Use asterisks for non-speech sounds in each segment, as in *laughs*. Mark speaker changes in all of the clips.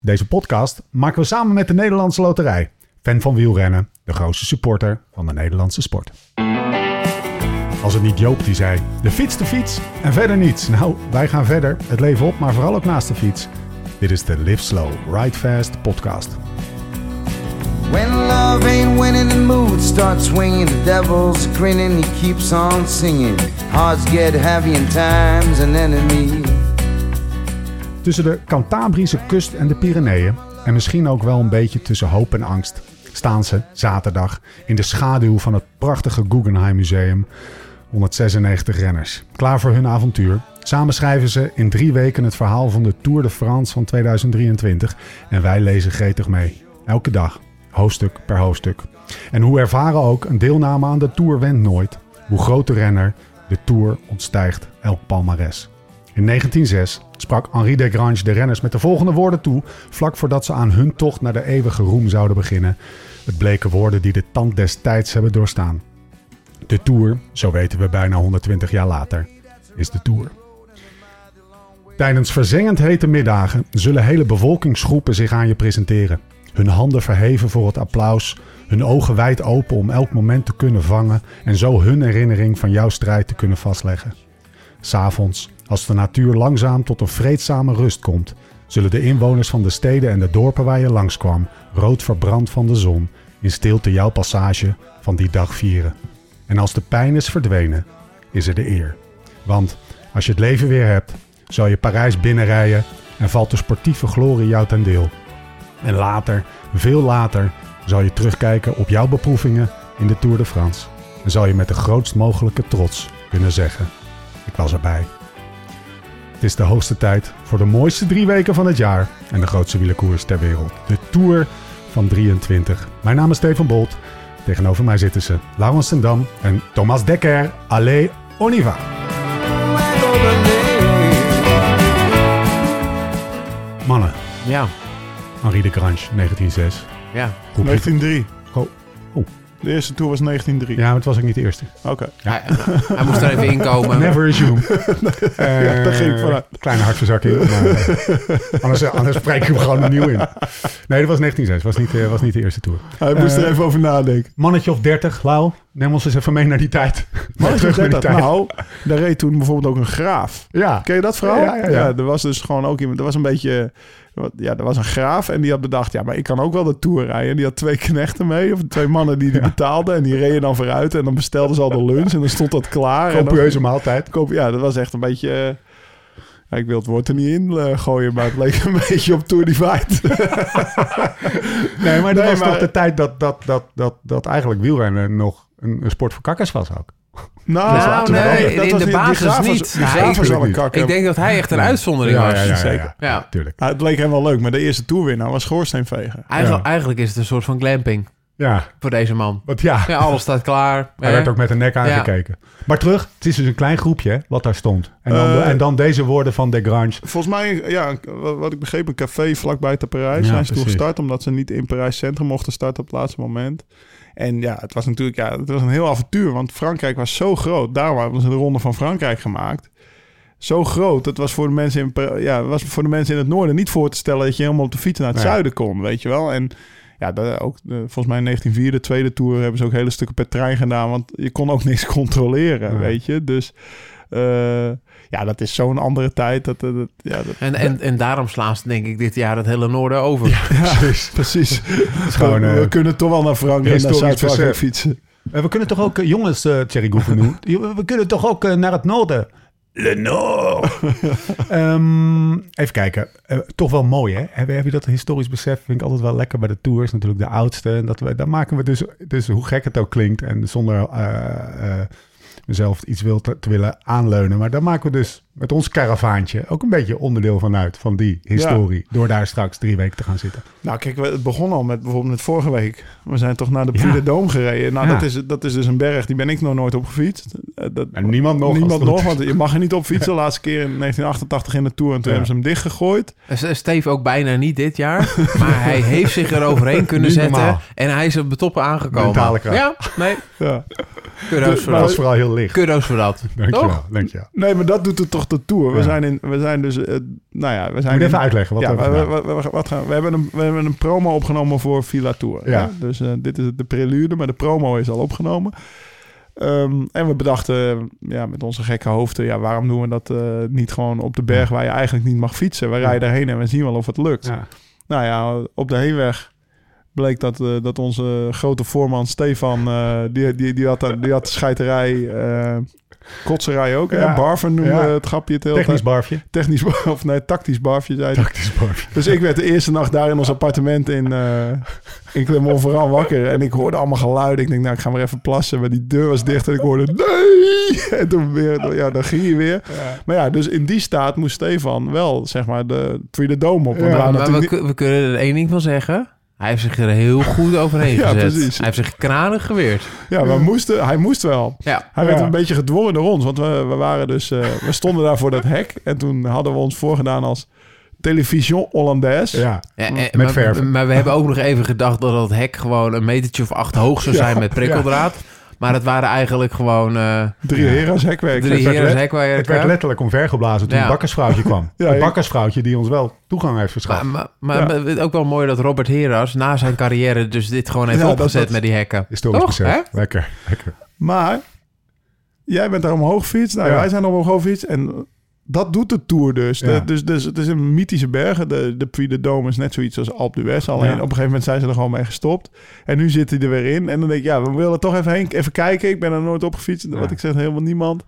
Speaker 1: Deze podcast maken we samen met de Nederlandse Loterij. Fan van wielrennen, de grootste supporter van de Nederlandse sport. Als het niet Joop die zei, de fiets, de fiets en verder niets. Nou, wij gaan verder, het leven op, maar vooral ook naast de fiets. Dit is de Live Slow, Ride Fast podcast.
Speaker 2: When love ain't winning, the mood starts swinging. The devil's grinning, he keeps on singing. Hearts get heavy, and time's an enemy.
Speaker 1: Tussen de Cantabrische kust en de Pyreneeën, en misschien ook wel een beetje tussen hoop en angst, staan ze zaterdag in de schaduw van het prachtige Guggenheim Museum. 196 renners, klaar voor hun avontuur. Samen schrijven ze in drie weken het verhaal van de Tour de France van 2023 en wij lezen gretig mee. Elke dag, hoofdstuk per hoofdstuk. En hoe ervaren ook, een deelname aan de Tour went nooit. Hoe groot de renner, de Tour ontstijgt elk palmares. In 1906 sprak Henri Desgrange de renners met de volgende woorden toe, vlak voordat ze aan hun tocht naar de eeuwige roem zouden beginnen. Het bleken woorden die de tand des tijds hebben doorstaan. De Tour, zo weten we bijna 120 jaar later, is de Tour. Tijdens verzengend hete middagen zullen hele bevolkingsgroepen zich aan je presenteren. Hun handen verheven voor het applaus, hun ogen wijd open om elk moment te kunnen vangen en zo hun herinnering van jouw strijd te kunnen vastleggen. S'avonds, als de natuur langzaam tot een vreedzame rust komt, zullen de inwoners van de steden en de dorpen waar je langskwam, rood verbrand van de zon, in stilte jouw passage van die dag vieren. En als de pijn is verdwenen, is er de eer. Want als je het leven weer hebt, zal je Parijs binnenrijden en valt de sportieve glorie jou ten deel. En later, veel later, zal je terugkijken op jouw beproevingen in de Tour de France. En zal je met de grootst mogelijke trots kunnen zeggen: Ik was erbij. Het is de hoogste tijd voor de mooiste drie weken van het jaar en de grootste wielerkoers ter wereld. De Tour van 23. Mijn naam is Stefan Bolt. Tegenover mij zitten ze Laurens Sendam en Thomas Dekker. Allee, Oniva.
Speaker 2: Like open day.
Speaker 1: Mannen,
Speaker 3: Ja,
Speaker 1: Henri de Grange, 1906.
Speaker 3: ja.
Speaker 1: Groepje-
Speaker 4: 1903.
Speaker 1: Oh, oh.
Speaker 4: De eerste tour was 1903.
Speaker 1: Ja, maar het was ook niet de eerste.
Speaker 4: Oké.
Speaker 3: Hij, hij moest er
Speaker 1: *laughs*
Speaker 3: even inkomen.
Speaker 1: Never
Speaker 4: *laughs*
Speaker 1: assume. Eh,
Speaker 4: Ah. daar ging ik vanuit.
Speaker 1: Kleine
Speaker 4: *laughs*
Speaker 1: hartverzakking. Maar, eh, anders, anders spreek ik hem gewoon opnieuw in. Nee, dat was 1906. Was niet, eh, was niet de eerste tour.
Speaker 4: Hij moest
Speaker 1: Eh,
Speaker 4: er even over nadenken.
Speaker 1: Mannetje of 30, Lau. Neem ons eens even mee naar die tijd.
Speaker 4: Maar
Speaker 1: Weer *laughs* terug naar die tijd.
Speaker 4: Nou, daar reed toen bijvoorbeeld ook een graaf.
Speaker 1: Ja.
Speaker 4: Ken je dat verhaal?
Speaker 1: Ja, ja, ja.
Speaker 4: er was dus gewoon ook iemand. Er was een beetje. wat- Ja, er was een graaf en die had bedacht, ja, maar ik kan ook wel de tour rijden. En die had twee knechten mee, of twee
Speaker 1: *laughs*
Speaker 4: mannen die die betaalden. En die reden dan vooruit en dan bestelden ze al de lunch en dan stond dat klaar. En dan-
Speaker 1: Copieuze maaltijd.
Speaker 4: koop, ja, dat was echt een beetje... eh, ja, ik wil het woord er niet in eh, gooien, maar het leek een *laughs* beetje op Tour Divide.
Speaker 1: Nee, maar dat
Speaker 4: Nee,
Speaker 1: was
Speaker 4: maar-
Speaker 1: toch de tijd dat, dat, dat, dat, dat eigenlijk wielrennen nog een, een sport voor kakkers was ook.
Speaker 4: Nou,
Speaker 3: Nou,
Speaker 4: toen
Speaker 3: nee,
Speaker 4: wel-
Speaker 3: in de
Speaker 4: die-
Speaker 3: basis
Speaker 4: die graaf was-
Speaker 3: niet.
Speaker 4: Die
Speaker 3: Nee,
Speaker 4: graaf was
Speaker 1: tuurlijk
Speaker 4: al een
Speaker 1: niet.
Speaker 4: kakker.
Speaker 3: Ik denk dat hij echt een uitzondering was.
Speaker 4: zeker.
Speaker 3: Ja.
Speaker 1: tuurlijk.
Speaker 4: Ah, het leek hem wel leuk, maar de eerste toerwinnaar was schoorsteenveger.
Speaker 3: Eigenlijk,
Speaker 1: Ja.
Speaker 3: eigenlijk is het een soort van glamping
Speaker 1: Ja,
Speaker 3: voor deze man.
Speaker 1: want ja,
Speaker 3: Ja, alles staat klaar.
Speaker 1: hij
Speaker 3: hè?
Speaker 1: werd ook met de nek aangekeken. Maar terug, het is dus een klein groepje hè, wat daar stond. En dan,
Speaker 4: Eh,
Speaker 1: en dan deze woorden van De Grange.
Speaker 4: Volgens mij, ja, wat- wat ik begreep, een café vlakbij te Parijs.
Speaker 1: Ja,
Speaker 4: zijn ze toen
Speaker 1: precies.
Speaker 4: gestart, omdat ze niet in Parijs centrum mochten starten op het laatste moment. En ja, het was natuurlijk ja, het was een heel avontuur, want Frankrijk was zo groot. Daarom hebben ze de Ronde van Frankrijk gemaakt. Zo groot, dat was voor de mensen in, Par- ja, was voor de mensen in het noorden niet voor te stellen dat je helemaal op de fiets naar het
Speaker 1: Nee.
Speaker 4: zuiden kon, weet je wel. En ja, daar ook, eh, volgens mij in 1904, de tweede tour, hebben ze ook hele stukken per trein gedaan, want je kon ook *laughs* niks controleren,
Speaker 1: Nee.
Speaker 4: weet je. Dus eh, ja, dat is zo'n andere tijd. Dat, eh, dat, dat- ja, dat, *laughs*
Speaker 3: En, en, en daarom slaan ze denk ik dit jaar het hele noorden over.
Speaker 1: *laughs* Precies.
Speaker 4: Precies.
Speaker 1: gewoon,
Speaker 4: we,
Speaker 1: eh,
Speaker 4: we kunnen toch wel naar Frankrijk en naar
Speaker 1: historisch
Speaker 4: Zuid-Frankrijk
Speaker 1: besef.
Speaker 4: fietsen.
Speaker 1: Eh, We kunnen toch ook, eh, jongens, eh, Thierry Gouvenu,
Speaker 4: *laughs*
Speaker 1: we kunnen toch ook eh, naar het noorden? Le Nord. *laughs* Ehm, even kijken. Eh, toch wel mooi, hè? Heb, heb je dat historisch besef? Vind ik altijd wel lekker bij de tours. Natuurlijk de oudste. En dat we, daar maken we dus, dus, hoe gek het ook klinkt. En zonder eh, eh, mezelf iets wil te, te willen aanleunen. Maar daar maken we dus met ons karavaantje ook een beetje onderdeel van uit. Van die historie. Door daar straks drie weken te gaan zitten.
Speaker 4: Nou, kijk, we- het begon al met bijvoorbeeld met vorige week. We zijn toch naar de
Speaker 1: Ja.
Speaker 4: Puy de Dôme gereden. Nou,
Speaker 1: Ja.
Speaker 4: dat, is, dat is dus een berg. Die ben ik nog nooit op gefietst. Eh, Dat,
Speaker 1: En niemand nog.
Speaker 4: niemand
Speaker 1: als het
Speaker 4: nog,
Speaker 1: goed is.
Speaker 4: want je mag er niet op
Speaker 1: *laughs*
Speaker 4: fietsen. De laatste keer in 1988 in de Tour en toen
Speaker 1: Ja.
Speaker 4: hebben ze hem dichtgegooid.
Speaker 3: En S- Steve ook bijna niet dit
Speaker 1: *laughs*
Speaker 3: jaar. Maar hij heeft zich eroverheen kunnen
Speaker 1: Niet
Speaker 3: zetten.
Speaker 1: normaal.
Speaker 3: En hij is op de toppen aangekomen.
Speaker 1: Mentale kracht.
Speaker 3: Ja, nee.
Speaker 4: Ja.
Speaker 3: Kudos voor
Speaker 1: Maar dat is
Speaker 3: dat.
Speaker 1: vooral heel licht.
Speaker 3: Kudos voor dat.
Speaker 1: Dankjewel,
Speaker 3: Toch?
Speaker 1: dankjewel.
Speaker 4: Nee, maar dat doet het toch de tour. We,
Speaker 1: Ja.
Speaker 4: zijn, in, we zijn dus... eh, nou ja, we zijn...
Speaker 1: Moet je
Speaker 4: in-
Speaker 1: even uitleggen wat
Speaker 4: ja,
Speaker 1: we
Speaker 4: we,
Speaker 1: hebben
Speaker 4: we,
Speaker 1: gedaan.
Speaker 4: we- we- wat gaan, we, hebben een, we hebben een promo opgenomen voor Villa Tour.
Speaker 1: Ja.
Speaker 4: hè? Dus eh, dit is de prelude, maar de promo is al opgenomen. Ehm, en we bedachten eh, ja, met onze gekke hoofden... Ja, waarom doen we dat eh, niet gewoon op de berg waar je eigenlijk niet mag fietsen? We rijden daarheen en we zien wel of het lukt.
Speaker 1: Ja.
Speaker 4: Nou ja, op de heenweg bleek dat, eh, dat onze grote voorman Stefan... eh, die, die, die, had, die had scheiterij... eh kotserij ook,
Speaker 1: Ja.
Speaker 4: hè? Barven noemde
Speaker 1: Ja.
Speaker 4: het grapje het heel
Speaker 1: Technisch *laughs* barfje.
Speaker 4: technisch bar- of nee, tactisch barfje zei hij.
Speaker 1: Tactisch barfje.
Speaker 4: Dus ik werd de eerste nacht daar in ons appartement in, eh in Clermont vooral wakker. En ik hoorde allemaal geluiden. Ik denk, nou, ik ga maar even plassen. Maar die deur was dicht en ik hoorde, nee! En toen weer, ja, dan ging hij weer. Maar ja, dus in die staat moest Stefan wel, zeg maar, de Three the Dome op. Want
Speaker 1: Ja,
Speaker 4: we
Speaker 3: Maar
Speaker 4: hadden
Speaker 3: we,
Speaker 4: natuurlijk
Speaker 3: ku- we kunnen er één ding van zeggen. Hij heeft zich er heel goed
Speaker 1: *laughs*
Speaker 3: overheen
Speaker 4: Ja,
Speaker 3: gezet.
Speaker 4: precies.
Speaker 3: Hij heeft zich kranig geweerd.
Speaker 4: niet- ja, we moesten, hij moest wel.
Speaker 3: Ja.
Speaker 4: Hij werd
Speaker 1: Ja.
Speaker 4: een beetje gedwongen door ons. Want we, we waren dus, eh, we stonden daar voor dat hek. En toen hadden we ons voorgedaan als television Hollandaise.
Speaker 1: Ja.
Speaker 3: Ja, eh,
Speaker 1: Met
Speaker 3: maar,
Speaker 1: verven.
Speaker 3: Maar we hebben ook nog even gedacht dat dat hek gewoon een metertje of acht hoog zou zijn met prikkeldraad. Maar het waren eigenlijk gewoon eh
Speaker 4: Drie
Speaker 1: Ja.
Speaker 4: hera's hekwerk.
Speaker 3: drie
Speaker 1: werd
Speaker 3: heren
Speaker 1: let- Het werd
Speaker 3: hekwerken.
Speaker 1: letterlijk omvergeblazen toen
Speaker 3: Ja.
Speaker 1: het bakkersvrouwtje *laughs* kwam.
Speaker 4: Ja,
Speaker 1: het
Speaker 4: ik-
Speaker 1: bakkersvrouwtje die ons wel toegang heeft verschaft.
Speaker 3: Maar, maar, maar het is ook wel mooi dat Robert Heras na zijn carrière dus dit gewoon heeft
Speaker 4: Ja, dat-
Speaker 3: opgezet
Speaker 4: dat-
Speaker 3: met die hekken.
Speaker 1: Historisch
Speaker 3: Toch,
Speaker 1: besef.
Speaker 3: hè?
Speaker 1: Lekker, lekker.
Speaker 4: Maar jij bent daar omhoog gefietst. Nou,
Speaker 1: Ja.
Speaker 4: wij zijn omhoog gefietst. En dat doet de Tour dus. De-
Speaker 1: Ja.
Speaker 4: dus, dus het is een mythische bergen. De, de Puy de Dome is net zoiets als Alpe d'Huez. Alleen
Speaker 1: Ja.
Speaker 4: op een gegeven moment zijn ze er gewoon mee gestopt. En nu zit hij er weer in. En dan denk ik, ja, we willen toch even heen, even kijken. Ik ben er nooit op gefietst.
Speaker 1: Ja.
Speaker 4: Wat ik zeg, helemaal niemand.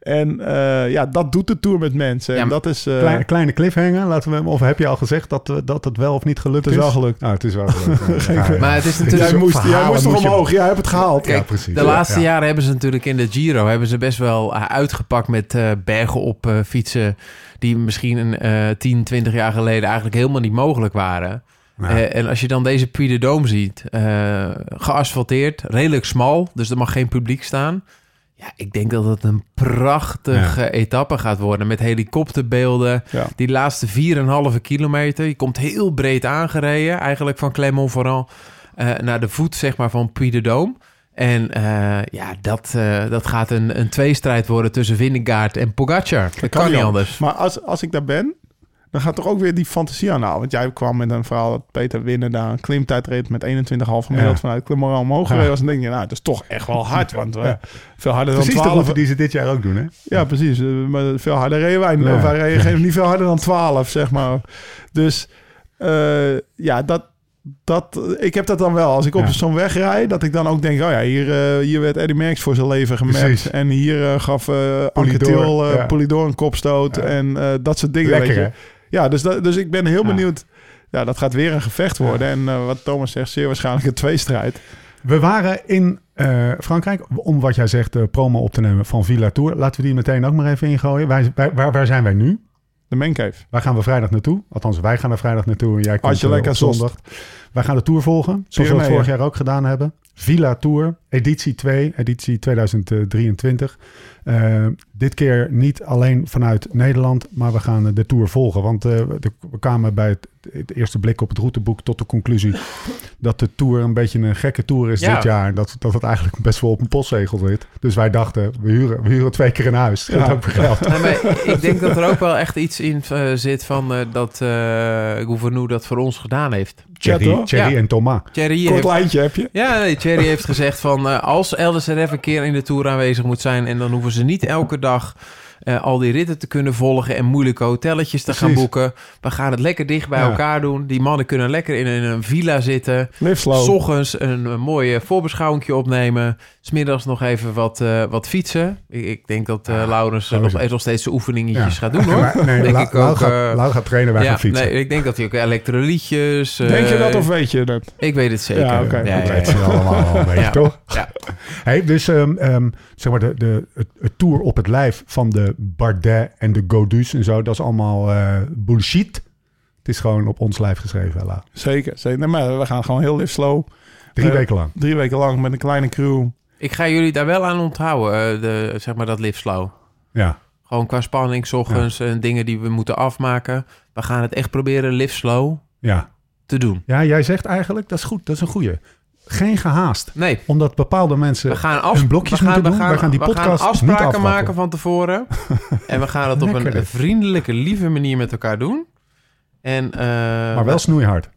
Speaker 4: En eh, ja, dat doet de Tour met mensen.
Speaker 3: Ja,
Speaker 4: en
Speaker 3: maar-
Speaker 4: dat is... eh,
Speaker 1: Kleine, kleine cliffhanger, laten we hem, of heb je al gezegd dat, eh, dat het wel of niet gelukt
Speaker 4: Het is wel gelukt.
Speaker 1: Nou, het is wel *laughs* gelukt. Ja, ja.
Speaker 3: Maar het is
Speaker 1: Dit
Speaker 3: natuurlijk...
Speaker 1: is
Speaker 4: Jij
Speaker 1: ook
Speaker 4: moest, jij
Speaker 1: verhalen
Speaker 4: moest
Speaker 1: moet
Speaker 4: er
Speaker 1: je-
Speaker 4: omhoog. Jij hebt het gehaald.
Speaker 1: Ja,
Speaker 3: Kijk,
Speaker 1: precies.
Speaker 3: de
Speaker 1: Ja.
Speaker 3: laatste
Speaker 1: Ja.
Speaker 3: jaren hebben ze natuurlijk in de Giro hebben ze best wel eh, uitgepakt met eh, bergen op eh, fietsen die misschien een, eh 10, 20 jaar geleden eigenlijk helemaal niet mogelijk waren.
Speaker 1: Ja.
Speaker 3: Eh, en als je dan deze Puy de Dome ziet, eh, geasfalteerd, redelijk smal, dus er mag geen publiek staan. Ja, ik denk dat het een prachtige etappe gaat worden met helikopterbeelden.
Speaker 4: Ja.
Speaker 3: Die laatste 4,5 kilometer, je komt heel breed aangereden, eigenlijk van Clermont-Ferrand eh, naar de voet zeg maar, van Puy de Dome. En eh, ja, dat, eh, dat gaat een, een tweestrijd worden tussen Vindegaard en Pogacar. Dat kan niet anders.
Speaker 4: Maar als, als ik daar ben, dan gaat toch ook weer die fantasie aan. Nou, want jij kwam met een verhaal dat Peter Winnen daar een klimtijdrit met 21,5 gemiddeld
Speaker 1: Ja.
Speaker 4: vanuit Klimmeral omhoog
Speaker 1: Ja.
Speaker 4: gereden was. Dan denk je, nou, dat is toch echt wel hard. Want we-
Speaker 1: Ja.
Speaker 4: veel harder
Speaker 1: Precies
Speaker 4: dan
Speaker 1: de
Speaker 4: 12.
Speaker 1: route die ze dit jaar ook doen, hè?
Speaker 4: Ja, precies. Eh, Maar veel harder reden wij. niet.
Speaker 1: Ja.
Speaker 4: Of wij
Speaker 1: *laughs*
Speaker 4: reden geen- niet veel harder dan 12, zeg maar. Dus eh, ja, dat... Dat, ik heb dat dan wel. Als ik op
Speaker 1: Ja.
Speaker 4: zo'n weg rijd, dat ik dan ook denk... oh ja, hier, eh, hier werd Eddie Merckx voor zijn leven gemapt.
Speaker 1: Precies.
Speaker 4: En hier eh, gaf eh Anke
Speaker 1: Polydor,
Speaker 4: Thiel, eh,
Speaker 1: ja.
Speaker 4: Polydor een kopstoot.
Speaker 1: Ja.
Speaker 4: En eh, dat soort dingen.
Speaker 1: Lekker,
Speaker 4: weet je.
Speaker 1: hè?
Speaker 4: Ja, dus, dat, dus ik ben heel
Speaker 1: Ja.
Speaker 4: benieuwd. Ja, dat gaat weer een gevecht worden. En eh, wat Thomas zegt, zeer waarschijnlijk een tweestrijd.
Speaker 1: We waren in eh, Frankrijk om wat jij zegt de promo op te nemen van Villa Tour. Laten we die meteen ook maar even ingooien. Wij, wij- waar, waar zijn wij nu?
Speaker 4: De Mancave.
Speaker 1: Waar gaan we vrijdag naartoe? Althans, wij gaan er vrijdag naartoe en jij komt
Speaker 4: Adje
Speaker 1: eh,
Speaker 4: Lekka
Speaker 1: op
Speaker 4: Soest.
Speaker 1: zondag. Wij gaan de Tour volgen, zoals we dat
Speaker 4: Pyreneeën.
Speaker 1: vorig jaar ook gedaan hebben. Villa Tour, editie 2, editie 2023. Eh, dit keer niet alleen vanuit Nederland, maar we gaan eh, de Tour volgen. Want eh, de- we kwamen bij het, het eerste blik op het routeboek tot de conclusie... *laughs* dat de Tour een beetje een gekke Tour is
Speaker 3: Ja.
Speaker 1: dit jaar. Dat, dat het eigenlijk best wel op een postzegel zit. Dus wij dachten, we huren, we huren twee keer een huis. Ja. geld.
Speaker 3: Nee, maar ik denk dat er ook wel echt iets in eh, zit van eh, dat eh Gouvernou dat voor ons gedaan heeft.
Speaker 1: Thierry,
Speaker 4: toch?
Speaker 1: Thierry
Speaker 3: Ja.
Speaker 1: en Thomas.
Speaker 3: Thierry
Speaker 4: Kort
Speaker 3: heeft,
Speaker 4: lijntje heb je.
Speaker 3: ja, nee, Thierry heeft gezegd van eh, als LSRF een keer in de Tour aanwezig moet zijn... en dan hoeven ze niet elke dag eh, al die ritten te kunnen volgen... en moeilijke hotelletjes te gaan
Speaker 1: Precies.
Speaker 3: boeken. We gaan het lekker dicht bij
Speaker 1: Ja.
Speaker 3: elkaar doen. Die mannen kunnen lekker in, een villa zitten.
Speaker 4: Live slow.
Speaker 3: S ochtends een, een mooie voorbeschouwingje opnemen. Smiddags nog even wat, eh, wat fietsen. Ik, ik denk dat eh Laurens eh, nog,
Speaker 1: sowieso.
Speaker 3: nog steeds zijn oefeningetjes
Speaker 1: Ja.
Speaker 3: gaat doen hoor.
Speaker 1: *laughs* Maar- nee,
Speaker 3: Denk
Speaker 1: Lau-
Speaker 3: ik
Speaker 1: Lau
Speaker 3: ook,
Speaker 1: gaat,
Speaker 3: eh,
Speaker 1: Lau gaat trainen, wij gaan fietsen.
Speaker 3: nee, ik denk dat hij ook elektrolietjes... eh,
Speaker 4: Denk je dat of weet je dat?
Speaker 3: Ik weet het zeker.
Speaker 4: Ja, oké.
Speaker 1: dat
Speaker 3: ja,
Speaker 1: weet
Speaker 3: ja.
Speaker 1: je allemaal wel een beetje,
Speaker 3: Ja.
Speaker 1: toch?
Speaker 3: Ja.
Speaker 1: *laughs* Hey, dus ehm, ehm, zeg maar de, de, het, het tour op het lijf van de Bardet en de Godus en zo, dat is allemaal eh, bullshit. Het is gewoon op ons lijf geschreven, hela.
Speaker 4: Zeker. zeker. Nee, maar we gaan gewoon heel live slow.
Speaker 1: Drie
Speaker 4: Eh,
Speaker 1: weken lang.
Speaker 4: Drie weken lang met een kleine crew.
Speaker 3: Ik ga jullie daar wel aan onthouden, eh, de, zeg maar dat live slow.
Speaker 1: Ja.
Speaker 3: Gewoon qua spanning, 's ochtends en dingen die we moeten afmaken. We gaan het echt proberen live slow
Speaker 1: ja.
Speaker 3: te doen.
Speaker 1: Ja, jij zegt eigenlijk, dat is goed, dat is een goeie. geen gehaast.
Speaker 3: Nee.
Speaker 1: Omdat bepaalde mensen
Speaker 3: We gaan, af,
Speaker 1: hun blokjes
Speaker 3: we gaan,
Speaker 1: moeten
Speaker 3: we
Speaker 1: doen.
Speaker 3: gaan,
Speaker 1: Wij gaan die
Speaker 3: we
Speaker 1: podcast niet
Speaker 3: afspraken
Speaker 1: afrappen.
Speaker 3: maken van
Speaker 1: *laughs*
Speaker 3: tevoren. en we gaan het op
Speaker 1: Lekker
Speaker 3: een,
Speaker 1: dit.
Speaker 3: een vriendelijke, lieve manier met elkaar doen. En, eh,
Speaker 1: maar wel snoeihard.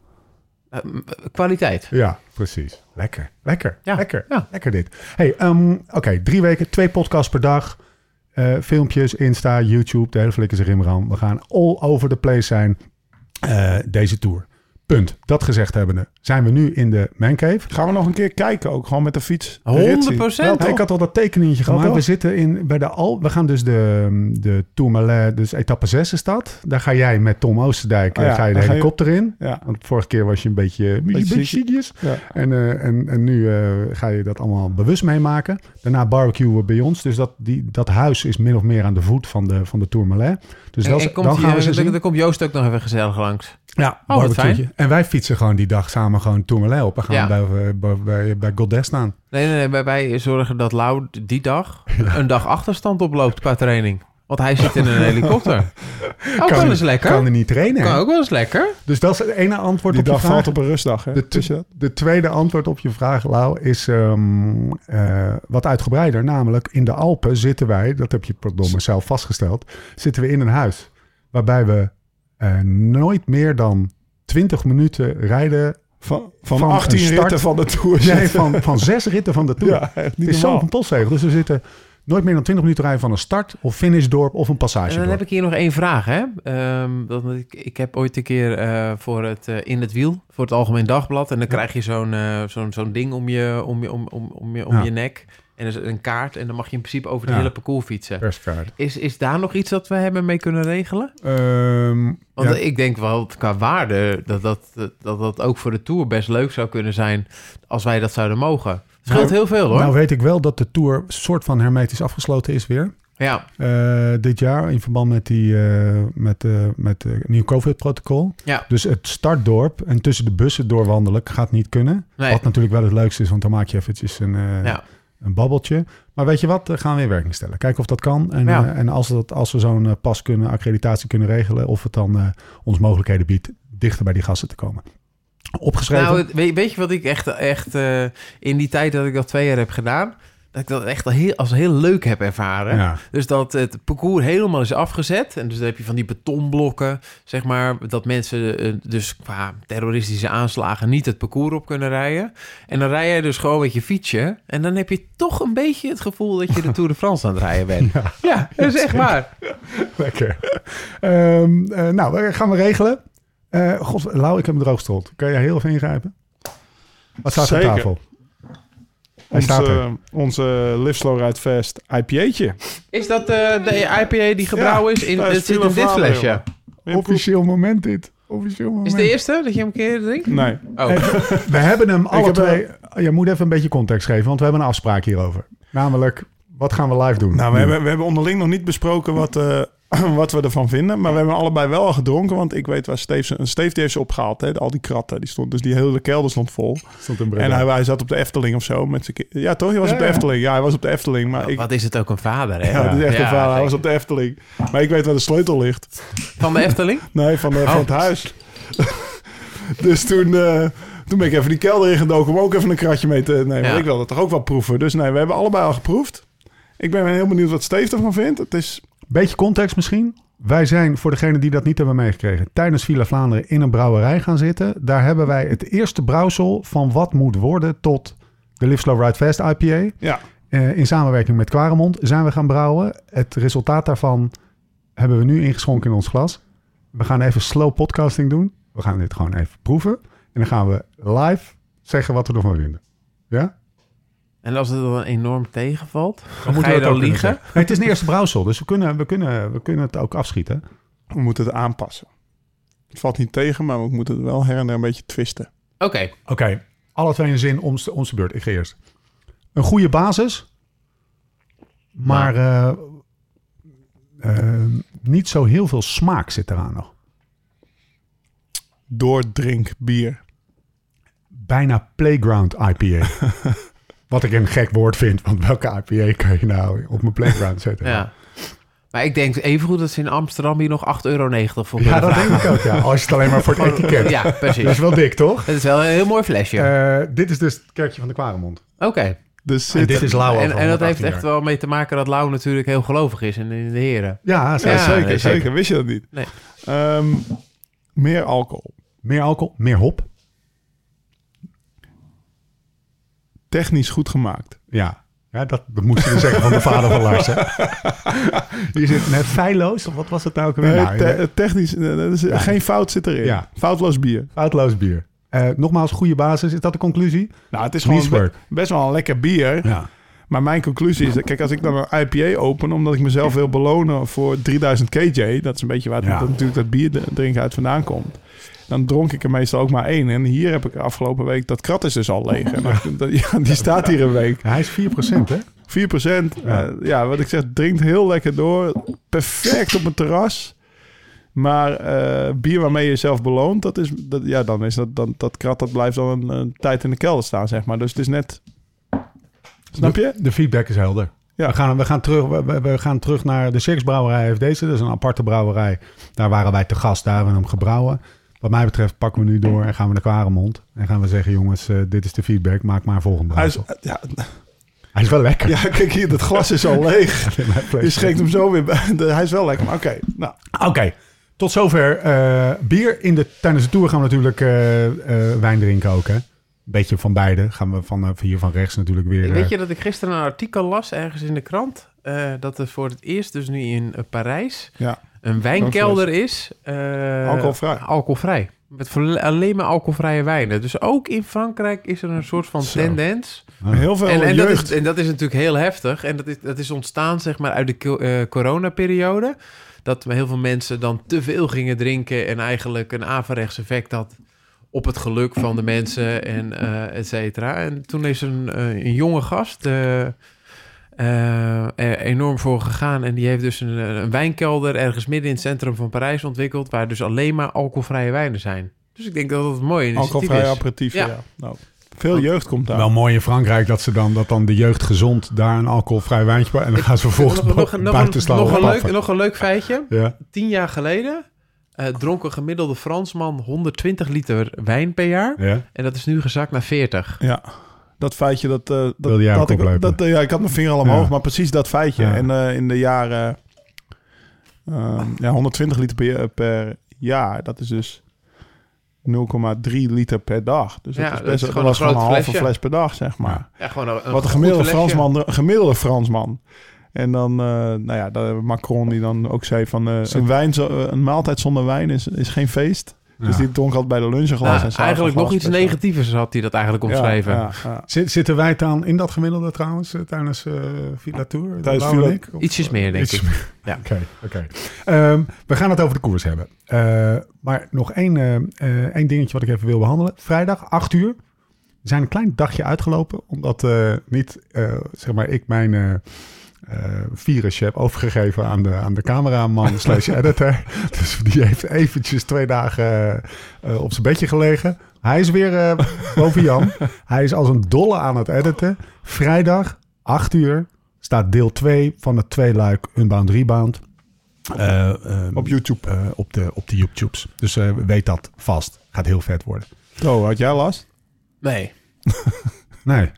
Speaker 3: eh, kwaliteit.
Speaker 1: Ja, precies. Lekker, lekker,
Speaker 3: Ja,
Speaker 1: lekker,
Speaker 3: ja.
Speaker 1: lekker dit. Hey, ehm, oké, drie weken, twee podcasts per dag. Eh, filmpjes, Insta, YouTube, de hele flikker zich in We gaan all over the place zijn eh, deze tour. Punt. Dat gezegd hebbende, zijn we nu in de mancave.
Speaker 4: Gaan we nog een keer kijken ook, gewoon met de fiets. De
Speaker 3: 100
Speaker 4: ritsie.
Speaker 1: Wel,
Speaker 3: procent.
Speaker 1: ik had al dat tekeningetje
Speaker 4: Wel
Speaker 1: gemaakt.
Speaker 4: toch?
Speaker 1: We zitten in, bij de Al. We gaan dus de, de Tourmalet, dus etappe 6 is dat. Daar ga jij met Tom Oosterdijk,
Speaker 4: Ah ja,
Speaker 1: eh, ga je de
Speaker 4: daar ga je-
Speaker 1: helikopter in.
Speaker 4: Ja.
Speaker 1: Want vorige keer was je een beetje, een beetje
Speaker 4: ziek.
Speaker 1: ziekjes.
Speaker 4: ja.
Speaker 1: En, eh, en, en nu eh, ga je dat allemaal bewust meemaken. Daarna barbecuen bij ons. Dus dat, die, dat huis is min of meer aan de voet van de, van de Tourmalet. Dus
Speaker 3: En-
Speaker 1: dat,
Speaker 3: en
Speaker 1: is-
Speaker 3: komt
Speaker 1: dan
Speaker 3: die- eh,
Speaker 1: gaan we ze
Speaker 3: dan-
Speaker 1: zien.
Speaker 3: dan komt Joost ook nog even gezellig langs.
Speaker 1: Ja,
Speaker 3: Oh, wat
Speaker 1: barbecueetje.
Speaker 3: fijn.
Speaker 1: En wij fietsen gewoon die dag samen gewoon Tourmalet op. We gaan
Speaker 3: Ja. Oh,
Speaker 1: bij, bij, bij, bij Godet staan.
Speaker 3: Nee, nee, nee, wij- wij zorgen dat Lau die dag een dag achterstand oploopt qua training. Want hij zit in een
Speaker 1: *laughs*
Speaker 3: helikopter. Ook wel eens lekker.
Speaker 1: Kan er niet trainen. hè?
Speaker 3: Kan ook wel eens lekker.
Speaker 1: Dus dat is het ene antwoord
Speaker 4: Die
Speaker 1: op je
Speaker 4: dag
Speaker 1: vraag.
Speaker 4: valt op een rustdag, hè?
Speaker 1: De,
Speaker 4: Tussen
Speaker 1: t- de tweede antwoord op je vraag, Lau, is ehm, eh, wat uitgebreider. Namelijk, in de Alpen zitten wij, dat heb je verdomme zelf vastgesteld, zitten we in een huis waarbij we eh, nooit meer dan 20 minuten rijden.
Speaker 4: Van, van,
Speaker 1: Van
Speaker 4: 18
Speaker 1: een start-
Speaker 4: ritten van de Tour.
Speaker 1: Nee,
Speaker 4: zitten.
Speaker 1: van, van zes ritten van de Tour.
Speaker 4: *laughs* ja, echt niet
Speaker 1: het is
Speaker 4: normaal.
Speaker 1: zo'n postzegel. Dus we zitten nooit meer dan 20 minuten rijden van een start of finishdorp of een
Speaker 3: En dan
Speaker 1: passagedorp.
Speaker 3: heb ik hier nog één vraag, hè? Ehm, dat, ik, ik heb ooit een keer eh, voor het eh, In het Wiel, voor het Algemeen Dagblad. En dan krijg je zo'n eh, zo'n zo'n ding om je, om je, om, om, om je, om
Speaker 1: Ja.
Speaker 3: je nek. En er is een kaart. En dan mag je in principe over het
Speaker 1: Ja.
Speaker 3: hele parcours fietsen.
Speaker 1: Perskaart.
Speaker 3: Is, is daar nog iets dat we hebben mee kunnen regelen?
Speaker 1: Ehm,
Speaker 3: Want
Speaker 1: ja.
Speaker 3: ik denk wel dat qua waarde dat dat, dat dat dat ook voor de Tour best leuk zou kunnen zijn als wij dat zouden mogen. Het scheelt
Speaker 1: Nou,
Speaker 3: heel veel hoor.
Speaker 1: Nou weet ik wel dat de Tour soort van hermetisch afgesloten is weer.
Speaker 3: ja,
Speaker 1: Eh, dit jaar in verband met, die, eh, met, eh, met het nieuw COVID-protocol.
Speaker 3: Ja.
Speaker 1: Dus het startdorp en tussen de bussen doorwandelen gaat niet kunnen.
Speaker 3: nee.
Speaker 1: Wat natuurlijk wel het leukste is, want dan maak je eventjes een, eh,
Speaker 3: Ja.
Speaker 1: een babbeltje. Maar weet je wat, eh, gaan we in werking stellen. Kijken of dat kan. En,
Speaker 3: Ja.
Speaker 1: eh, en als, dat, als we zo'n eh, pas kunnen, accreditatie kunnen regelen... of het dan eh, ons mogelijkheden biedt dichter bij die gasten te komen. Opgeschreven?
Speaker 3: Nou, het- weet, weet je wat ik echt, echt eh, in die tijd dat ik dat twee jaar heb gedaan, dat ik dat echt al heel, als heel leuk heb ervaren.
Speaker 1: ja.
Speaker 3: Dus dat het parcours helemaal is afgezet. En dus dan heb je van die betonblokken, zeg maar, dat mensen eh, dus qua terroristische aanslagen niet het parcours op kunnen rijden. En dan rij jij dus gewoon met je fietsje. En dan heb je toch een beetje het gevoel dat je de Tour de France aan het rijden bent. Ja, dat is echt waar.
Speaker 1: Lekker. *laughs* Ehm, eh, nou, eh, gaan we regelen. Eh God, Lau, ik heb hem droogstold. Kan jij heel even ingrijpen? Wat staat er op
Speaker 4: Zeker. eh,
Speaker 1: tafel? Hij
Speaker 4: Onze,
Speaker 1: staat er.
Speaker 4: onze Live Slow Ride Fest IPA'tje.
Speaker 3: Is dat eh, de IPA die gebrouwen is? In,
Speaker 4: Ja,
Speaker 3: het
Speaker 4: is
Speaker 3: zit in dit
Speaker 4: Villa Vlaanderen,
Speaker 3: flesje.
Speaker 1: Officieel moment dit. Officieel moment.
Speaker 3: Is het de eerste dat je hem een keer drinkt?
Speaker 4: Nee.
Speaker 3: Oh.
Speaker 1: We hebben hem alle
Speaker 4: heb, eh,
Speaker 1: twee... Oh, Je moet even een beetje context geven, want we hebben een afspraak hierover. Namelijk, wat gaan we live doen?
Speaker 4: Nou, we
Speaker 1: Nu.
Speaker 4: hebben, we hebben onderling nog niet besproken wat, eh, *clears throat* wat we ervan vinden. Maar we hebben allebei wel al gedronken. Want ik weet waar Steve, ze- Steve die heeft ze opgehaald. Hè, al die kratten. Die stond, dus die hele kelder stond vol.
Speaker 1: Stond in Breda.
Speaker 4: En hij, hij zat op de Efteling of zo. Met zijn ki- ja, toch? Je was
Speaker 1: Ja,
Speaker 4: op de
Speaker 1: ja.
Speaker 4: Efteling. Ja, hij was op de Efteling. Maar ik,
Speaker 3: Wat is het ook een vader, hè?
Speaker 4: ja, dat is echt een verhaal. Hij was
Speaker 3: zeker.
Speaker 4: op de Efteling. Maar ik weet waar de sleutel ligt.
Speaker 3: Van de Efteling?
Speaker 4: Nee, van, de, van het huis. *laughs* dus toen, eh, toen ben ik even die kelder ingedoken om ook even een kratje mee te nemen.
Speaker 3: Ja.
Speaker 4: Ik wilde toch ook wel proeven. Dus nee, we hebben allebei al geproefd. Ik ben heel benieuwd wat Steve ervan vindt. Het is
Speaker 1: Beetje context misschien. Wij zijn, voor degenen die dat niet hebben meegekregen, tijdens Villa Vlaanderen in een brouwerij gaan zitten. Daar hebben wij het eerste brouwsel van wat moet worden tot de Live Slow Ride Fast IPA.
Speaker 4: Ja.
Speaker 1: Eh, in samenwerking met Quaremond zijn we gaan brouwen. Het resultaat daarvan hebben we nu ingeschonken in ons glas. We gaan even slow podcasting doen. We gaan dit gewoon even proeven. En dan gaan we live zeggen wat we ervan vinden. Ja?
Speaker 3: En als het dan enorm tegenvalt, dan
Speaker 1: moeten
Speaker 3: ga je
Speaker 1: we dat
Speaker 3: dan
Speaker 1: ook kunnen
Speaker 3: liegen.
Speaker 1: zeggen. Nee, het is een eerste brouwsel, dus we kunnen, we, kunnen, we kunnen het ook afschieten.
Speaker 4: We moeten het aanpassen. Het valt niet tegen, maar we moeten het wel her en der een beetje twisten.
Speaker 3: Oké,
Speaker 1: Oké, alle twee een zin om onze beurt. Ik ga eerst. Een goede basis, maar eh, eh, niet zo heel veel smaak zit eraan nog.
Speaker 4: Doordrink bier.
Speaker 1: Bijna playground IPA. *laughs* Wat ik een gek woord vind, want welke IPA kan je nou op mijn playground zetten?
Speaker 3: ja. Maar ik denk evengoed dat ze in Amsterdam hier nog 8,90 euro voor
Speaker 1: Ja,
Speaker 3: kunnen
Speaker 1: dat *laughs*
Speaker 3: vragen.
Speaker 1: denk ik ook, *laughs* ja. Als je het alleen maar voor het etiket.
Speaker 3: Ja,
Speaker 1: Dat *laughs* is
Speaker 3: precies.
Speaker 1: wel dik, toch?
Speaker 3: Dat is wel een heel mooi flesje.
Speaker 1: Eh, dit is dus het kerkje van de Kwaremond.
Speaker 3: Oké.
Speaker 4: Dus
Speaker 1: En
Speaker 4: zit,
Speaker 1: dit is Lauw
Speaker 3: En,
Speaker 1: over
Speaker 3: en dat
Speaker 1: 118
Speaker 3: heeft echt
Speaker 1: jaar.
Speaker 3: wel mee te maken dat Lau natuurlijk heel gelovig is in, in de heren.
Speaker 1: Ja,
Speaker 4: ja,
Speaker 1: zeker.
Speaker 4: zeker,
Speaker 3: nee, zeker.
Speaker 4: zeker. Wist je dat niet?
Speaker 3: Nee.
Speaker 4: Ehm, meer alcohol.
Speaker 1: Meer alcohol, meer hop.
Speaker 4: Technisch goed gemaakt.
Speaker 1: Ja, ja dat, dat moest je dus zeggen van de vader van *laughs* Lars. Hè? Hier zit net feilloos, of wat was het nou ook weer?
Speaker 4: Nee,
Speaker 1: Nou,
Speaker 4: te-
Speaker 1: nee,
Speaker 4: technisch, eh, dat is- geen fout zit erin.
Speaker 1: Ja.
Speaker 4: Foutloos bier.
Speaker 1: foutloos bier. Eh, nogmaals, goede basis. Is dat de conclusie?
Speaker 4: Nou, het is
Speaker 1: Niets
Speaker 4: gewoon be- best wel een lekker bier.
Speaker 1: Ja.
Speaker 4: Maar mijn conclusie is dat, kijk, als ik dan een IPA open, omdat ik mezelf wil belonen voor 3000 kj, dat is een beetje waar het-
Speaker 1: Ja.
Speaker 4: dat natuurlijk dat bier drinken uit vandaan komt. Dan dronk ik er meestal ook maar één. En hier heb ik afgelopen week, dat krat is dus al
Speaker 1: *laughs*
Speaker 4: leeg. En dat- dat- ja, die staat hier een week.
Speaker 1: Hij is 4%, hè?
Speaker 4: 4%.
Speaker 1: Ja.
Speaker 4: Ja. Eh, ja, wat ik zeg, drinkt heel lekker door. Perfect op een terras. Maar eh, bier waarmee je zelf beloont, dat is, dat, ja, dan is dat, dan, dat krat dat blijft dan een, een tijd in de kelder staan, zeg maar. Dus het is net... Snap je?
Speaker 1: De, de feedback is helder.
Speaker 4: Ja.
Speaker 1: We, gaan, we, gaan terug, we- we, we gaan terug naar de Cirksbrouwerij heeft deze. Dat is een aparte brouwerij. Daar waren wij te gast, daar hebben we hem gebrouwen. Wat mij betreft pakken we nu door en gaan we naar Kwaremond. En gaan we zeggen, jongens, eh, dit is de feedback. Maak maar een volgende.
Speaker 4: Hij is,
Speaker 1: brouwsel.
Speaker 4: ja, *laughs*
Speaker 1: Hij is wel lekker. *laughs*
Speaker 4: ja, kijk hier, dat glas is al leeg. Je schenkt hem zo weer bij. De- Hij is wel lekker, maar oké. nou,
Speaker 1: Oké, tot zover eh, bier. In de, tijdens de tour gaan we natuurlijk eh, eh, wijn drinken ook, hè? Beetje van beide. Gaan we van, eh, van hier van rechts natuurlijk weer... eh,
Speaker 3: Weet je dat ik gisteren een artikel las ergens in de krant? eh, dat er voor het eerst, dus nu in eh, Parijs,
Speaker 4: ja.
Speaker 3: een wijnkelder is. eh,
Speaker 4: Alcoholvrij.
Speaker 3: Alcoholvrij. Met volle- alleen maar alcoholvrije wijnen. Dus ook in Frankrijk is er een soort van
Speaker 1: Zo.
Speaker 3: tendens.
Speaker 4: Heel veel
Speaker 3: En, en, dat
Speaker 4: Oh, jeugd.
Speaker 3: is, en dat is natuurlijk heel heftig. En dat is, dat is ontstaan zeg maar uit de co- eh, coronaperiode. Dat heel veel mensen dan te veel gingen drinken en eigenlijk een averechts effect had op het geluk van de mensen en eh et cetera. En toen is een, eh, een jonge gast eh, eh, er enorm voor gegaan. En die heeft dus een, een wijnkelder ergens midden in het centrum van Parijs ontwikkeld... waar dus alleen maar alcoholvrije wijnen zijn. Dus ik denk dat dat een mooi initiatief
Speaker 4: Alcoholvrij
Speaker 3: is.
Speaker 4: aperitief, ja.
Speaker 3: Ja.
Speaker 4: Nou, veel jeugd komt daar.
Speaker 1: Wel mooi in Frankrijk dat, ze dan, dat dan de jeugd gezond daar een alcoholvrij wijntje... bij- En dan gaan ze vervolgens
Speaker 3: Nog- nog-
Speaker 1: buiten
Speaker 3: nog een-
Speaker 1: slaan
Speaker 3: nog
Speaker 1: op
Speaker 3: een leuk-
Speaker 1: paffen.
Speaker 3: nog een leuk feitje.
Speaker 1: Ja.
Speaker 3: tien jaar geleden eh, dronk een gemiddelde Fransman 120 liter wijn per jaar.
Speaker 1: Ja.
Speaker 3: En dat is nu gezakt naar 40.
Speaker 4: Ja, dat feitje dat... eh, dat,
Speaker 1: Wilde jij ook
Speaker 4: dat, ik,
Speaker 1: oplopen?
Speaker 4: dat eh, ja, ik had mijn vinger al omhoog,
Speaker 1: Ja.
Speaker 4: maar precies dat feitje.
Speaker 1: Ja.
Speaker 4: En eh, in de jaren... eh, ja, 120 liter per, per jaar, dat is dus 0,3 liter per dag. Dus dat,
Speaker 3: Ja,
Speaker 4: is
Speaker 3: dat
Speaker 4: best,
Speaker 3: is
Speaker 4: dat
Speaker 3: gewoon
Speaker 4: was
Speaker 3: een
Speaker 4: gewoon een
Speaker 3: groot
Speaker 4: halve
Speaker 3: flesje.
Speaker 4: fles per dag, zeg maar.
Speaker 3: Ja, gewoon een,
Speaker 4: Wat een
Speaker 3: goed
Speaker 4: gemiddelde
Speaker 3: flesje.
Speaker 4: Fransman, een gemiddelde Fransman. En dan, eh, nou ja, dan Macron die dan ook zei van eh, een, wijn, zo- eh, een maaltijd zonder wijn is, is geen feest. Dus
Speaker 1: Ja.
Speaker 4: die dronk altijd bij de lunch een glas.
Speaker 3: Nou,
Speaker 4: en s'avonds
Speaker 3: eigenlijk
Speaker 4: een
Speaker 3: nog
Speaker 4: glas
Speaker 3: iets
Speaker 4: per dag.
Speaker 3: negatiefs had hij dat eigenlijk
Speaker 4: Ja,
Speaker 3: omschreven.
Speaker 4: ja, ja.
Speaker 1: Zit- Zitten wij dan in dat gemiddelde trouwens eh, tijdens eh Villa Tour?
Speaker 4: Tijdens
Speaker 1: Lauw en
Speaker 4: Villa-
Speaker 1: ik? Of-
Speaker 3: Ietsjes meer, denk
Speaker 1: Iets
Speaker 3: ik.
Speaker 1: meer.
Speaker 3: Ja.
Speaker 1: Oké, oké. Ehm, we gaan het over de koers hebben. Eh, maar nog één, eh, eh, één dingetje wat ik even wil behandelen. Vrijdag, 8 uur. We zijn een klein dagje uitgelopen, omdat eh, niet, eh, zeg maar, ik mijn eh, eh, virus heb overgegeven aan de, aan de
Speaker 3: *laughs*
Speaker 1: cameraman slash editor. Dus die heeft eventjes twee dagen eh, eh, op zijn bedje gelegen. Hij is weer eh, boven
Speaker 3: *laughs*
Speaker 1: Jan. Hij is als een dolle aan het editen. Vrijdag, 8 uur, staat deel 2 van het tweeluik Unbound Rebound. eh, eh,
Speaker 4: Op YouTube.
Speaker 1: eh, op, de, op de YouTubes. Dus eh, weet dat vast. Gaat heel vet worden.
Speaker 4: Zo, had jij last?
Speaker 3: Nee.
Speaker 1: Nee,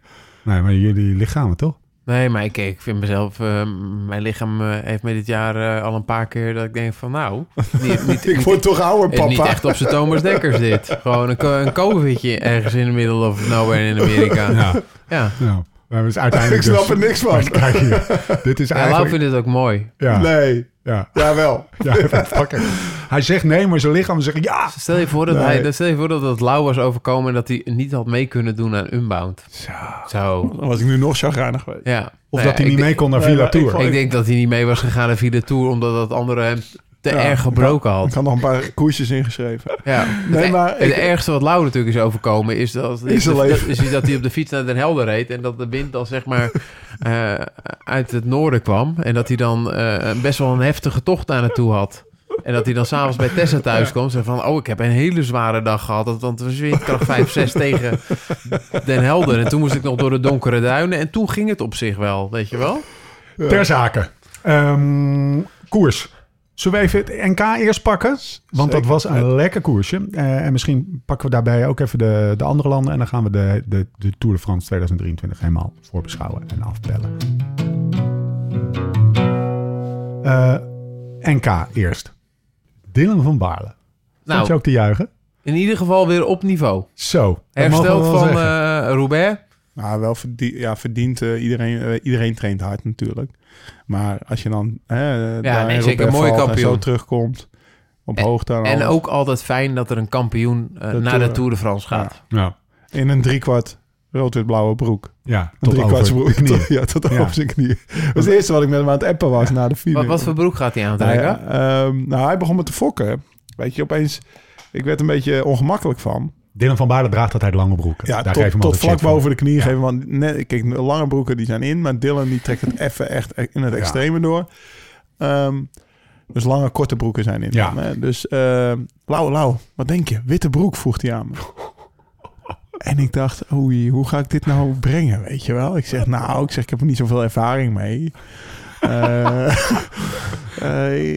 Speaker 1: nee maar jullie lichamen toch?
Speaker 3: Nee, maar ik, ik vind mezelf... eh, mijn lichaam eh, heeft me dit jaar eh, al een paar keer dat ik denk van...
Speaker 4: *laughs*
Speaker 3: Nou, niet, niet,
Speaker 4: Ik
Speaker 3: niet-
Speaker 4: word toch ouder,
Speaker 3: eh, niet
Speaker 4: papa.
Speaker 3: echt op zijn Thomas Dekkers dit. Gewoon een, co- een covidje ergens in de middle of nowhere in Amerika.
Speaker 1: *laughs*
Speaker 3: Ja.
Speaker 1: Ja,
Speaker 3: ja.
Speaker 1: nou, maar het is *laughs* uiteindelijk
Speaker 4: *laughs* Ik snap
Speaker 1: dus-
Speaker 4: er niks van.
Speaker 1: Maar Kijk hier, dit is
Speaker 3: Lau
Speaker 1: eigenlijk...
Speaker 3: vindt dit ook mooi.
Speaker 1: Ja,
Speaker 4: Nee,
Speaker 1: *laughs* ja,
Speaker 4: jawel.
Speaker 1: ja, fucker. Hij zegt nee, maar zijn lichaam zegt ja.
Speaker 3: Stel je voor dat,
Speaker 4: Nee.
Speaker 3: hij, dat- stel je voor dat dat Lau was overkomen en dat hij niet had mee kunnen doen aan Unbound.
Speaker 1: Zo.
Speaker 3: Zo.
Speaker 4: Dan was ik nu nog chagrijnig geweest.
Speaker 3: Ja.
Speaker 1: Of
Speaker 3: Nou ja,
Speaker 1: dat hij
Speaker 3: ik
Speaker 1: niet mee
Speaker 3: denk-
Speaker 1: kon naar
Speaker 4: Nee,
Speaker 1: Villa
Speaker 4: maar ik
Speaker 1: Tour.
Speaker 4: vond-
Speaker 3: Ik denk dat hij niet mee was gegaan naar Villa Tour, omdat dat andere hem te
Speaker 4: Ja,
Speaker 3: erg gebroken had.
Speaker 4: Ik had nog een paar koersjes ingeschreven.
Speaker 3: Ja.
Speaker 4: Nee,
Speaker 3: Het- e-
Speaker 4: maar
Speaker 3: het
Speaker 4: ik-
Speaker 3: ergste wat Lau natuurlijk is overkomen is dat,
Speaker 4: Is zijn
Speaker 3: dat,
Speaker 4: leven.
Speaker 3: is dat hij op de fiets naar Den Helder reed en dat de wind dan
Speaker 1: *laughs*
Speaker 3: zeg maar eh, uit het noorden kwam. En dat hij dan eh, best wel een heftige tocht aan het toe had. En dat hij dan s'avonds bij Tessa thuis kwam en zei van... oh, ik heb een hele zware dag gehad, want- want het was windkracht 5, 6 tegen Den Helder. En toen moest ik nog door de donkere duinen en toen ging het op zich wel, weet je wel?
Speaker 1: Ter zake. Ehm, koers. Zullen we even het NK eerst pakken? Want dat
Speaker 4: Zeker.
Speaker 1: was een lekker koersje. Eh, en misschien pakken we daarbij ook even de, de andere landen. En dan gaan we de, de, de Tour de France 2023 helemaal voorbeschouwen en afbellen. Eh, NK eerst. Dylan van Baarle. Nou. je
Speaker 3: Nou,
Speaker 1: ook te juichen?
Speaker 3: in ieder geval weer op niveau.
Speaker 1: Zo. dat mogen
Speaker 3: Hersteld
Speaker 1: we wel
Speaker 3: van
Speaker 1: zeggen.
Speaker 3: eh Roubaix.
Speaker 4: Maar Nou, wel verdient, ja, verdient eh, iedereen, eh, iedereen traint hard natuurlijk. Maar als je dan eh, daar
Speaker 3: nee, zeker.
Speaker 4: in Roubaix
Speaker 3: Mooie
Speaker 4: valt en
Speaker 3: kampioen.
Speaker 4: zo terugkomt op hoogte en
Speaker 3: En
Speaker 4: alles.
Speaker 3: ook altijd fijn dat er een kampioen eh,
Speaker 4: De
Speaker 3: naar de
Speaker 4: Tour.
Speaker 3: Tour de France gaat.
Speaker 1: ja.
Speaker 4: in een driekwart rood-wit-blauwe broek.
Speaker 1: ja,
Speaker 4: Een
Speaker 1: tot
Speaker 4: driekwarts
Speaker 1: over de
Speaker 4: broek.
Speaker 1: knieën.
Speaker 4: *laughs* Ja, tot
Speaker 1: Ja.
Speaker 4: over zijn knieën. Dat was het eerste wat ik met hem aan het appen was na de file.
Speaker 3: Wat, wat voor broek gaat hij
Speaker 4: Nou,
Speaker 3: aantrekken?
Speaker 4: ja, ehm, nou, hij begon me te fokken. Weet je, opeens... Ik werd een beetje ongemakkelijk van.
Speaker 1: *laughs* Dylan van Baarle draagt altijd lange broeken.
Speaker 4: Ja,
Speaker 1: Daar geven we
Speaker 4: tot, tot
Speaker 1: altijd
Speaker 4: vlak
Speaker 1: shit van.
Speaker 4: boven de knie geven. Want net, kijk, lange broeken die zijn in. Maar Dylan die trekt
Speaker 1: *laughs*
Speaker 4: het even echt e- in het extreme door. Ehm, dus lange, korte broeken zijn in.
Speaker 1: Ja.
Speaker 4: Hè? Dus ehm Lau, Lau, wat denk je? Witte broek, vroeg hij aan
Speaker 1: *laughs*
Speaker 4: me. En ik dacht, oei, hoe ga ik dit nou brengen, weet je wel? Ik zeg, nou, ik zeg, ik heb er niet zoveel ervaring mee. Eh, *laughs* eh,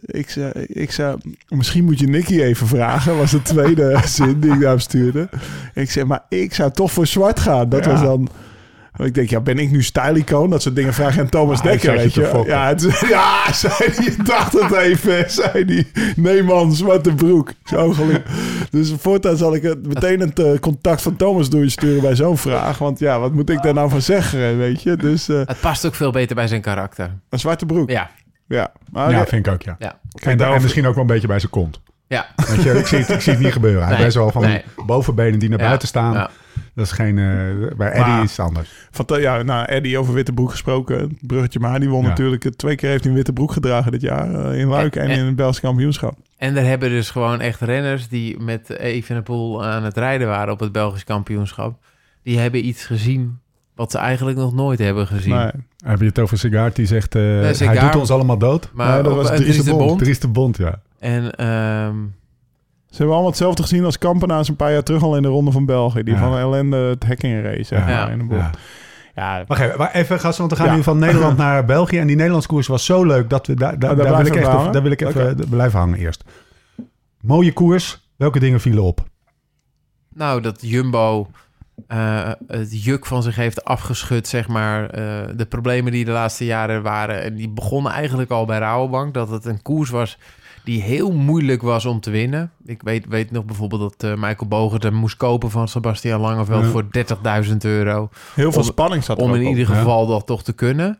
Speaker 4: ik, zei, ik zei, misschien moet je Nicky even vragen, was
Speaker 1: *laughs*
Speaker 4: de tweede zin die ik daarop stuurde. Ik zei, maar ik zou toch voor zwart gaan. Dat
Speaker 1: Ja.
Speaker 4: was dan... Ik denk, ja, ben ik nu stylicoon? Dat soort dingen vragen aan Thomas
Speaker 1: Ah, hij
Speaker 4: Dekker,
Speaker 1: zat je
Speaker 4: weet
Speaker 1: te
Speaker 4: je.
Speaker 1: fokken.
Speaker 4: Ja, het, *laughs* ja, zei die, ik dacht het even, zei die. Nee man, zwarte broek. Zo geluk. Dus voortaan zal ik het meteen het eh, contact van Thomas doorsturen bij zo'n vraag. Want ja, wat moet ik daar nou van zeggen, weet je? Dus eh,
Speaker 3: Het past ook veel beter bij zijn karakter.
Speaker 4: een zwarte broek. Ja,
Speaker 3: Ja,
Speaker 4: maar
Speaker 1: Ja,
Speaker 4: oké.
Speaker 1: vind ik ook, ja.
Speaker 3: ja,
Speaker 1: En, daar, en
Speaker 4: daarover-
Speaker 1: misschien ook wel een beetje bij zijn kont.
Speaker 3: ja.
Speaker 1: Weet je, ik, zie het, ik zie het niet gebeuren. Hij
Speaker 3: Nee,
Speaker 1: is wel van die
Speaker 3: nee.
Speaker 1: bovenbenen die naar
Speaker 3: Ja,
Speaker 1: buiten staan.
Speaker 3: ja.
Speaker 1: Dat is geen... eh, bij Eddie
Speaker 4: Maar-
Speaker 1: is het anders.
Speaker 4: Fanta- ja, nou, Eddie over witte broek gesproken. Het Bruggetje maar die won
Speaker 1: Ja.
Speaker 4: natuurlijk. eh, Twee keer heeft hij een witte broek gedragen dit jaar. eh, in Luik en
Speaker 3: en-
Speaker 4: in het Belgisch kampioenschap.
Speaker 3: En er hebben dus gewoon echt renners die met Evenepoel aan het rijden waren op het Belgisch kampioenschap. Die hebben iets gezien wat ze eigenlijk nog nooit hebben gezien.
Speaker 4: Nee.
Speaker 1: Heb je het over Sigaart die zegt... eh,
Speaker 3: Sigaart-
Speaker 1: Hij doet ons allemaal dood.
Speaker 3: Maar
Speaker 4: Nee, Nou, dat
Speaker 3: op-
Speaker 4: was
Speaker 3: eh,
Speaker 4: Dries de
Speaker 3: Dries de
Speaker 4: Bond.
Speaker 3: Bond.
Speaker 1: Dries de Bond, ja.
Speaker 3: En ehm,
Speaker 4: Ze hebben allemaal hetzelfde gezien als Kampenaars een paar jaar terug al in de Ronde van België. Die
Speaker 1: Ja.
Speaker 4: van ellende het hek in race. zeg
Speaker 1: Ja.
Speaker 4: maar,
Speaker 3: Ja.
Speaker 4: in de bocht.
Speaker 1: ja.
Speaker 4: Ja,
Speaker 1: Wacht even, maar even gasten, want we gaan
Speaker 4: Ja.
Speaker 1: nu van Nederland *laughs* naar België. En die Nederlands koers was zo leuk dat we daar- Oh, daar-
Speaker 4: daar
Speaker 1: daar wil
Speaker 4: blijven
Speaker 1: ik
Speaker 4: we
Speaker 1: echt
Speaker 4: hangen?
Speaker 1: even- daar wil ik even
Speaker 4: Oké.
Speaker 1: eh, blijven hangen eerst. Mooie koers. Welke dingen vielen op?
Speaker 3: nou, dat Jumbo eh, het juk van zich heeft afgeschud, zeg maar. eh, de problemen die de laatste jaren waren. En die begonnen eigenlijk al bij Rabobank. Dat het een koers was die heel moeilijk was om te winnen. Ik weet, weet nog bijvoorbeeld dat eh, Michael Bogert hem moest kopen van Sebastian Langeveld
Speaker 1: Ja.
Speaker 3: voor 30.000 euro.
Speaker 4: heel veel
Speaker 3: Om-
Speaker 4: spanning zat er
Speaker 3: om
Speaker 4: ook
Speaker 3: in
Speaker 4: op.
Speaker 3: ieder
Speaker 1: ja.
Speaker 3: geval dat toch te kunnen.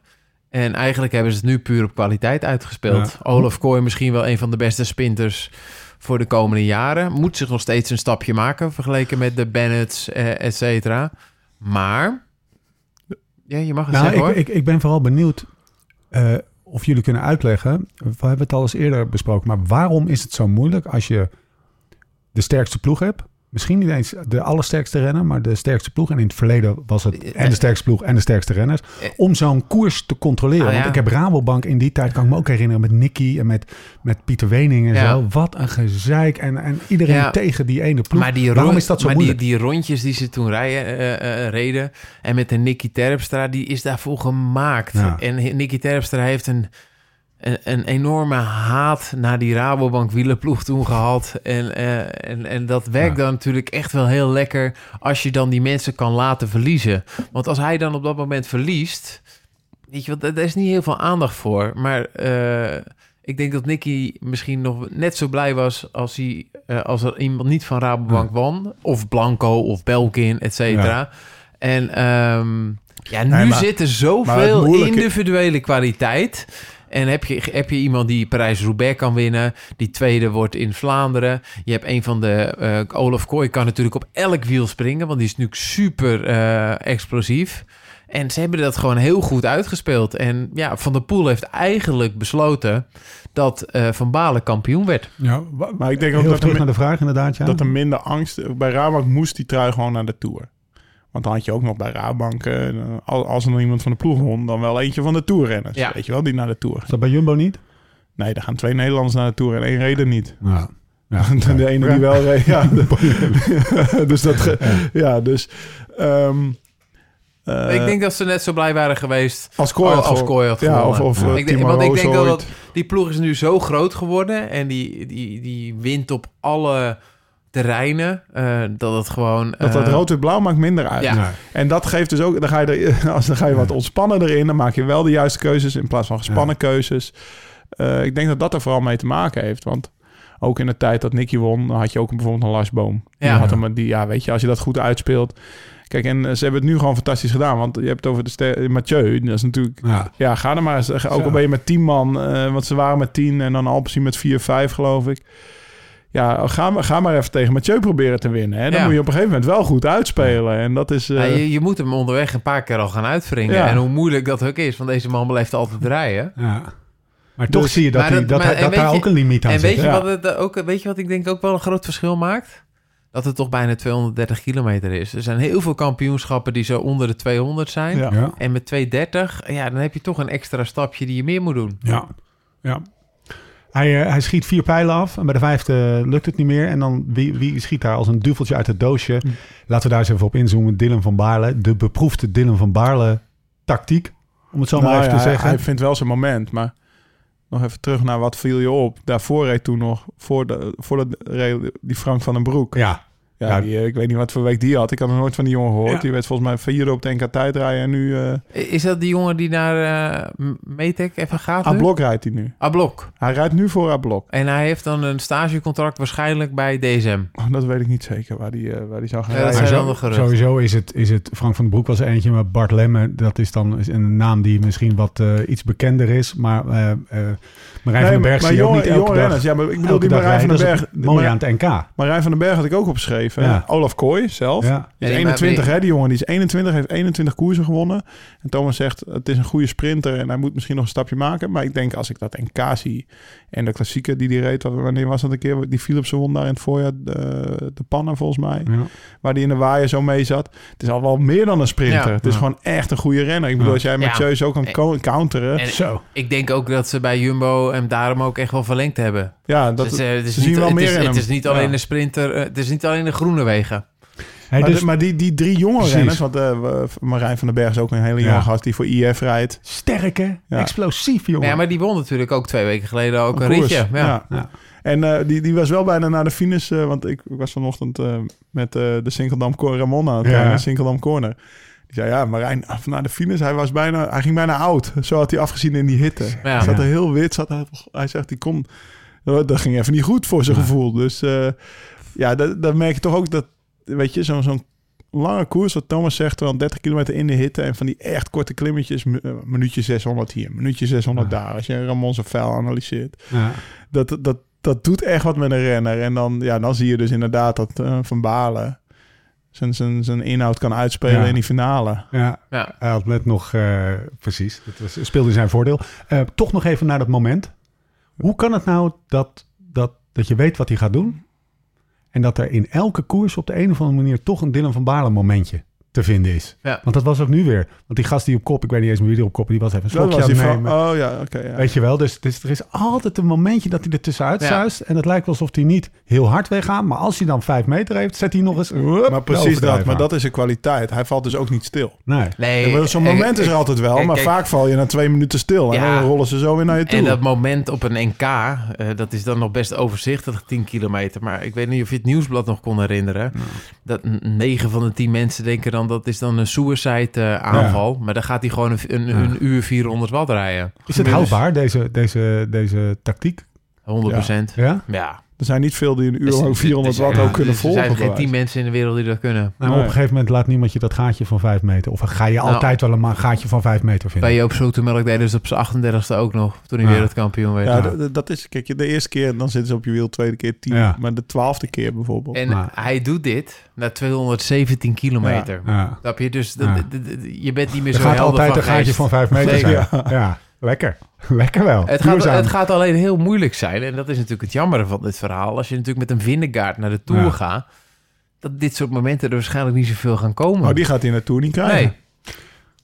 Speaker 3: En eigenlijk hebben ze het nu puur op kwaliteit uitgespeeld. Olaf Kooi misschien wel een van de beste sprinters voor de komende jaren. Moet zich nog steeds een stapje maken vergeleken met de Bennett's, eh, et cetera. Maar, ja, je mag het
Speaker 1: Nou,
Speaker 3: zeggen hoor.
Speaker 1: ik, ik, ik ben vooral benieuwd eh, of jullie kunnen uitleggen. We hebben het al eens eerder besproken, maar waarom is het zo moeilijk als je de sterkste ploeg hebt? Misschien niet eens de allersterkste renner, maar de sterkste ploeg. En in het verleden was
Speaker 3: Eh,
Speaker 1: het en de sterkste ploeg en de sterkste renners. Om zo'n koers te controleren.
Speaker 3: Ah, ja.
Speaker 1: Want ik heb Rabobank in die tijd, kan ik me ook herinneren, met Nicky en met, met Pieter Wening en
Speaker 3: Ja.
Speaker 1: zo. Wat een gezeik. En, en iedereen
Speaker 3: Ja.
Speaker 1: tegen die ene ploeg.
Speaker 3: maar die,
Speaker 1: waarom
Speaker 3: rond-
Speaker 1: is dat zo
Speaker 3: maar die,
Speaker 1: moeilijk?
Speaker 3: die rondjes die ze toen rijden, eh, eh, reden... en met de Nicky Terpstra, die is daarvoor gemaakt.
Speaker 1: Ja.
Speaker 3: En He- Nicky Terpstra heeft een, een, een enorme haat... naar die Rabobank wielerploeg toen gehad. En, eh, en, en dat werkt
Speaker 1: Ja.
Speaker 3: dan natuurlijk echt wel heel lekker... als je dan die mensen kan laten verliezen. Want als hij dan op dat moment verliest... weet je wel, daar- daar is niet heel veel aandacht voor. Maar... eh, ik denk dat Nicky misschien nog net zo blij was als, hij, eh, als er iemand niet van Rabobank won. Of Blanco of Belkin, et cetera. En ehm, ja, nu
Speaker 4: Nee, maar-
Speaker 3: zit er
Speaker 4: maar het
Speaker 3: zoveel
Speaker 4: moeilijke-
Speaker 3: individuele kwaliteit. En heb je, heb je iemand die Parijs-Roubaix kan winnen, die tweede wordt in Vlaanderen. Je hebt een van de... eh Olaf Kooi kan natuurlijk op elk wiel springen, want die is nu super eh, explosief. En ze hebben dat gewoon heel goed uitgespeeld. En ja, Van der Poel heeft eigenlijk besloten dat eh, Van Balen kampioen werd.
Speaker 1: Ja,
Speaker 4: Maar ik denk ook
Speaker 1: Heel
Speaker 4: dat er,
Speaker 1: terug naar
Speaker 4: mi-
Speaker 1: de vraag inderdaad, ja.
Speaker 4: dat er minder angst... Bij Rabank moest die trui gewoon naar de Tour. Want dan had je ook nog bij Rabank... eh, al- als er nog iemand van de ploeg won... dan wel eentje van de Tourrenners.
Speaker 3: Ja.
Speaker 4: Weet je wel, die naar de Tour.
Speaker 1: Is dat bij Jumbo niet?
Speaker 4: Nee, daar gaan twee Nederlanders naar de Tour en één reden niet.
Speaker 1: Ja. *laughs*
Speaker 4: De, de ene die wel *laughs* reed. Ja, de- dus dat. ge- ja, dus. ehm, eh, Eh,
Speaker 3: ik denk dat ze net zo blij waren geweest
Speaker 4: als Kooi had
Speaker 3: als
Speaker 4: gewo-
Speaker 3: Kooi had
Speaker 4: Ja, of,
Speaker 3: gewonnen.
Speaker 4: of
Speaker 1: Ja.
Speaker 4: eh,
Speaker 3: Ik denk-
Speaker 4: Timo
Speaker 3: want ik denk
Speaker 4: Roos
Speaker 3: dat
Speaker 4: ooit.
Speaker 3: Die ploeg is nu zo groot geworden en die, die, die wint op alle terreinen. eh, dat het gewoon...
Speaker 4: Dat dat
Speaker 3: eh,
Speaker 4: rood-wit-blauw maakt minder uit.
Speaker 3: Ja.
Speaker 1: Nee.
Speaker 4: En dat geeft dus ook, dan ga je, er, *laughs* als, dan ga je wat ontspannender in. Dan maak je wel de juiste keuzes in plaats van gespannen keuzes. Eh, ik denk dat dat er vooral mee te maken heeft. Want ook in de tijd dat Nicky won, dan had je ook bijvoorbeeld een Larsboom. Die
Speaker 3: Ja.
Speaker 4: had hem, die, ja, weet je, als je dat goed uitspeelt. Kijk, en eh, ze hebben het nu gewoon fantastisch gedaan. Want je hebt het over de ster- Mathieu. Dat is natuurlijk...
Speaker 1: Ja.
Speaker 4: Ja, ga er maar eens. Ga- Ook
Speaker 1: Zo.
Speaker 4: al ben je met tien man. eh, want ze waren met tien en dan Alpecin met vier, vijf geloof ik. Ja, ga, maar- ga maar even tegen Mathieu proberen te winnen. Hè. Dan
Speaker 3: Ja.
Speaker 4: moet je op een gegeven moment wel goed uitspelen. En dat is... eh,
Speaker 3: ja, je, je moet hem onderweg een paar keer al gaan uitwringen.
Speaker 4: Ja.
Speaker 3: En hoe moeilijk dat ook is, want deze man blijft altijd draaien.
Speaker 1: Ja. Maar toch
Speaker 4: Dus-
Speaker 1: zie je dat,
Speaker 3: maar
Speaker 1: die,
Speaker 3: dat-
Speaker 1: dat,
Speaker 3: maar-
Speaker 1: hij-
Speaker 3: en
Speaker 1: dat
Speaker 3: weet
Speaker 1: daar
Speaker 3: je-
Speaker 1: ook een limiet aan
Speaker 3: En
Speaker 1: zit.
Speaker 3: weet je,
Speaker 4: ja.
Speaker 3: wat het eh, ook, weet je wat ik denk ook wel een groot verschil maakt? Dat het toch bijna 230 kilometer is. Er zijn heel veel kampioenschappen die zo onder de 200 zijn.
Speaker 4: ja.
Speaker 1: Ja.
Speaker 3: En met 230, ja, dan heb je toch een extra stapje die je meer moet doen.
Speaker 1: Ja. ja. Hij, eh, hij schiet vier pijlen af en bij de vijfde lukt het niet meer. En dan wie, wie schiet daar als een duveltje uit het
Speaker 3: Hm.
Speaker 1: doosje? Laten we daar eens even op inzoomen. Dylan van Baarle, de beproefde Dylan van Baarle tactiek, om het zo maar
Speaker 4: Nou
Speaker 1: even
Speaker 4: ja,
Speaker 1: te zeggen.
Speaker 4: Hij vindt wel zijn moment, maar... Nog even terug naar wat viel je op. Daarvoor reed toen nog, voor de, voor de, reed die Frank van den Broek.
Speaker 1: ja,
Speaker 4: Ja,
Speaker 1: Ja.
Speaker 4: die, eh, ik weet niet wat voor week die had. Ik had nog nooit van die jongen gehoord.
Speaker 1: Ja.
Speaker 4: Die werd volgens mij vier op de NK tijdrijden. En nu... eh
Speaker 3: I- Is dat die jongen die naar eh Metec even gaat? nu?
Speaker 4: Ablok rijdt hij nu.
Speaker 3: Ablok.
Speaker 4: Hij rijdt nu voor Ablok.
Speaker 3: En hij heeft dan een stagecontract waarschijnlijk bij DSM.
Speaker 4: Oh, dat weet ik niet zeker waar die, eh, waar die zou gaan
Speaker 3: Ja, dat
Speaker 4: rijden.
Speaker 1: Maar
Speaker 3: zijn
Speaker 1: zo-
Speaker 3: wel nog geruchten.
Speaker 1: sowieso is het, is het, Frank van den Broek was er eentje, maar Bart Lemme, dat is dan een naam die misschien wat eh, iets bekender is. Maar eh eh Marijn van den Berg zie je ook
Speaker 4: jonge-
Speaker 1: niet elke
Speaker 4: jonge
Speaker 1: dag.
Speaker 4: renners, ja, maar ik bedoel
Speaker 1: elke
Speaker 4: die
Speaker 1: dag
Speaker 4: Marijn van
Speaker 1: rijden.
Speaker 4: den
Speaker 1: Dat is
Speaker 4: Berg.
Speaker 1: het mooie
Speaker 4: Marijn-
Speaker 1: aan het NK.
Speaker 4: Marijn van den Berg had ik ook opgeschreven.
Speaker 1: Ja.
Speaker 4: Olaf Kooi zelf.
Speaker 1: Ja.
Speaker 4: Die
Speaker 3: Ja,
Speaker 4: is
Speaker 3: die- maar
Speaker 4: 21,
Speaker 3: die-
Speaker 4: hè, die jongen. Die is 21, heeft 21 koersen gewonnen. En Thomas zegt, het is een goede sprinter en hij moet misschien nog een stapje maken. Maar ik denk, als ik dat NK zie en de klassieke die die reed, wat- wanneer was dat een keer? Die Philipsen won daar in het voorjaar de, de pannen volgens mij.
Speaker 1: Ja.
Speaker 4: Waar die in de waaier zo mee zat. Het is al wel meer dan een sprinter.
Speaker 3: Ja.
Speaker 4: Het is
Speaker 1: Ja.
Speaker 4: gewoon echt een goede renner. Ik bedoel,
Speaker 1: Ja. Eh.
Speaker 4: als jij met
Speaker 3: Ja.
Speaker 4: Zeus ook kan
Speaker 3: En-
Speaker 4: co- counteren.
Speaker 3: En
Speaker 1: Zo.
Speaker 3: ik denk ook dat ze bij Jumbo hem daarom ook echt wel verlengd hebben.
Speaker 4: ja, dat,
Speaker 3: Dus, eh, het is
Speaker 4: ze zien
Speaker 3: niet,
Speaker 4: wel
Speaker 3: het
Speaker 4: meer
Speaker 3: is,
Speaker 4: in
Speaker 3: Het
Speaker 4: hem.
Speaker 3: is niet alleen
Speaker 4: Ja.
Speaker 3: de sprinter, eh, het is niet alleen de groene wegen.
Speaker 1: Hey,
Speaker 4: maar,
Speaker 1: dus
Speaker 4: de- maar die, die drie jonge
Speaker 1: Precies.
Speaker 4: renners, want eh, we- Marijn van den Berg is ook een hele jonge
Speaker 1: Ja.
Speaker 4: gast die voor IF rijdt.
Speaker 1: sterke,
Speaker 4: Ja.
Speaker 1: explosief jongen.
Speaker 3: Ja, maar die won natuurlijk ook twee weken geleden ook een,
Speaker 4: Koers.
Speaker 3: ritje. Ja.
Speaker 1: Ja.
Speaker 4: En eh, die, die was wel bijna naar de finish, eh, want ik, ik was vanochtend eh, met eh, de Sinkeldam Cor- Ramon aan het
Speaker 1: Ja.
Speaker 4: rijden, Sinkeldam Corner. Die zei, ja, Marijn, af naar de finish, hij, was bijna, hij ging bijna oud. *laughs* Zo had hij afgezien in die hitte.
Speaker 3: Ja.
Speaker 4: Hij zat
Speaker 1: Ja.
Speaker 4: er heel wit, zat hij, hij zegt, die kon... Oh, Dat ging even niet goed voor zijn
Speaker 1: Ja.
Speaker 4: gevoel. Dus eh, ja, dat- dan merk je toch ook dat, weet je, zo'n zo'n lange koers, wat Thomas zegt, wel 30 kilometer in de hitte en van die echt korte klimmetjes, mi- eh, minuutje 600 hier, minuutje 600 daar, als je Ramon zijn vuil analyseert.
Speaker 1: Ja.
Speaker 4: Dat, dat, dat doet echt wat met een renner. En dan, ja, dan zie je dus inderdaad dat eh, Van Balen zijn, zijn, zijn inhoud kan uitspelen
Speaker 1: Ja.
Speaker 4: in die finale.
Speaker 1: Ja,
Speaker 3: Ja.
Speaker 1: hij had net nog, eh, precies, dat was, speelde in zijn voordeel. Eh, toch nog even naar dat moment. Hoe kan het nou dat, dat, dat je weet wat hij gaat doen... en dat er in elke koers op de een of andere manier... toch een Dylan van Baarle momentje te vinden is?
Speaker 3: Ja.
Speaker 1: Want dat was ook nu weer. Want die gast die op kop, ik weet niet eens meer wie er op kop... die was even een
Speaker 4: Dat
Speaker 1: slokje
Speaker 4: was
Speaker 1: aan
Speaker 4: die
Speaker 1: het
Speaker 4: van,
Speaker 1: nemen.
Speaker 4: oh ja, oké. ja.
Speaker 1: Weet je wel, dus, dus er is altijd een momentje dat hij er tussenuit
Speaker 3: Ja.
Speaker 1: zuist. En het lijkt alsof hij niet heel hard weggaat. Maar als hij dan vijf meter heeft, zet hij nog eens... hup,
Speaker 4: Maar
Speaker 1: de
Speaker 4: precies dat,
Speaker 1: overdrijf
Speaker 4: maar
Speaker 1: aan.
Speaker 4: dat is een kwaliteit. Hij valt dus ook niet stil.
Speaker 1: Nee.
Speaker 3: Nee, eh,
Speaker 4: Ja, maar Zo'n
Speaker 3: ik-
Speaker 4: moment is er
Speaker 3: ik-
Speaker 4: altijd wel,
Speaker 3: kijk,
Speaker 4: maar
Speaker 3: kijk.
Speaker 4: vaak val je na twee minuten stil. En
Speaker 3: Ja.
Speaker 4: dan rollen ze zo weer naar je toe.
Speaker 3: En dat moment op een NK, eh, dat is dan nog best overzichtig, 10 kilometer. Maar ik weet niet of je het nieuwsblad nog kon herinneren. Dat 9 van de 10 mensen denken dan dat is dan een suicide eh, aanval. Maar dan gaat hij gewoon een, een, een uur 400 watt rijden.
Speaker 1: Is het houdbaar, deze, deze, deze tactiek?
Speaker 3: 100 procent. Ja.
Speaker 1: Ja?
Speaker 4: Er zijn niet veel die een uur
Speaker 3: Dus-
Speaker 4: lang
Speaker 3: dus-
Speaker 4: 400
Speaker 3: dus-
Speaker 4: watt
Speaker 3: ja,
Speaker 4: ook kunnen
Speaker 3: dus Er
Speaker 4: volgen.
Speaker 3: zijn geen 10
Speaker 4: bewijs.
Speaker 3: mensen in de wereld die dat kunnen.
Speaker 1: Nou,
Speaker 4: Nee.
Speaker 1: Op een gegeven moment laat niemand je dat gaatje van vijf meter. Of ga je
Speaker 3: Nou.
Speaker 1: altijd wel een ma- gaatje van vijf meter vinden.
Speaker 3: Bij Joop Zoetemelk deed dus op zijn 38e ook nog, toen hij
Speaker 1: Ja.
Speaker 3: wereldkampioen werd.
Speaker 4: Ja, d- d- dat is, kijk, de eerste keer dan zitten ze op je wiel, tweede keer 10.
Speaker 1: Ja.
Speaker 4: Maar de twaalfde keer bijvoorbeeld.
Speaker 3: En
Speaker 1: Maar-
Speaker 3: hij doet dit na 217 kilometer.
Speaker 1: Ja.
Speaker 3: Snap je? Dus dat-
Speaker 1: Ja.
Speaker 3: dat- dat- je bent niet meer
Speaker 1: Er
Speaker 3: zo
Speaker 1: gaat
Speaker 3: helder
Speaker 1: altijd
Speaker 3: van
Speaker 1: een gaatje
Speaker 3: geest.
Speaker 1: van vijf meter zijn.
Speaker 4: Zeker.
Speaker 1: Ja. lekker. *laughs* Lekker wel.
Speaker 3: Het gaat,
Speaker 1: Duurzaam.
Speaker 3: het gaat alleen heel moeilijk zijn. En dat is natuurlijk het jammere van dit verhaal. Als je natuurlijk met een Vindegaard naar de Tour
Speaker 1: Ja.
Speaker 3: gaat... dat dit soort momenten er waarschijnlijk niet zoveel gaan komen.
Speaker 4: *laughs* Oh, die gaat hij naartoe niet krijgen.
Speaker 3: nee,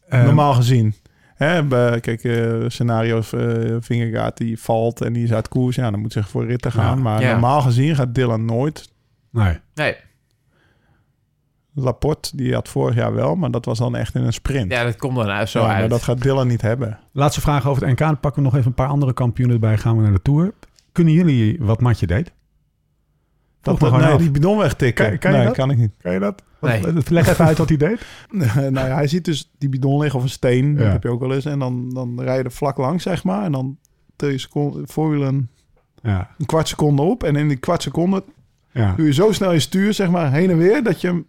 Speaker 1: Eh,
Speaker 4: Normaal gezien. Hè, bij- kijk, eh scenario's, eh Vingergaard die valt en die is uit koers. Ja, dan moet ze voor ritten gaan.
Speaker 1: Ja.
Speaker 4: Maar
Speaker 3: Ja.
Speaker 4: normaal gezien gaat Dylan nooit.
Speaker 1: nee.
Speaker 3: nee.
Speaker 4: Laporte, die had vorig jaar wel, maar dat was dan echt in een sprint.
Speaker 3: Ja, dat komt dan uit, zo
Speaker 4: Ja, maar
Speaker 3: uit.
Speaker 4: dat gaat Dylan niet hebben.
Speaker 1: Laatste vraag over het NK. Dan pakken we nog even een paar andere kampioenen erbij. Gaan we naar de Tour. Kunnen jullie wat Matje deed?
Speaker 4: Dat,
Speaker 1: me
Speaker 4: dat,
Speaker 1: gewoon
Speaker 4: nee,
Speaker 1: af.
Speaker 4: die bidon wegtikken.
Speaker 1: Kan- kan je
Speaker 4: nee,
Speaker 1: dat?
Speaker 4: kan ik niet.
Speaker 1: *laughs* Kan je dat?
Speaker 3: Nee.
Speaker 1: Wat- Leg
Speaker 3: *laughs*
Speaker 1: even uit wat hij deed.
Speaker 4: nou ja, hij ziet dus die bidon liggen of een steen.
Speaker 1: Ja.
Speaker 4: Dat heb je ook wel eens. En dan, dan rij je er vlak langs, zeg maar. En dan tel je seconde, voorwielen
Speaker 1: Ja.
Speaker 4: een kwart seconde op. En in die kwart seconde
Speaker 1: ja.
Speaker 4: doe je zo snel je stuur, zeg maar, heen en weer, dat je hem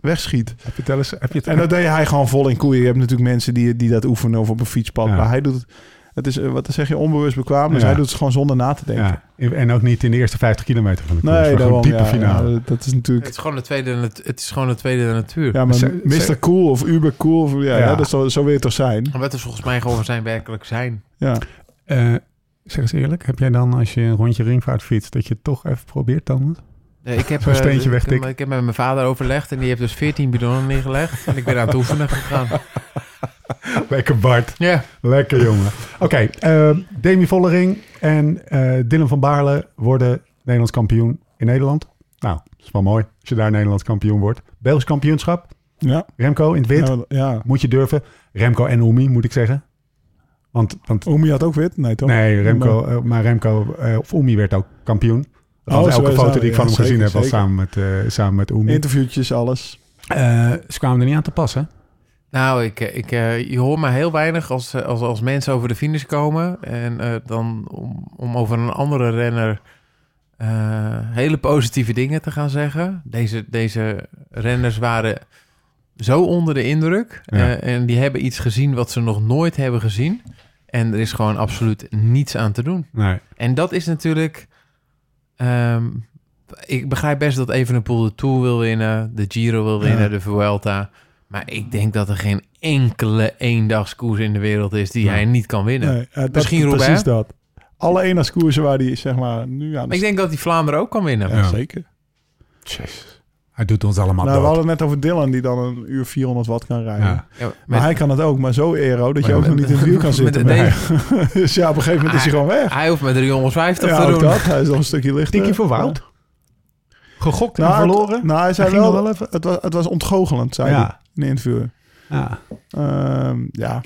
Speaker 4: wegschiet.
Speaker 1: Vertel eens, heb je het...
Speaker 4: En dat deed hij gewoon vol in koeien. Je hebt natuurlijk mensen die, die dat oefenen of op een fietspad.
Speaker 1: Ja.
Speaker 4: Maar hij doet het, het is, eh, wat zeg je, onbewust bekwaam. Dus
Speaker 1: Ja.
Speaker 4: hij doet het gewoon zonder na te denken.
Speaker 1: ja. En ook niet in de eerste 50 kilometer van de koers.
Speaker 4: Nee,
Speaker 1: maar gewoon
Speaker 4: daarom,
Speaker 1: diepe
Speaker 4: ja,
Speaker 1: finale.
Speaker 4: ja, dat is natuurlijk...
Speaker 3: Het is gewoon de tweede, nat- het is gewoon de tweede natuur.
Speaker 4: Ja, maar
Speaker 1: Ze- ze-
Speaker 4: Mr. Cool of Uber Cool, of, ja,
Speaker 1: Ja.
Speaker 4: ja, dat zo, zo wil je toch zijn?
Speaker 3: Maar dat is volgens mij gewoon zijn werkelijk zijn.
Speaker 4: Ja.
Speaker 1: Eh, zeg eens eerlijk, heb jij dan als je een rondje ringvaart fietst... dat je het toch even probeert, Thomas?
Speaker 3: Nee, Ik heb,
Speaker 1: Zo'n
Speaker 3: eh,
Speaker 1: steentje
Speaker 3: ik,
Speaker 1: wegtikken.
Speaker 3: ik heb met mijn vader overlegd en die heeft dus 14 bidonnen neergelegd. En ik ben aan het oefenen
Speaker 1: *laughs*
Speaker 3: gegaan.
Speaker 1: *laughs* Lekker Bart.
Speaker 3: Ja,
Speaker 1: Lekker *laughs* jongen. Oké, eh, Demi Vollering en eh, Dylan van Baarle worden Nederlands kampioen in Nederland. Nou, dat is wel mooi als je daar Nederlands kampioen wordt. Belgisch kampioenschap,
Speaker 4: Ja.
Speaker 1: Remco in het wit.
Speaker 4: Ja, ja.
Speaker 1: Moet je durven. Remco en Oemi, moet ik zeggen. Want, want
Speaker 4: Oemi had ook wit? Nee, toch?
Speaker 1: nee, Remco, eh, maar Remco eh, of Oemi werd ook kampioen.
Speaker 4: Oh,
Speaker 1: Althans,
Speaker 4: zo
Speaker 1: elke
Speaker 4: is
Speaker 1: foto
Speaker 4: dat.
Speaker 1: die ik van
Speaker 4: Ja,
Speaker 1: hem gezien
Speaker 4: zeker,
Speaker 1: heb was
Speaker 4: zeker.
Speaker 1: samen met, eh samen met Oemi.
Speaker 4: Interviewtjes, alles.
Speaker 1: Eh, ze kwamen er niet aan te passen.
Speaker 3: nou, ik, eh, ik, eh, je hoort maar heel weinig als, eh, als, als mensen over de finish komen. En eh, dan om, om over een andere renner eh, hele positieve dingen te gaan zeggen. Deze, deze renners waren zo onder de indruk.
Speaker 1: Ja.
Speaker 3: eh, en die hebben iets gezien wat ze nog nooit hebben gezien. En er is gewoon absoluut niets aan te doen.
Speaker 1: Nee.
Speaker 3: En dat is natuurlijk... ehm, ik begrijp best dat Evenepoel de Tour wil winnen, de Giro wil winnen,
Speaker 4: Ja.
Speaker 3: de Vuelta. Maar ik denk dat er geen enkele eendagskoers in de wereld is die
Speaker 1: Ja.
Speaker 3: hij niet kan winnen.
Speaker 4: Nee, ja, dat-
Speaker 3: Misschien Roubaix?
Speaker 4: Precies dat. Alle eenheidskoersen waar die zeg maar nu aan
Speaker 3: Maar ik denk dat hij Vlaanderen ook kan winnen.
Speaker 4: Ja,
Speaker 1: Ja.
Speaker 4: zeker.
Speaker 1: Jezus. Hij doet ons allemaal
Speaker 4: Nou, we
Speaker 1: dood.
Speaker 4: hadden het net over Dylan die dan een uur 400 watt kan rijden.
Speaker 1: Ja.
Speaker 3: Ja, maar
Speaker 4: Maar hij kan het ook, maar zo aero dat je
Speaker 1: Ja,
Speaker 4: ook
Speaker 1: met-
Speaker 4: nog niet in het wiel kan
Speaker 3: *laughs* met- Ah.
Speaker 4: zitten.
Speaker 3: nee.
Speaker 4: Nee. *laughs* dus ja, op een gegeven moment is hij gewoon weg.
Speaker 3: hij hoeft met 350
Speaker 4: Ja,
Speaker 3: te
Speaker 4: ook
Speaker 3: doen.
Speaker 4: dat. Hij is nog een stukje lichter.
Speaker 1: Tikkie voor Wout. Gegokt en
Speaker 4: Nou, het-
Speaker 1: verloren.
Speaker 4: nou, hij zei
Speaker 1: Hij ging
Speaker 4: wel,
Speaker 1: er wel
Speaker 4: even. Het, was, het was ontgoochelend, zei hij
Speaker 1: ja.
Speaker 4: in de interview.
Speaker 1: Ja.
Speaker 4: Ehm, ja,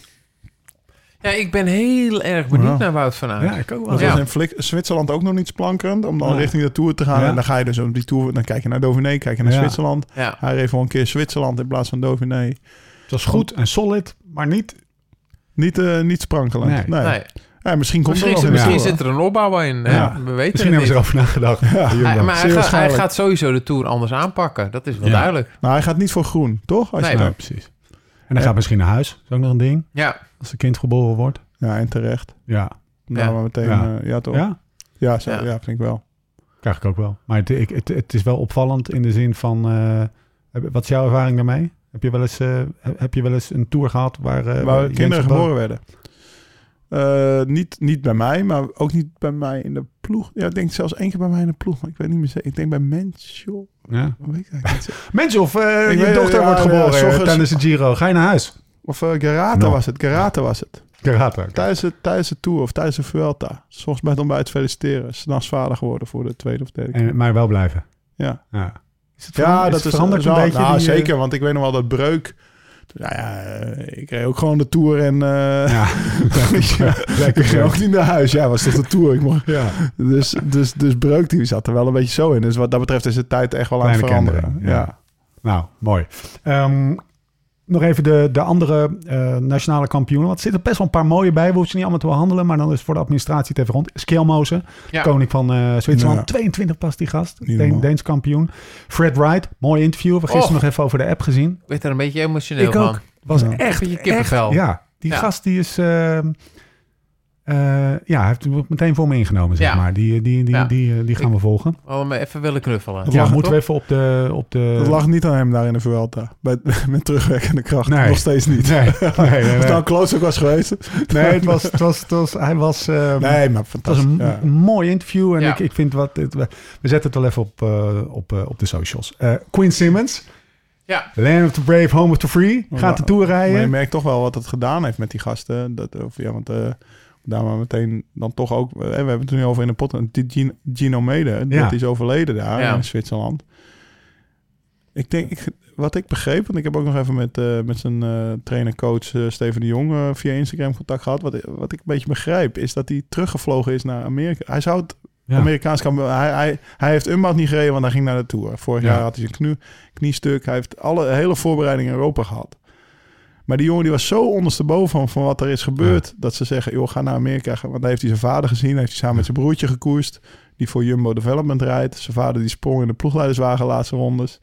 Speaker 3: Ja, ik ben heel erg benieuwd
Speaker 4: Ja.
Speaker 3: naar Wout van Aert.
Speaker 1: ja, ik ook wel.
Speaker 4: nou, dat
Speaker 3: Ja.
Speaker 4: was in Flik- Zwitserland ook nog niet splankerend. Om dan
Speaker 1: Nee.
Speaker 4: richting de Tour te gaan.
Speaker 1: Ja.
Speaker 4: En dan ga je dus op die Tour. Dan kijk je naar Dauphiné, kijk je naar
Speaker 1: Ja.
Speaker 4: Zwitserland.
Speaker 3: Ja.
Speaker 4: Hij reed wel een keer Zwitserland in plaats van Dauphiné.
Speaker 1: Het was goed en solid, maar niet...
Speaker 4: Niet, eh, niet sprankelend.
Speaker 1: Nee.
Speaker 4: Nee.
Speaker 3: Nee.
Speaker 4: Ja, misschien komt
Speaker 3: Misschien,
Speaker 4: er nog
Speaker 3: zit,
Speaker 4: een
Speaker 3: misschien
Speaker 4: Tour.
Speaker 3: zit er een opbouw in. hè?
Speaker 1: Ja.
Speaker 3: We weten
Speaker 1: Misschien
Speaker 3: het
Speaker 1: hebben ze erover
Speaker 3: niet.
Speaker 1: nagedacht.
Speaker 4: Ja.
Speaker 1: Jumbo.
Speaker 3: Hij, maar hij,
Speaker 4: Zeer
Speaker 3: gaat- hij
Speaker 4: waarschijnlijk.
Speaker 3: gaat sowieso de Tour anders aanpakken. Dat is wel
Speaker 1: Ja.
Speaker 3: duidelijk.
Speaker 4: Nou, hij gaat niet voor groen, toch? Als
Speaker 3: Nee,
Speaker 4: je
Speaker 3: maar-
Speaker 4: nou, precies.
Speaker 1: En hij gaat misschien naar huis. Dat is ook nog een ding.
Speaker 3: Ja,
Speaker 1: Als een kind geboren wordt.
Speaker 4: Ja, en terecht.
Speaker 1: Ja.
Speaker 4: Nou,
Speaker 3: Ja.
Speaker 4: maar meteen.
Speaker 1: Ja.
Speaker 4: Ja, ja toch? Ja,
Speaker 1: Ja,
Speaker 4: zo,
Speaker 3: Ja.
Speaker 4: ja. vind ik wel.
Speaker 1: krijg ik ook wel. Maar het, ik, het, het is wel opvallend in de zin van... eh, heb- wat is jouw ervaring daarmee? Heb je wel eens, eh, heb je wel eens een tour gehad waar... eh,
Speaker 4: Waar
Speaker 1: je
Speaker 4: kinderen
Speaker 1: mensen-
Speaker 4: geboren werden. Eh, niet, niet bij mij, maar ook niet bij mij in de ploeg. Ja, ik denk zelfs één keer bij mij in de ploeg, maar ik weet niet meer zeker. Ik denk bij Menschel.
Speaker 1: Ja.
Speaker 4: Weet ik eigenlijk niet zeker.
Speaker 1: Mensen of eh,
Speaker 4: Ik
Speaker 1: je
Speaker 4: weet-
Speaker 1: dochter
Speaker 4: ja,
Speaker 1: wordt
Speaker 4: ja,
Speaker 1: geboren eh,
Speaker 4: s ochtends-
Speaker 1: tijdens de Giro. Ga je naar huis?
Speaker 4: Of eh Garata
Speaker 1: No.
Speaker 4: was het. Garata was het.
Speaker 1: Karate.
Speaker 4: Tijdens, de, tijdens de Tour of tijdens de Vuelta. Soms bij het ontbijt feliciteren. S'nachts vader geworden voor de tweede of derde keer.
Speaker 1: En, maar wel blijven.
Speaker 4: Ja.
Speaker 1: ja. Is het
Speaker 4: Ja, dat is
Speaker 1: veranderd
Speaker 4: wel-
Speaker 1: een beetje.
Speaker 4: Nou,
Speaker 1: die, eh,
Speaker 4: zeker, want ik weet nog wel dat breuk. Nou ja, eh, ik reed ook gewoon de Tour
Speaker 1: *laughs*
Speaker 4: en... eh, *laughs*
Speaker 1: Ja,
Speaker 4: Ik ging
Speaker 1: lekker ook.
Speaker 4: ook niet naar huis. Ja, was toch de tour. Ik mocht...
Speaker 1: Ja.
Speaker 4: dus, dus, dus Breuk die zat er wel een beetje zo in. Dus wat dat betreft is de tijd echt wel aan het
Speaker 1: Kleine
Speaker 4: veranderen.
Speaker 1: kinderen,
Speaker 4: Ja.
Speaker 1: ja. Nou, mooi. Ehm, nog even de, de andere eh, nationale kampioenen. Want er zitten best wel een paar mooie bij. We hoeven ze niet allemaal te behandelen. Maar dan is het voor de administratie het even rond. Skelmozen,
Speaker 3: Ja.
Speaker 1: koning van eh, Zwitserland.
Speaker 4: Ja.
Speaker 1: 22 pas die gast.
Speaker 4: Niet
Speaker 1: Deen,
Speaker 4: normaal.
Speaker 1: Deens kampioen. Fred Wright, mooi interview. We gisteren nog even over de app gezien.
Speaker 3: ik werd er een beetje emotioneel
Speaker 1: Ik
Speaker 3: van.
Speaker 1: ook. Was
Speaker 4: Ja.
Speaker 1: echt,
Speaker 3: Vind je
Speaker 1: echt.
Speaker 3: kippenvel?
Speaker 1: Ja, die
Speaker 3: Ja.
Speaker 1: gast die is... ehm, eh, ja, hij heeft het meteen voor me ingenomen, zeg
Speaker 3: Ja.
Speaker 1: maar. Die, die, die,
Speaker 3: Ja.
Speaker 1: die, die gaan we volgen.
Speaker 3: We hadden hem even willen knuffelen.
Speaker 1: Ja,
Speaker 4: lag-
Speaker 1: moeten we
Speaker 3: toch?
Speaker 1: even op de... Op de
Speaker 4: Dat lag niet aan hem daar in de Vuelta. Bij, *laughs* met terugwerkende kracht.
Speaker 1: Nee.
Speaker 4: Nog steeds niet.
Speaker 1: Nee, nee,
Speaker 4: *laughs*
Speaker 1: nee, Eh,
Speaker 4: Of het
Speaker 1: nee.
Speaker 4: nou Kloos ook was geweest.
Speaker 1: Nee, het was, het was, het was, hij was. eh,
Speaker 4: Nee, maar
Speaker 1: het was
Speaker 4: fantastisch.
Speaker 1: een
Speaker 4: Ja.
Speaker 1: mooi interview. En
Speaker 3: Ja.
Speaker 1: ik, ik vind wat. dit- we we zetten het wel even op, eh, op, eh, op de socials. Eh Quinn Simmons.
Speaker 3: Ja.
Speaker 1: Land of the Brave, Home of the Free. Gaat de tour
Speaker 4: Maar je
Speaker 1: rijden.
Speaker 4: merkt toch wel wat het gedaan heeft met die gasten. Dat, of, ja, want eh, daar maar meteen dan toch ook... eh, we hebben het er nu over in de pot. Die Gin- Gino Mede,
Speaker 1: Ja.
Speaker 4: dat is overleden daar
Speaker 3: Ja.
Speaker 4: in Zwitserland. Ik denk, ik, wat ik begreep, want ik heb ook nog even met, eh, met zijn eh, trainer-coach eh, Steven de Jong eh, via Instagram contact gehad. Wat, wat ik een beetje begrijp, is dat hij teruggevlogen is naar Amerika. Hij zou het
Speaker 1: Ja.
Speaker 4: Amerikaans kampioen... Hij, hij, hij heeft Unbound niet gereden, want hij ging naar de Tour. Vorig
Speaker 1: Ja.
Speaker 4: jaar had hij zijn knie, kniestuk. Hij heeft alle hele voorbereiding in Europa gehad. Maar die jongen die was zo ondersteboven van, van wat er is gebeurd... dat ze zeggen, joh, ga naar Amerika. Want daar heeft hij zijn vader gezien. Heeft hij samen met zijn broertje gekoerst. Die voor Jumbo Development rijdt. Zijn vader die sprong in de ploegleiderswagen laatste rondes.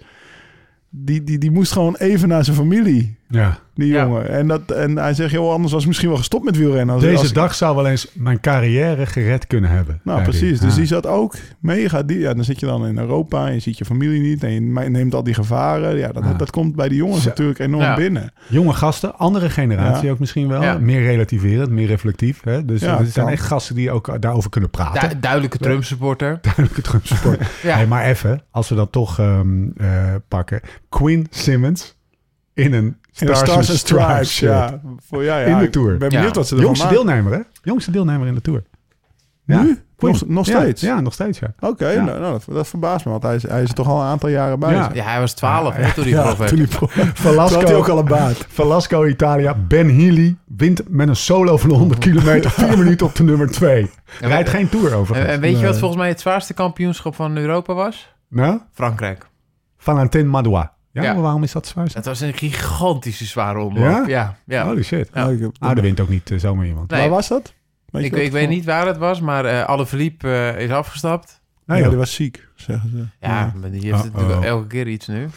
Speaker 4: Die, die, die moest gewoon even naar zijn familie,
Speaker 1: Ja.
Speaker 4: die
Speaker 3: Ja.
Speaker 4: jongen. En, dat, en hij zegt, joh, anders was ik misschien wel gestopt met wielrennen. Als,
Speaker 1: Deze
Speaker 4: als ik-
Speaker 1: dag zou wel eens mijn carrière gered kunnen hebben.
Speaker 4: nou,
Speaker 1: zei
Speaker 4: precies.
Speaker 1: hij.
Speaker 4: Dus
Speaker 1: Ja.
Speaker 4: die zat ook mega. Die, ja, dan zit je dan in Europa en je ziet je familie niet en je ma- neemt al die gevaren. Ja, dat,
Speaker 1: Ja.
Speaker 4: dat komt bij die jongens
Speaker 1: Zo.
Speaker 4: natuurlijk enorm
Speaker 3: Ja.
Speaker 4: binnen.
Speaker 1: Jonge gasten, andere generatie ook misschien wel.
Speaker 3: Ja.
Speaker 1: Meer relativerend, meer reflectief. Hè? Dus
Speaker 4: Ja,
Speaker 1: het zijn
Speaker 4: kan.
Speaker 1: echt gasten die ook daarover kunnen praten.
Speaker 3: Du- duidelijke Trump-supporter.
Speaker 1: Ah, Duidelijke Trump-support.
Speaker 3: *laughs* Ja.
Speaker 1: Hey, maar even, als we dat toch ehm, eh, pakken. Quinn Simmons in een
Speaker 4: En de
Speaker 1: Stars, and Stripes shirt.
Speaker 4: ja. Voor, ja, ja,
Speaker 1: In de
Speaker 4: ik
Speaker 1: Tour.
Speaker 4: ben
Speaker 3: Ja.
Speaker 4: benieuwd wat ze ervan
Speaker 1: Jongste
Speaker 4: maken.
Speaker 1: deelnemer, hè? Jongste deelnemer in de Tour.
Speaker 4: Nu?
Speaker 1: Quinn.
Speaker 4: Nog, nog
Speaker 1: Ja,
Speaker 4: steeds?
Speaker 1: Ja, nog steeds, ja.
Speaker 4: Oké,
Speaker 1: Ja.
Speaker 4: nou, nou, dat, dat verbaast me, want hij is, hij is er toch al een aantal jaren bij.
Speaker 1: Ja.
Speaker 4: zeg.
Speaker 3: Ja, hij was 12 hè, toen hij prof werd.
Speaker 4: toen *laughs* hij pro- Toen had hij
Speaker 1: Velasco,
Speaker 4: ook al een baard.
Speaker 1: Velasco Italia, Ben Healy wint met een solo van 100
Speaker 4: *laughs*
Speaker 1: kilometer, 4 minuten op de nummer 2. Rijdt geen Tour
Speaker 3: En, en
Speaker 1: overigens.
Speaker 3: weet je wat
Speaker 4: Nee.
Speaker 3: volgens mij het zwaarste kampioenschap van Europa was?
Speaker 1: Nou,
Speaker 3: Frankrijk.
Speaker 1: Valentin Madoua. Ja,
Speaker 3: Ja.
Speaker 1: maar waarom is dat zwaar?
Speaker 3: Dat was een gigantische zware omloop. Ja?
Speaker 1: Ja?
Speaker 3: Ja.
Speaker 1: Holy shit.
Speaker 3: Ja.
Speaker 4: Nou, ik heb-
Speaker 1: Ah, er wint ook niet eh, zomaar iemand.
Speaker 3: Nee,
Speaker 4: Waar was dat? Weet je
Speaker 3: ik
Speaker 4: dat?
Speaker 3: ik weet niet waar het was, maar eh Alaphilippe eh, is afgestapt.
Speaker 1: Nee,
Speaker 4: ja,
Speaker 1: joh.
Speaker 4: die was ziek, zeggen ze.
Speaker 3: Ja, maar die heeft
Speaker 1: Uh-oh.
Speaker 3: natuurlijk elke keer iets nu.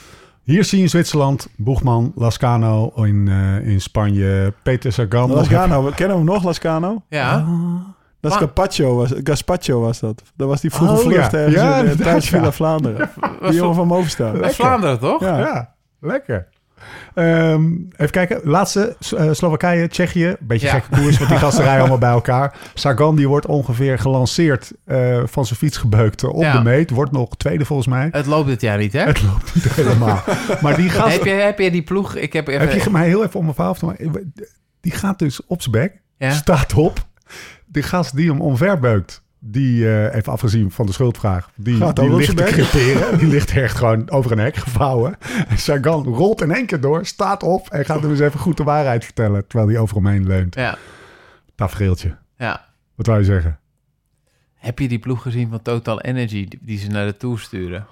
Speaker 1: Hier zie je in Zwitserland Boegman, Lascano in, eh, in Spanje, Peter Sagan. *laughs*
Speaker 4: Lascano, we kennen hem nog, Lascano?
Speaker 3: Ja.
Speaker 4: Dat is
Speaker 3: Maar-
Speaker 4: Capaccio, was, Gaspacho was dat. Dat was die vroege
Speaker 1: Oh,
Speaker 4: vlucht
Speaker 1: ja.
Speaker 4: ergens
Speaker 1: Ja,
Speaker 4: in, eh,
Speaker 1: inderdaad,
Speaker 4: tijdens
Speaker 1: ja.
Speaker 4: Villa Vlaanderen. Die
Speaker 3: Was
Speaker 4: jongen
Speaker 3: toch-
Speaker 4: van Movistar.
Speaker 3: was Vlaanderen toch?
Speaker 4: Ja.
Speaker 1: Ja, lekker. Ehm, even kijken. Laatste, S- eh, Slowakije, Tsjechië. Beetje
Speaker 3: Ja.
Speaker 1: gekke koers,
Speaker 3: *laughs*
Speaker 1: want die gasten rijden allemaal bij elkaar. Sagan die wordt ongeveer gelanceerd eh, van zijn fiets gebeukt eh, op
Speaker 3: Ja.
Speaker 1: de meet. Wordt nog tweede volgens
Speaker 3: *laughs*
Speaker 1: mij.
Speaker 3: Het loopt dit jaar niet, hè?
Speaker 1: Het loopt niet helemaal. Maar die gast...
Speaker 3: Heb je, heb je die ploeg? Ik heb even...
Speaker 1: Heb je mij heel even om mijn verhaal te maken? Die gaat dus op zijn bek,
Speaker 3: Ja.
Speaker 1: staat op. De gast die hem omverbeukt, die, eh, even afgezien van de schuldvraag, die,
Speaker 4: Gaat
Speaker 1: die
Speaker 4: ook op
Speaker 1: ligt te
Speaker 4: zijn bek.
Speaker 1: creperen. Die ligt echt gewoon over een hek gevouwen. En Sagan rolt in één keer door, staat op en gaat hem eens even goed de waarheid vertellen. Terwijl hij over hem heen leunt.
Speaker 3: ja.
Speaker 1: Tafereeltje.
Speaker 3: ja.
Speaker 1: Wat wou je zeggen?
Speaker 3: Heb je die ploeg gezien van Total Energy die- die ze naar de Tour sturen?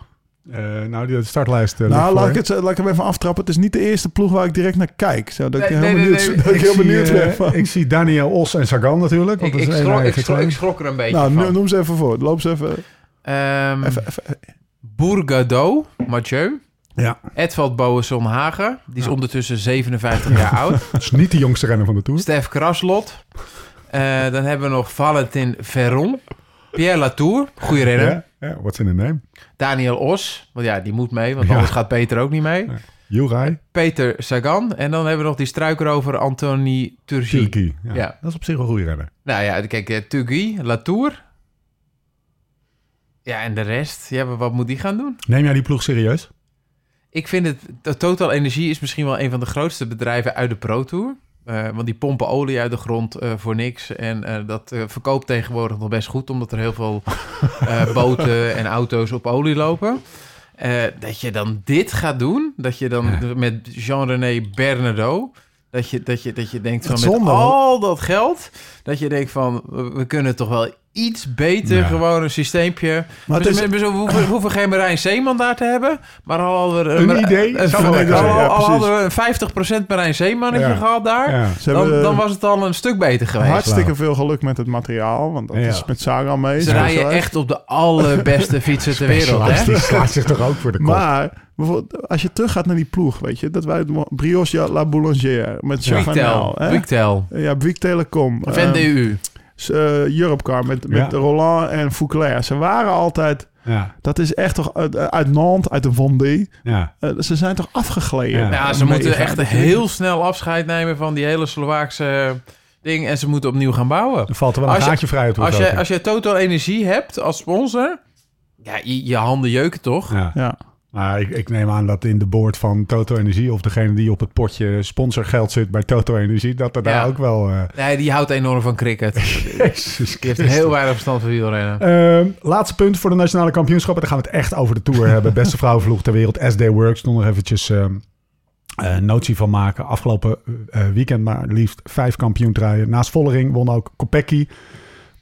Speaker 1: Eh, nou, die startlijst. eh, ligt
Speaker 4: Nou,
Speaker 1: voor
Speaker 4: laat ik,
Speaker 1: je.
Speaker 4: het, zo- laat ik hem even aftrappen. Het is niet de eerste ploeg waar ik direct naar kijk. Zo, dat ik
Speaker 3: Nee,
Speaker 4: heel
Speaker 3: nee, nee,
Speaker 4: benieuwd,
Speaker 3: nee.
Speaker 4: *laughs* dat ik heel
Speaker 1: zie,
Speaker 4: benieuwd
Speaker 1: eh,
Speaker 4: ben. van-
Speaker 1: ik zie Daniel Os en Sagan natuurlijk.
Speaker 3: Ik,
Speaker 1: Want dat
Speaker 3: ik,
Speaker 1: is één
Speaker 3: schrok, ik,
Speaker 1: eigen
Speaker 3: schrok, ik
Speaker 1: klein.
Speaker 3: schrok er een beetje
Speaker 4: nou,
Speaker 3: van.
Speaker 4: noem ze even voor. Loop ze even.
Speaker 3: Ehm,
Speaker 4: even, even-
Speaker 3: Bourgadeau, Mathieu.
Speaker 1: Ja.
Speaker 3: Edvald Boasson Hagen. Die is ondertussen 57 jaar
Speaker 1: *laughs*
Speaker 3: oud.
Speaker 1: Dat is niet de jongste renner van de Tour.
Speaker 3: Stef Kraslot. Eh, dan hebben we nog Valentin Ferron. Pierre Latour, goede renner.
Speaker 1: Ja, ja, what's in the name?
Speaker 3: Daniel Os, want ja, die moet mee, want
Speaker 1: Ja.
Speaker 3: anders gaat Peter ook niet mee.
Speaker 1: Juraj.
Speaker 3: Peter Sagan. En dan hebben we nog die struikerover Anthony Turgie.
Speaker 1: Turki. Ja.
Speaker 3: Ja.
Speaker 1: Dat is op zich een goede renner.
Speaker 3: Nou ja, kijk, eh, Turgie, Latour. Ja, en de rest. Ja, maar wat moet die gaan doen?
Speaker 1: Neem jij die ploeg serieus?
Speaker 3: Ik vind het... de Total Energie is misschien wel een van de grootste bedrijven uit de Pro Tour. Eh, want die pompen olie uit de grond eh, voor niks. En eh, dat eh, verkoopt tegenwoordig nog best goed... omdat er heel
Speaker 4: *laughs*
Speaker 3: veel eh, boten en auto's op olie lopen. Eh, dat je dan dit gaat doen. Dat je dan met Jean-René Bernardo... Dat je, dat, je, dat je denkt van
Speaker 4: Wat
Speaker 3: met
Speaker 4: zonde, want-
Speaker 3: al dat geld... dat je denkt van we, we kunnen toch wel iets beter
Speaker 1: Ja.
Speaker 3: gewoon een systeempje...
Speaker 4: maar
Speaker 3: Maar
Speaker 4: het is,
Speaker 3: we, we hoeven, we hoeven geen Marijn Zeeman daar te hebben. Maar al hadden we
Speaker 1: Een idee
Speaker 3: Een,
Speaker 1: zou wel
Speaker 3: al-
Speaker 1: lekker
Speaker 3: al,
Speaker 4: zijn, ja,
Speaker 3: al
Speaker 4: precies.
Speaker 3: hadden we een 50% Marijn Zeemannetje
Speaker 1: Ja.
Speaker 3: gehad daar.
Speaker 1: Ja.
Speaker 4: ze
Speaker 3: Dan,
Speaker 4: hebben
Speaker 3: dan was het al een stuk beter geweest.
Speaker 4: hartstikke veel geluk met het materiaal. Want dat
Speaker 1: Ja.
Speaker 4: is met Sagan mee.
Speaker 3: Ze
Speaker 4: zo
Speaker 3: rijden
Speaker 4: gelijk.
Speaker 3: echt op de allerbeste fietsen ter wereld.
Speaker 1: Specialist,
Speaker 3: Hè?
Speaker 1: Die slaat zich toch ook voor de kop.
Speaker 4: Maar bijvoorbeeld, als je terug gaat naar die ploeg, weet je, dat wij het mo- Brioche La Boulangère met
Speaker 3: Weektel,
Speaker 4: Chavanel. hè?
Speaker 3: Weektel,
Speaker 4: Ja, Bouygues Telecom. eh,
Speaker 3: VenDU.
Speaker 4: s- eh, Europcar met, met
Speaker 1: Ja.
Speaker 4: Roland en Fouclair. Ze waren altijd,
Speaker 1: Ja,
Speaker 4: dat is echt toch uit, uit Nantes, uit de Vendée.
Speaker 1: ja.
Speaker 4: Eh, ze zijn toch afgegleden.
Speaker 1: Ja.
Speaker 3: Ja, ze
Speaker 4: Mega.
Speaker 3: moeten echt heel snel afscheid nemen van die hele Slovaakse ding. En ze moeten opnieuw gaan bouwen.
Speaker 1: Er valt er wel een
Speaker 3: Als je-
Speaker 1: gaatje vrij op de
Speaker 3: Als je,
Speaker 1: begroting.
Speaker 3: als je Total Energie hebt als sponsor... Ja, je, je handen jeuken toch?
Speaker 1: Ja.
Speaker 4: Ja.
Speaker 1: Maar ik, ik neem aan dat in de board van Toto Energie... of degene die op het potje sponsorgeld zit bij Toto Energie... dat er daar
Speaker 3: Ja.
Speaker 1: ook wel...
Speaker 3: *laughs*
Speaker 1: eh,
Speaker 3: Nee, die houdt enorm van cricket.
Speaker 1: Jezus *laughs*
Speaker 3: Die heeft
Speaker 1: Christus.
Speaker 3: heel weinig verstand van wielrennen.
Speaker 1: Ehm, laatste punt voor de nationale kampioenschappen. Dan gaan we het echt over de Tour hebben. Beste vrouwenvloeg ter wereld. SD Works. Nog eventjes ehm, eh, notie van maken. Afgelopen eh, weekend maar liefst vijf kampioentrijen. Naast Vollering won ook Kopecky.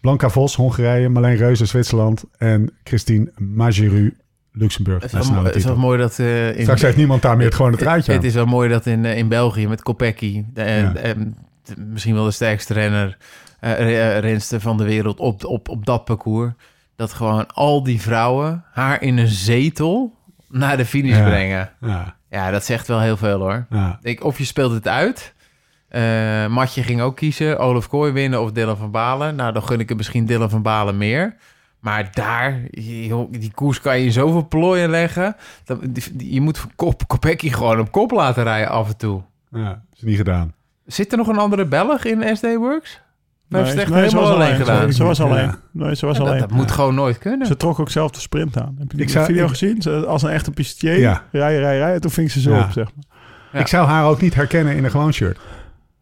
Speaker 1: Blanca Vos, Hongarije. Marleen Reuzen, Zwitserland. En Christine Majeru, Luxemburg.
Speaker 3: Het is, wel, mo-
Speaker 1: Nationale
Speaker 3: het is wel
Speaker 1: titel.
Speaker 3: mooi dat... eh, in,
Speaker 1: Straks heeft niemand daar meer het, gewoon het
Speaker 3: Het,
Speaker 1: rijtje
Speaker 3: het
Speaker 1: aan.
Speaker 3: is wel mooi dat in, eh, in België met Kopecky... de- eh,
Speaker 1: Ja.
Speaker 3: eh, de- misschien wel de sterkste renner, eh, re- eh, renster van de wereld op, op, op dat parcours... dat gewoon al die vrouwen haar in een zetel naar de finish
Speaker 1: Ja.
Speaker 3: brengen.
Speaker 1: Ja,
Speaker 3: Ja, dat zegt wel heel veel hoor.
Speaker 1: ja.
Speaker 3: Ik denk, of je speelt het uit. Eh, Matje ging ook kiezen. Olaf Kooi winnen of Dylan van Balen. Nou, dan gun ik het misschien Dylan van Balen meer. Maar daar, joh, die koers kan je in zoveel plooien leggen. Dat, die- die- je moet van kop, Kopecky gewoon op kop laten rijden af en toe.
Speaker 1: ja. Is niet gedaan.
Speaker 3: Zit er nog een andere Belg in SD Works? We hebben het echt
Speaker 4: nee, ze
Speaker 3: helemaal
Speaker 4: was
Speaker 3: alleen, gedaan.
Speaker 4: Ze, ze was
Speaker 1: Ja.
Speaker 4: alleen. Nee, ze was
Speaker 3: Ja, dat,
Speaker 4: alleen.
Speaker 3: dat moet gewoon nooit kunnen.
Speaker 4: Ze trok ook zelf de sprint aan. Heb je die
Speaker 1: Ik zou-
Speaker 4: video
Speaker 1: ik-
Speaker 4: gezien? Ze, als een echte pistier.
Speaker 1: Ja.
Speaker 4: Rijden, rijden, rijden. Toen ving ze zo
Speaker 1: Ja.
Speaker 4: op, zeg maar.
Speaker 3: Ja.
Speaker 1: Ik zou haar ook niet herkennen in een gewoon shirt.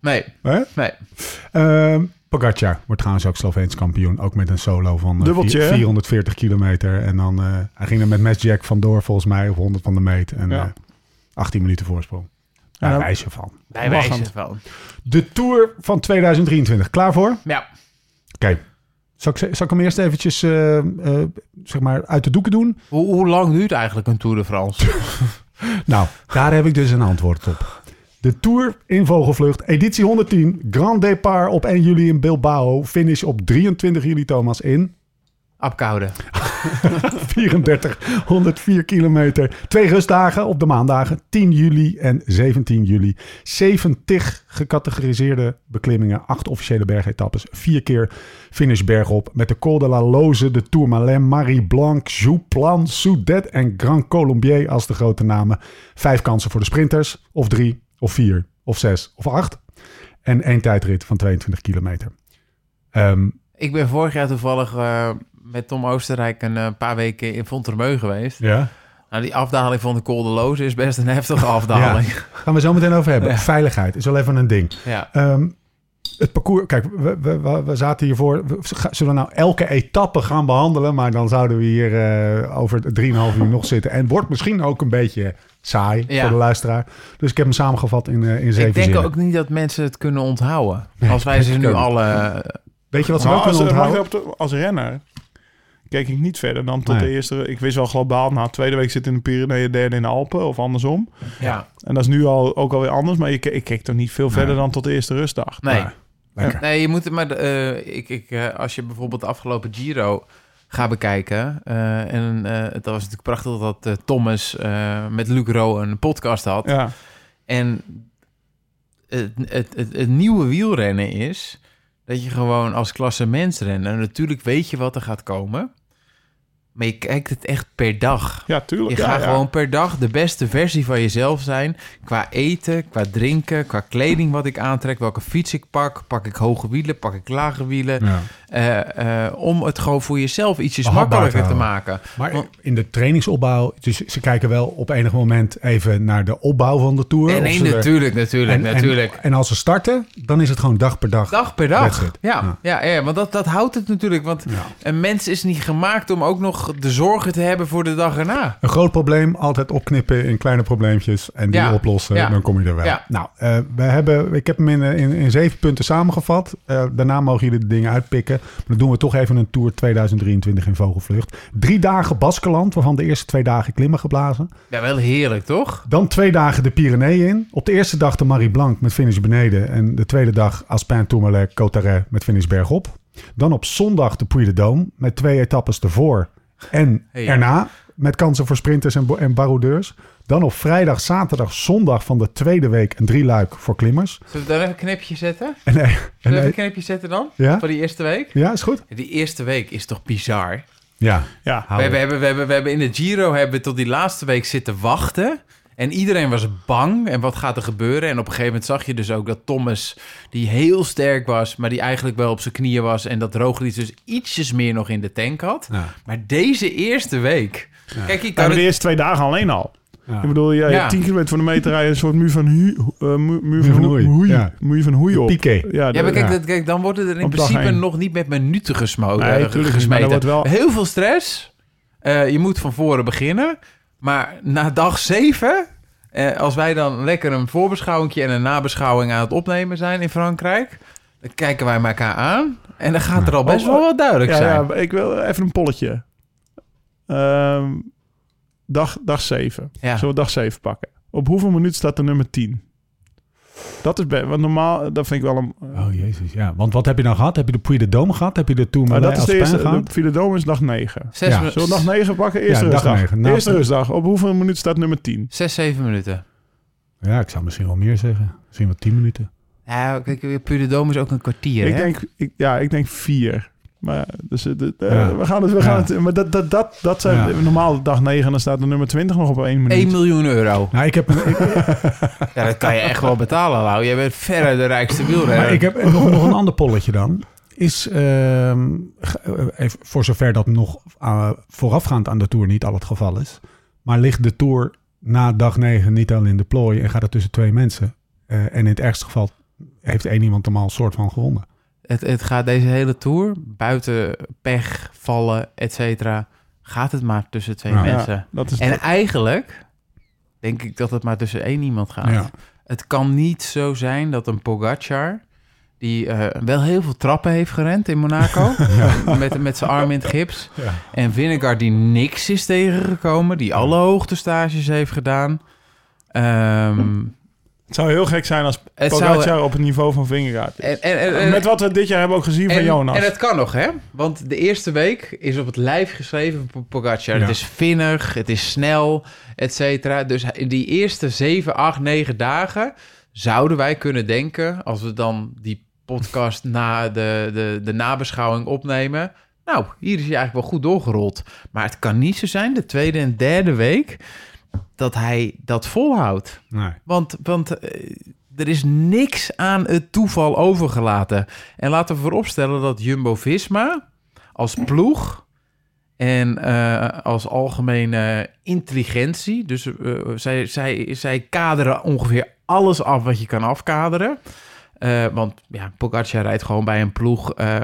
Speaker 3: Nee,
Speaker 1: Hè?
Speaker 3: nee.
Speaker 1: Ehm Pogacar wordt trouwens ook Sloveens kampioen. Ook met een solo van eh,
Speaker 4: Dubbeltje,
Speaker 1: vier-
Speaker 4: hè?
Speaker 1: 440 kilometer. En dan eh, hij ging er met Matt Jack vandoor volgens mij op 100 van de meet. En
Speaker 4: Ja.
Speaker 1: eh, 18 minuten voorsprong.
Speaker 4: Ja,
Speaker 1: Daar
Speaker 4: dan-
Speaker 1: wijs je van.
Speaker 3: Bij wijze
Speaker 4: Lachend.
Speaker 3: van.
Speaker 1: nou, De Tour van 2023. Klaar voor? Oké.
Speaker 3: Ja,
Speaker 1: Zal, ik, zal ik hem eerst eventjes eh, eh, zeg maar uit de doeken doen?
Speaker 3: hoe, hoe lang duurt eigenlijk een Tour de France? *laughs*
Speaker 1: Nou, daar heb ik dus een antwoord op. De Tour in Vogelvlucht, editie 110. Grand Départ op 1 juli in Bilbao. Finish op 23 juli, Thomas, in...
Speaker 3: Apkoude.
Speaker 1: 34, 104 kilometer. Twee rustdagen op de maandagen, 10 juli en 17 juli. 70 gecategoriseerde beklimmingen, acht officiële bergetappes. Vier keer finish bergop met de Col de la Loze, de Tourmalet, Marie Blanc, Jouplan, Soudet en Grand Colombier als de grote namen. Vijf kansen voor de sprinters, of drie, of vier, of zes, of acht. En één tijdrit van 22 kilometer. Ehm,
Speaker 3: Ik ben vorig jaar toevallig eh, met Tom Oostenrijk een eh, paar weken in Fontermeu geweest.
Speaker 1: ja.
Speaker 3: Nou, die afdaling van de Col de Loze is best een heftige afdaling. Ja.
Speaker 1: Gaan we zo meteen over hebben.
Speaker 3: Ja.
Speaker 1: Veiligheid is wel even een ding. Ehm, het parcours, kijk, we, we- we, we zaten hiervoor. we- ga- Zullen we nou elke etappe gaan behandelen? Maar dan zouden we hier eh, over 3,5 uur nog zitten. En wordt misschien ook een beetje saai
Speaker 3: Ja.
Speaker 1: voor de luisteraar. Dus ik heb hem samengevat in, eh in zeven
Speaker 3: Ik denk
Speaker 1: zinnen.
Speaker 3: ook niet dat mensen het kunnen onthouden. als wij
Speaker 1: dat
Speaker 3: ze
Speaker 1: denk
Speaker 3: nu
Speaker 1: ik ook
Speaker 3: alle...
Speaker 1: Weet je wat ze
Speaker 4: Maar
Speaker 1: ook
Speaker 4: als, eh,
Speaker 1: kunnen
Speaker 4: mag
Speaker 1: onthouden?
Speaker 4: ik op de- als renner keek ik niet verder dan tot
Speaker 1: Nee.
Speaker 4: de eerste. Ik wist wel globaal, nou, tweede week zit in de Pyreneeën, derde in de Alpen of andersom.
Speaker 3: ja,
Speaker 4: En dat is nu al, ook alweer anders, maar je, ke- ik keek toch niet veel
Speaker 1: Nee.
Speaker 4: verder dan tot de eerste rustdag.
Speaker 3: nee.
Speaker 1: Ja, Lekker.
Speaker 3: Nee, je moet het maar... eh, ik, ik, eh, als je bijvoorbeeld de afgelopen Giro gaat bekijken... eh, en eh, het was natuurlijk prachtig dat eh, Thomas eh, met Luc Rowe een podcast had.
Speaker 4: Ja,
Speaker 3: En het, het, het, het nieuwe wielrennen is dat je gewoon als klassementsrenner... natuurlijk weet je wat er gaat komen... maar je kijkt het echt per dag.
Speaker 4: ja tuurlijk.
Speaker 3: Je
Speaker 4: ja,
Speaker 3: gaat
Speaker 4: ja.
Speaker 3: gewoon per dag de beste versie van jezelf zijn. Qua eten, qua drinken, qua kleding wat ik aantrek. Welke fiets ik pak. Pak ik hoge wielen, pak ik lage wielen.
Speaker 1: Ja.
Speaker 3: eh, eh, om het gewoon voor jezelf ietsjes
Speaker 1: Behapbaar
Speaker 3: makkelijker
Speaker 1: te
Speaker 3: te
Speaker 1: houden.
Speaker 3: maken.
Speaker 1: Maar in de trainingsopbouw, dus ze kijken wel op enig moment even naar de opbouw van de tour.
Speaker 3: En
Speaker 1: Of
Speaker 3: nee,
Speaker 1: ze er-
Speaker 3: natuurlijk, natuurlijk,
Speaker 1: en, en-
Speaker 3: natuurlijk.
Speaker 1: En, als ze starten, dan is het gewoon dag per dag.
Speaker 3: Dag per
Speaker 1: That's
Speaker 3: dag.
Speaker 1: it.
Speaker 3: Ja, ja. ja, want dat, dat houdt het natuurlijk. Want
Speaker 1: Ja.
Speaker 3: een mens is niet gemaakt om ook nog de zorgen te hebben voor de dag erna.
Speaker 1: Een groot probleem, altijd opknippen in kleine probleempjes en die
Speaker 3: Ja,
Speaker 1: oplossen.
Speaker 3: ja.
Speaker 1: En dan kom je er wel.
Speaker 3: Ja.
Speaker 1: Nou, eh, we hebben, ik heb hem in, eh, in, in zeven punten samengevat. Eh, daarna mogen jullie de dingen uitpikken. Maar dan doen we toch even een tour 2023 in Vogelvlucht. Drie dagen Baskeland, waarvan de eerste twee dagen klimmen geblazen.
Speaker 3: Ja, wel heerlijk, toch?
Speaker 1: Dan twee dagen de Pyreneeën in. Op de eerste dag de Marie Blanc met finish beneden. En de tweede dag Aspin Tourmalet Cotaré met finish bergop. Dan op zondag de Puy de Dôme met twee etappes ervoor en
Speaker 3: Hey, ja.
Speaker 1: erna. Met kansen voor sprinters en, bo- en baroudeurs. Dan op vrijdag, zaterdag, zondag van de tweede week een drieluik voor klimmers.
Speaker 3: Zullen we daar even een knipje zetten?
Speaker 1: En, eh, en,
Speaker 3: Zullen we even
Speaker 1: eh,
Speaker 3: een knipje zetten dan?
Speaker 1: Ja?
Speaker 3: Voor die eerste week?
Speaker 1: ja, is goed?
Speaker 3: Die eerste week is toch bizar? Oh.
Speaker 1: Ja.
Speaker 4: Ja.
Speaker 3: We, hebben- hebben, we, hebben, we hebben in de Giro hebben we tot die laatste week zitten wachten. En iedereen was bang. En wat gaat er gebeuren? En op een gegeven moment zag je dus ook dat Thomas, die heel sterk was, maar die eigenlijk wel op zijn knieën was. En dat Roglic dus ietsjes meer nog in de tank had.
Speaker 1: Ja.
Speaker 3: Maar deze eerste week Kijk, ik
Speaker 4: Ja,
Speaker 3: kan
Speaker 4: maar de
Speaker 3: het...
Speaker 4: eerste twee dagen alleen al.
Speaker 1: Ja.
Speaker 4: Ik bedoel, ja,
Speaker 3: Ja.
Speaker 4: 10 kilometer van de meter rijden, een soort muur van hu, eh, muur- muur
Speaker 1: van
Speaker 4: van hoe-
Speaker 1: hoei,
Speaker 4: hoei,
Speaker 1: ja.
Speaker 4: muur van hoei op.
Speaker 1: Piqué.
Speaker 4: Ja,
Speaker 3: Ja,
Speaker 4: de-
Speaker 3: maar kijk,
Speaker 1: Ja.
Speaker 3: dat, kijk, dan wordt het er in
Speaker 4: Op dag
Speaker 3: principe
Speaker 4: één.
Speaker 3: nog niet met minuten gesmoten.
Speaker 4: Nee,
Speaker 3: eh,
Speaker 4: tuurlijk niet, maar
Speaker 3: gesmeten.
Speaker 4: er wordt wel-
Speaker 3: Heel veel stress. Eh, je moet van voren beginnen. Maar na dag zeven, eh, als wij dan lekker een voorbeschouwingje en een nabeschouwing aan het opnemen zijn in Frankrijk, dan kijken wij elkaar aan. En dan gaat er al best wel wat duidelijk
Speaker 4: Oh, ja,
Speaker 3: zijn.
Speaker 4: ja, ik wil even een polletje. Ehm, dag, dag 7.
Speaker 3: Ja.
Speaker 4: Zullen we dag 7 pakken? Op hoeveel minuten staat de nummer 10? Dat is best, want normaal, dat vind ik wel een...
Speaker 1: Oh jezus, ja. Want wat heb je dan gehad? Heb je de Puy de Dome gehad? Heb je Ah, de Tour
Speaker 4: maar dat
Speaker 1: Malais
Speaker 4: is de
Speaker 1: Aspin
Speaker 4: eerste, de
Speaker 1: gehad?
Speaker 4: Villa Dome is dag 9.
Speaker 3: Zes,
Speaker 1: Ja.
Speaker 3: minu-
Speaker 4: Zullen we dag 9 pakken? Eerste
Speaker 1: Ja, dag
Speaker 4: rustdag.
Speaker 1: negen. Nou,
Speaker 4: eerste rustdag. Op hoeveel minuten staat nummer 10?
Speaker 3: zes, zeven minuten.
Speaker 1: Ja, ik zou misschien wel meer zeggen. Misschien wel 10 minuten.
Speaker 3: Ja, kijk, Puur de Dome is ook een kwartier,
Speaker 4: ik
Speaker 3: hè?
Speaker 4: denk, ik, ja, ik denk 4. Maar, dus, eh, de- eh,
Speaker 1: Ja.
Speaker 4: we gaan het, we gaan
Speaker 1: Ja.
Speaker 4: het, maar dat, dat, dat, dat zijn
Speaker 1: Ja.
Speaker 4: normaal dag 9 en dan staat de nummer 20 nog op 1 minuut.
Speaker 3: 1 miljoen euro.
Speaker 1: Nou, ik heb, ik,
Speaker 3: Ja, dat kan je echt wel betalen, Lau. Jij bent verre de
Speaker 4: *laughs*
Speaker 3: rijkste wielrenner.
Speaker 1: maar ik heb *laughs* nog, nog een ander polletje dan. Is, ehm, ge- eh, even voor zover dat nog eh, voorafgaand aan de Tour niet al het geval is. Maar ligt de Tour na dag 9 niet al in de plooi en gaat het tussen twee mensen. Eh, en in het ergste geval heeft één iemand hem al een soort van gewonnen.
Speaker 3: Het, het gaat deze hele tour, buiten pech, vallen, et cetera, gaat het maar tussen twee
Speaker 1: Ja.
Speaker 3: mensen.
Speaker 4: dat is
Speaker 3: En eigenlijk denk ik dat het maar tussen één iemand gaat.
Speaker 1: Ja.
Speaker 3: Het kan niet zo zijn dat een Pogacar, die eh, wel heel veel trappen heeft gerend in Monaco, met, met zijn arm in het gips,
Speaker 1: Ja.
Speaker 3: en Vinegar die niks is tegengekomen, die alle hoogtestages heeft gedaan. Ehm,
Speaker 4: Het zou heel gek zijn als
Speaker 3: Het zou- eh,
Speaker 4: Pogacar op het niveau van Vingegaard is.
Speaker 3: en, en, en, en-
Speaker 4: Met wat we dit jaar hebben ook gezien van
Speaker 3: eh, en,
Speaker 4: Jonas.
Speaker 3: en het kan nog, hè? Want de eerste week is op het lijf geschreven voor Pogacar.
Speaker 1: Ja.
Speaker 3: Het is vinnig, het is snel, et cetera. Dus hij- die eerste 7, 8, 9 dagen zouden wij kunnen denken... als we dan die podcast na de, de, de nabeschouwing opnemen... nou, hier is hij eigenlijk wel goed doorgerold. Maar het kan niet zo zijn, de tweede en derde week... dat hij dat volhoudt.
Speaker 1: Nee.
Speaker 3: Want, want eh, er is niks aan het toeval overgelaten. En laten we vooropstellen dat Jumbo-Visma als ploeg en eh, als algemene intelligentie... dus eh, zij, zij, zij kaderen ongeveer alles af wat je kan afkaderen. Eh, want ja, Pogacar rijdt gewoon bij een ploeg... eh,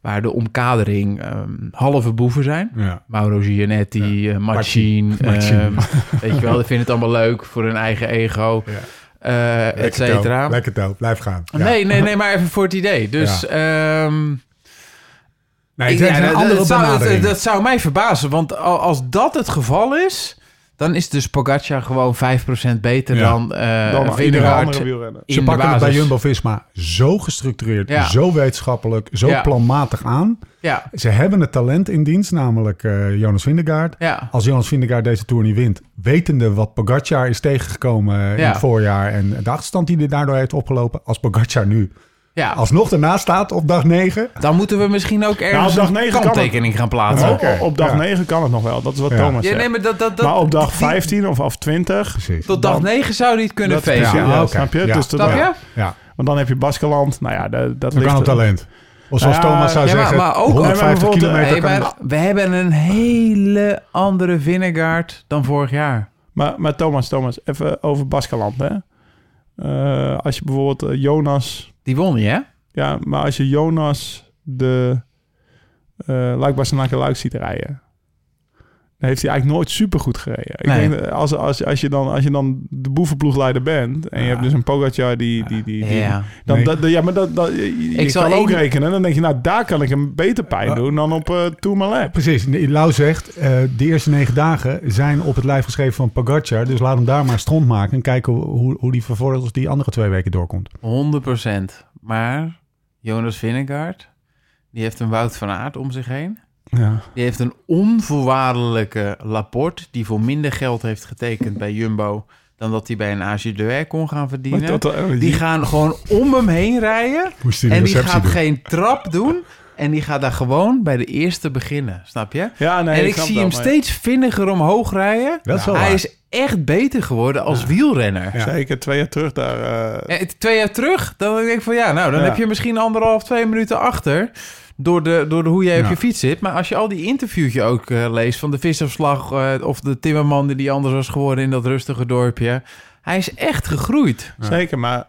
Speaker 3: waar de omkadering ehm, halve boeven zijn.
Speaker 1: Ja.
Speaker 3: Mauro Gianetti, eh, Machine.
Speaker 1: Machine.
Speaker 3: ehm, weet je wel, die vinden het allemaal leuk voor hun eigen ego,
Speaker 1: Ja.
Speaker 3: eh, et cetera.
Speaker 1: Lekker dope, blijf gaan.
Speaker 3: Nee, nee, nee, maar even voor het idee. Dus
Speaker 1: Ja.
Speaker 3: ehm,
Speaker 1: nee
Speaker 3: ik-
Speaker 1: het
Speaker 3: ja,
Speaker 1: is een
Speaker 3: dat-
Speaker 1: andere
Speaker 3: dat, zou, dat,
Speaker 1: benadering.
Speaker 3: dat zou mij verbazen. Want al- als dat het geval is, dan is dus Pogacar gewoon 5% beter
Speaker 1: Ja.
Speaker 3: dan, eh
Speaker 4: dan iedere
Speaker 3: Vingegaard
Speaker 4: andere wielrenner.
Speaker 3: in
Speaker 1: Ze
Speaker 3: de
Speaker 1: pakken het bij
Speaker 3: basis.
Speaker 1: Jumbo-Visma zo gestructureerd,
Speaker 3: Ja.
Speaker 1: zo wetenschappelijk, zo
Speaker 3: Ja.
Speaker 1: planmatig aan.
Speaker 3: Ja,
Speaker 1: Ze hebben het talent in dienst, namelijk eh, Jonas Vindegaard.
Speaker 3: ja.
Speaker 1: Als Jonas Vindegaard deze Tour niet wint, wetende wat Pogacar is tegengekomen eh, in
Speaker 3: Ja.
Speaker 1: het voorjaar en de achterstand die hij daardoor heeft opgelopen, als Pogacar nu
Speaker 3: ja.
Speaker 1: alsnog ernaast staat op dag 9.
Speaker 3: Dan moeten we misschien ook ergens
Speaker 4: op dag
Speaker 3: een
Speaker 4: negen kan
Speaker 3: kanttekening gaan plaatsen.
Speaker 4: Maar
Speaker 1: Oké,
Speaker 4: op, op dag
Speaker 1: ja.
Speaker 4: 9 kan het nog wel. Dat is wat
Speaker 1: Ja.
Speaker 4: Thomas
Speaker 3: Ja,
Speaker 4: zegt.
Speaker 3: nee, maar dat, dat, dat,
Speaker 4: maar op dag
Speaker 3: die-
Speaker 4: 15 of, of 20...
Speaker 1: Precies.
Speaker 3: Tot dag
Speaker 4: dan-
Speaker 3: 9 zou die het kunnen
Speaker 4: Dat, precies,
Speaker 3: feesten.
Speaker 1: ja.
Speaker 4: ja,
Speaker 1: oké.
Speaker 4: Snap je?
Speaker 1: Ja.
Speaker 4: Dus dat,
Speaker 3: Snap je?
Speaker 4: ja.
Speaker 1: Ja,
Speaker 4: Want dan heb je Baskeland. Nou ja, dat, dat
Speaker 1: dan
Speaker 4: ligt
Speaker 1: kan het
Speaker 4: er-
Speaker 1: talent. Of zoals
Speaker 4: Ja,
Speaker 1: Thomas zou
Speaker 3: ja, maar-
Speaker 1: zeggen,
Speaker 3: maar eh, ook-
Speaker 1: 150
Speaker 4: Nee, maar
Speaker 1: kilometer
Speaker 3: Hey,
Speaker 1: kan
Speaker 3: maar we hebben een hele andere Vinnegaard dan vorig jaar.
Speaker 4: Maar, maar Thomas, Thomas, even over Baskeland. Hè? Eh, als je bijvoorbeeld eh, Jonas...
Speaker 3: Die won je, hè?
Speaker 4: Ja, maar als je Jonas de eh Luik Bastenaken Luik ziet rijden... dan heeft hij eigenlijk nooit supergoed gereden. Ik
Speaker 3: Nee.
Speaker 4: denk, eh, als, als, als, je dan, als je dan de boevenploegleider bent... en je
Speaker 1: Ja.
Speaker 4: hebt dus een Pogacar die... die, die, die-
Speaker 3: Ja.
Speaker 4: Dan,
Speaker 1: Nee.
Speaker 4: dat, ja, maar dat, dat, je je
Speaker 3: Ik zal
Speaker 4: kan ook
Speaker 3: één-
Speaker 4: rekenen. Dan denk je, nou, daar kan ik hem beter pijn
Speaker 1: Eh,
Speaker 4: doen dan op eh Tourmalet.
Speaker 1: Precies. Nee, Lau zegt, eh, de eerste negen dagen zijn op het lijf geschreven van Pogacar. Dus laat hem daar maar stront maken en kijken hoe- hoe, hoe die vervolgens die andere twee weken doorkomt.
Speaker 3: 100%. Maar Jonas Vinnegaard, die heeft een Wout van Aert om zich heen.
Speaker 4: Ja.
Speaker 3: Die heeft een onvoorwaardelijke Laporte, die voor minder geld heeft getekend bij Jumbo dan dat hij bij een AG de Werk kon gaan verdienen. die gaan gewoon om hem heen rijden.
Speaker 1: Moest hij de
Speaker 3: En die
Speaker 1: receptie
Speaker 3: gaat
Speaker 1: doen.
Speaker 3: geen trap doen. En die gaat daar gewoon bij de eerste beginnen. Snap je?
Speaker 4: ja, nee,
Speaker 3: en ik
Speaker 4: snap
Speaker 3: zie
Speaker 4: dat,
Speaker 3: hem
Speaker 4: maar-
Speaker 3: steeds vinniger omhoog rijden.
Speaker 1: Dat is wel
Speaker 3: Hij
Speaker 1: waar.
Speaker 3: is echt beter geworden als wielrenner.
Speaker 1: Ja.
Speaker 4: Zeker twee jaar terug daar. eh,
Speaker 3: Eh, Twee jaar terug, dan denk ik van ja, nou dan
Speaker 4: Ja.
Speaker 3: heb je misschien anderhalf, twee minuten achter. door, de, door de, hoe jij op
Speaker 1: Ja.
Speaker 3: je fiets zit. Maar als je al die interviewtje ook eh, leest van de visafslag eh, of de timmerman die die anders was geworden in dat rustige dorpje. Hij is echt gegroeid.
Speaker 4: Zeker, maar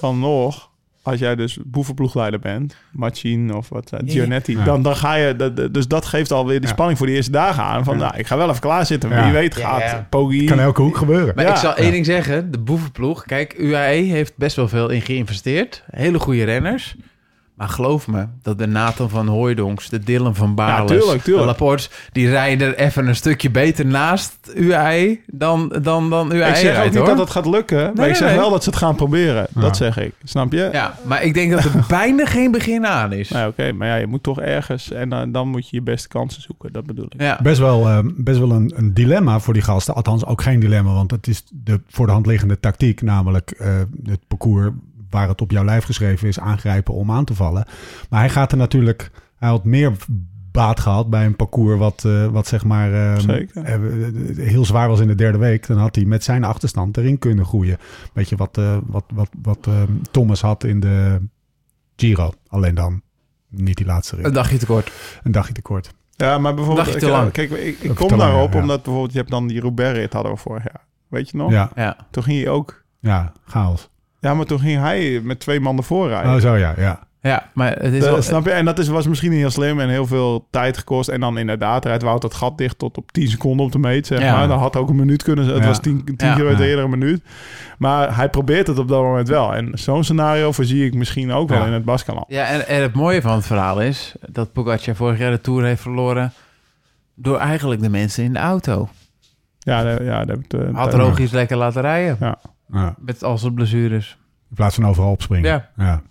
Speaker 4: dan nog, als jij dus boevenploegleider bent, Machin of wat, eh, Giannetti,
Speaker 1: Ja.
Speaker 4: Dan, dan ga je, dat- dat- dus dat geeft alweer die
Speaker 1: Ja.
Speaker 4: spanning voor de eerste dagen aan. Van,
Speaker 1: Ja.
Speaker 4: nou, ik ga wel even klaarzitten,
Speaker 1: Ja.
Speaker 4: wie weet
Speaker 3: Ja,
Speaker 4: gaat
Speaker 3: ja.
Speaker 4: Poggi...
Speaker 1: Kan elke hoek gebeuren.
Speaker 3: Maar
Speaker 4: Ja.
Speaker 3: ik zal
Speaker 1: Ja.
Speaker 3: één ding zeggen. De boevenploeg. Kijk, UAE heeft best wel veel in geïnvesteerd. Hele goede renners. Maar geloof me, dat de Nathan van Hooijdonks, de Dylan van Baarles,
Speaker 4: tuurlijk, tuurlijk.
Speaker 3: de Laporte... die rijden er even een stukje beter naast UAE dan, dan, dan UAE
Speaker 4: ik zeg ook
Speaker 3: rijdt,
Speaker 4: niet
Speaker 3: hoor.
Speaker 4: dat het gaat lukken, maar
Speaker 3: nee,
Speaker 4: ik zeg
Speaker 3: nee.
Speaker 4: wel dat ze het gaan proberen.
Speaker 1: Ja.
Speaker 4: Dat zeg ik, snap je?
Speaker 3: Ja, maar ik denk dat
Speaker 4: *laughs*
Speaker 3: er bijna geen begin aan is.
Speaker 4: Nou, oké, maar ja, je moet toch ergens en eh, dan moet je je beste kansen zoeken, dat bedoel ik.
Speaker 3: Ja.
Speaker 1: Best wel, eh, best wel een, een dilemma voor die gasten. Althans, ook geen dilemma, want het is de voor de hand liggende tactiek. Namelijk eh, het parcours waar het op jouw lijf geschreven is, aangrijpen om aan te vallen. Maar hij gaat er natuurlijk, hij had meer baat gehad bij een parcours wat, eh, wat zeg maar eh,
Speaker 4: Zeker.
Speaker 1: eh, heel zwaar was in de derde week. Dan had hij met zijn achterstand erin kunnen groeien. Weet je wat, eh, wat, wat, wat eh, Thomas had in de Giro. Alleen dan niet die laatste rit.
Speaker 3: Een dagje tekort.
Speaker 1: Een dagje tekort.
Speaker 4: Ja, maar bijvoorbeeld...
Speaker 3: Dagje te
Speaker 4: ik-
Speaker 3: lang.
Speaker 4: Kijk, ik, ik
Speaker 1: Of
Speaker 4: kom
Speaker 1: te lang,
Speaker 4: daarop
Speaker 1: ja.
Speaker 4: omdat bijvoorbeeld je hebt dan die Roubaix-rit hadden we vorig jaar. Weet je nog?
Speaker 1: Ja,
Speaker 3: Ja.
Speaker 4: Toen ging je ook...
Speaker 1: ja, chaos.
Speaker 4: Ja, maar toen ging hij met twee man ervoor rijden.
Speaker 1: Oh, zo ja, ja.
Speaker 3: ja, maar het is
Speaker 4: Dat-
Speaker 3: wel...
Speaker 4: Eh, snap je? En dat is, was misschien niet heel slim en heel veel tijd gekost. En dan inderdaad rijdt Wout dat gat dicht tot op 10 seconden op de meet, zeg
Speaker 3: Ja.
Speaker 4: maar. Dat had ook een minuut kunnen zijn. Het
Speaker 1: Ja.
Speaker 4: was 10 tien
Speaker 3: Ja.
Speaker 4: keer uit
Speaker 1: Ja.
Speaker 4: eerder een minuut. Maar hij probeert het op dat moment wel. En zo'n scenario voorzie ik misschien ook wel
Speaker 1: Ja.
Speaker 4: in het Baskenland.
Speaker 3: Ja, en, en het mooie van het verhaal is dat Pogacar vorig jaar de Tour heeft verloren door eigenlijk de mensen in de auto.
Speaker 4: Ja, daar- ja, daar heb ik de-
Speaker 3: Had
Speaker 4: daar-
Speaker 3: Rogies lekker laten rijden
Speaker 1: ja.
Speaker 3: met al zijn blessures.
Speaker 1: In plaats van overal opspringen.
Speaker 3: Ja.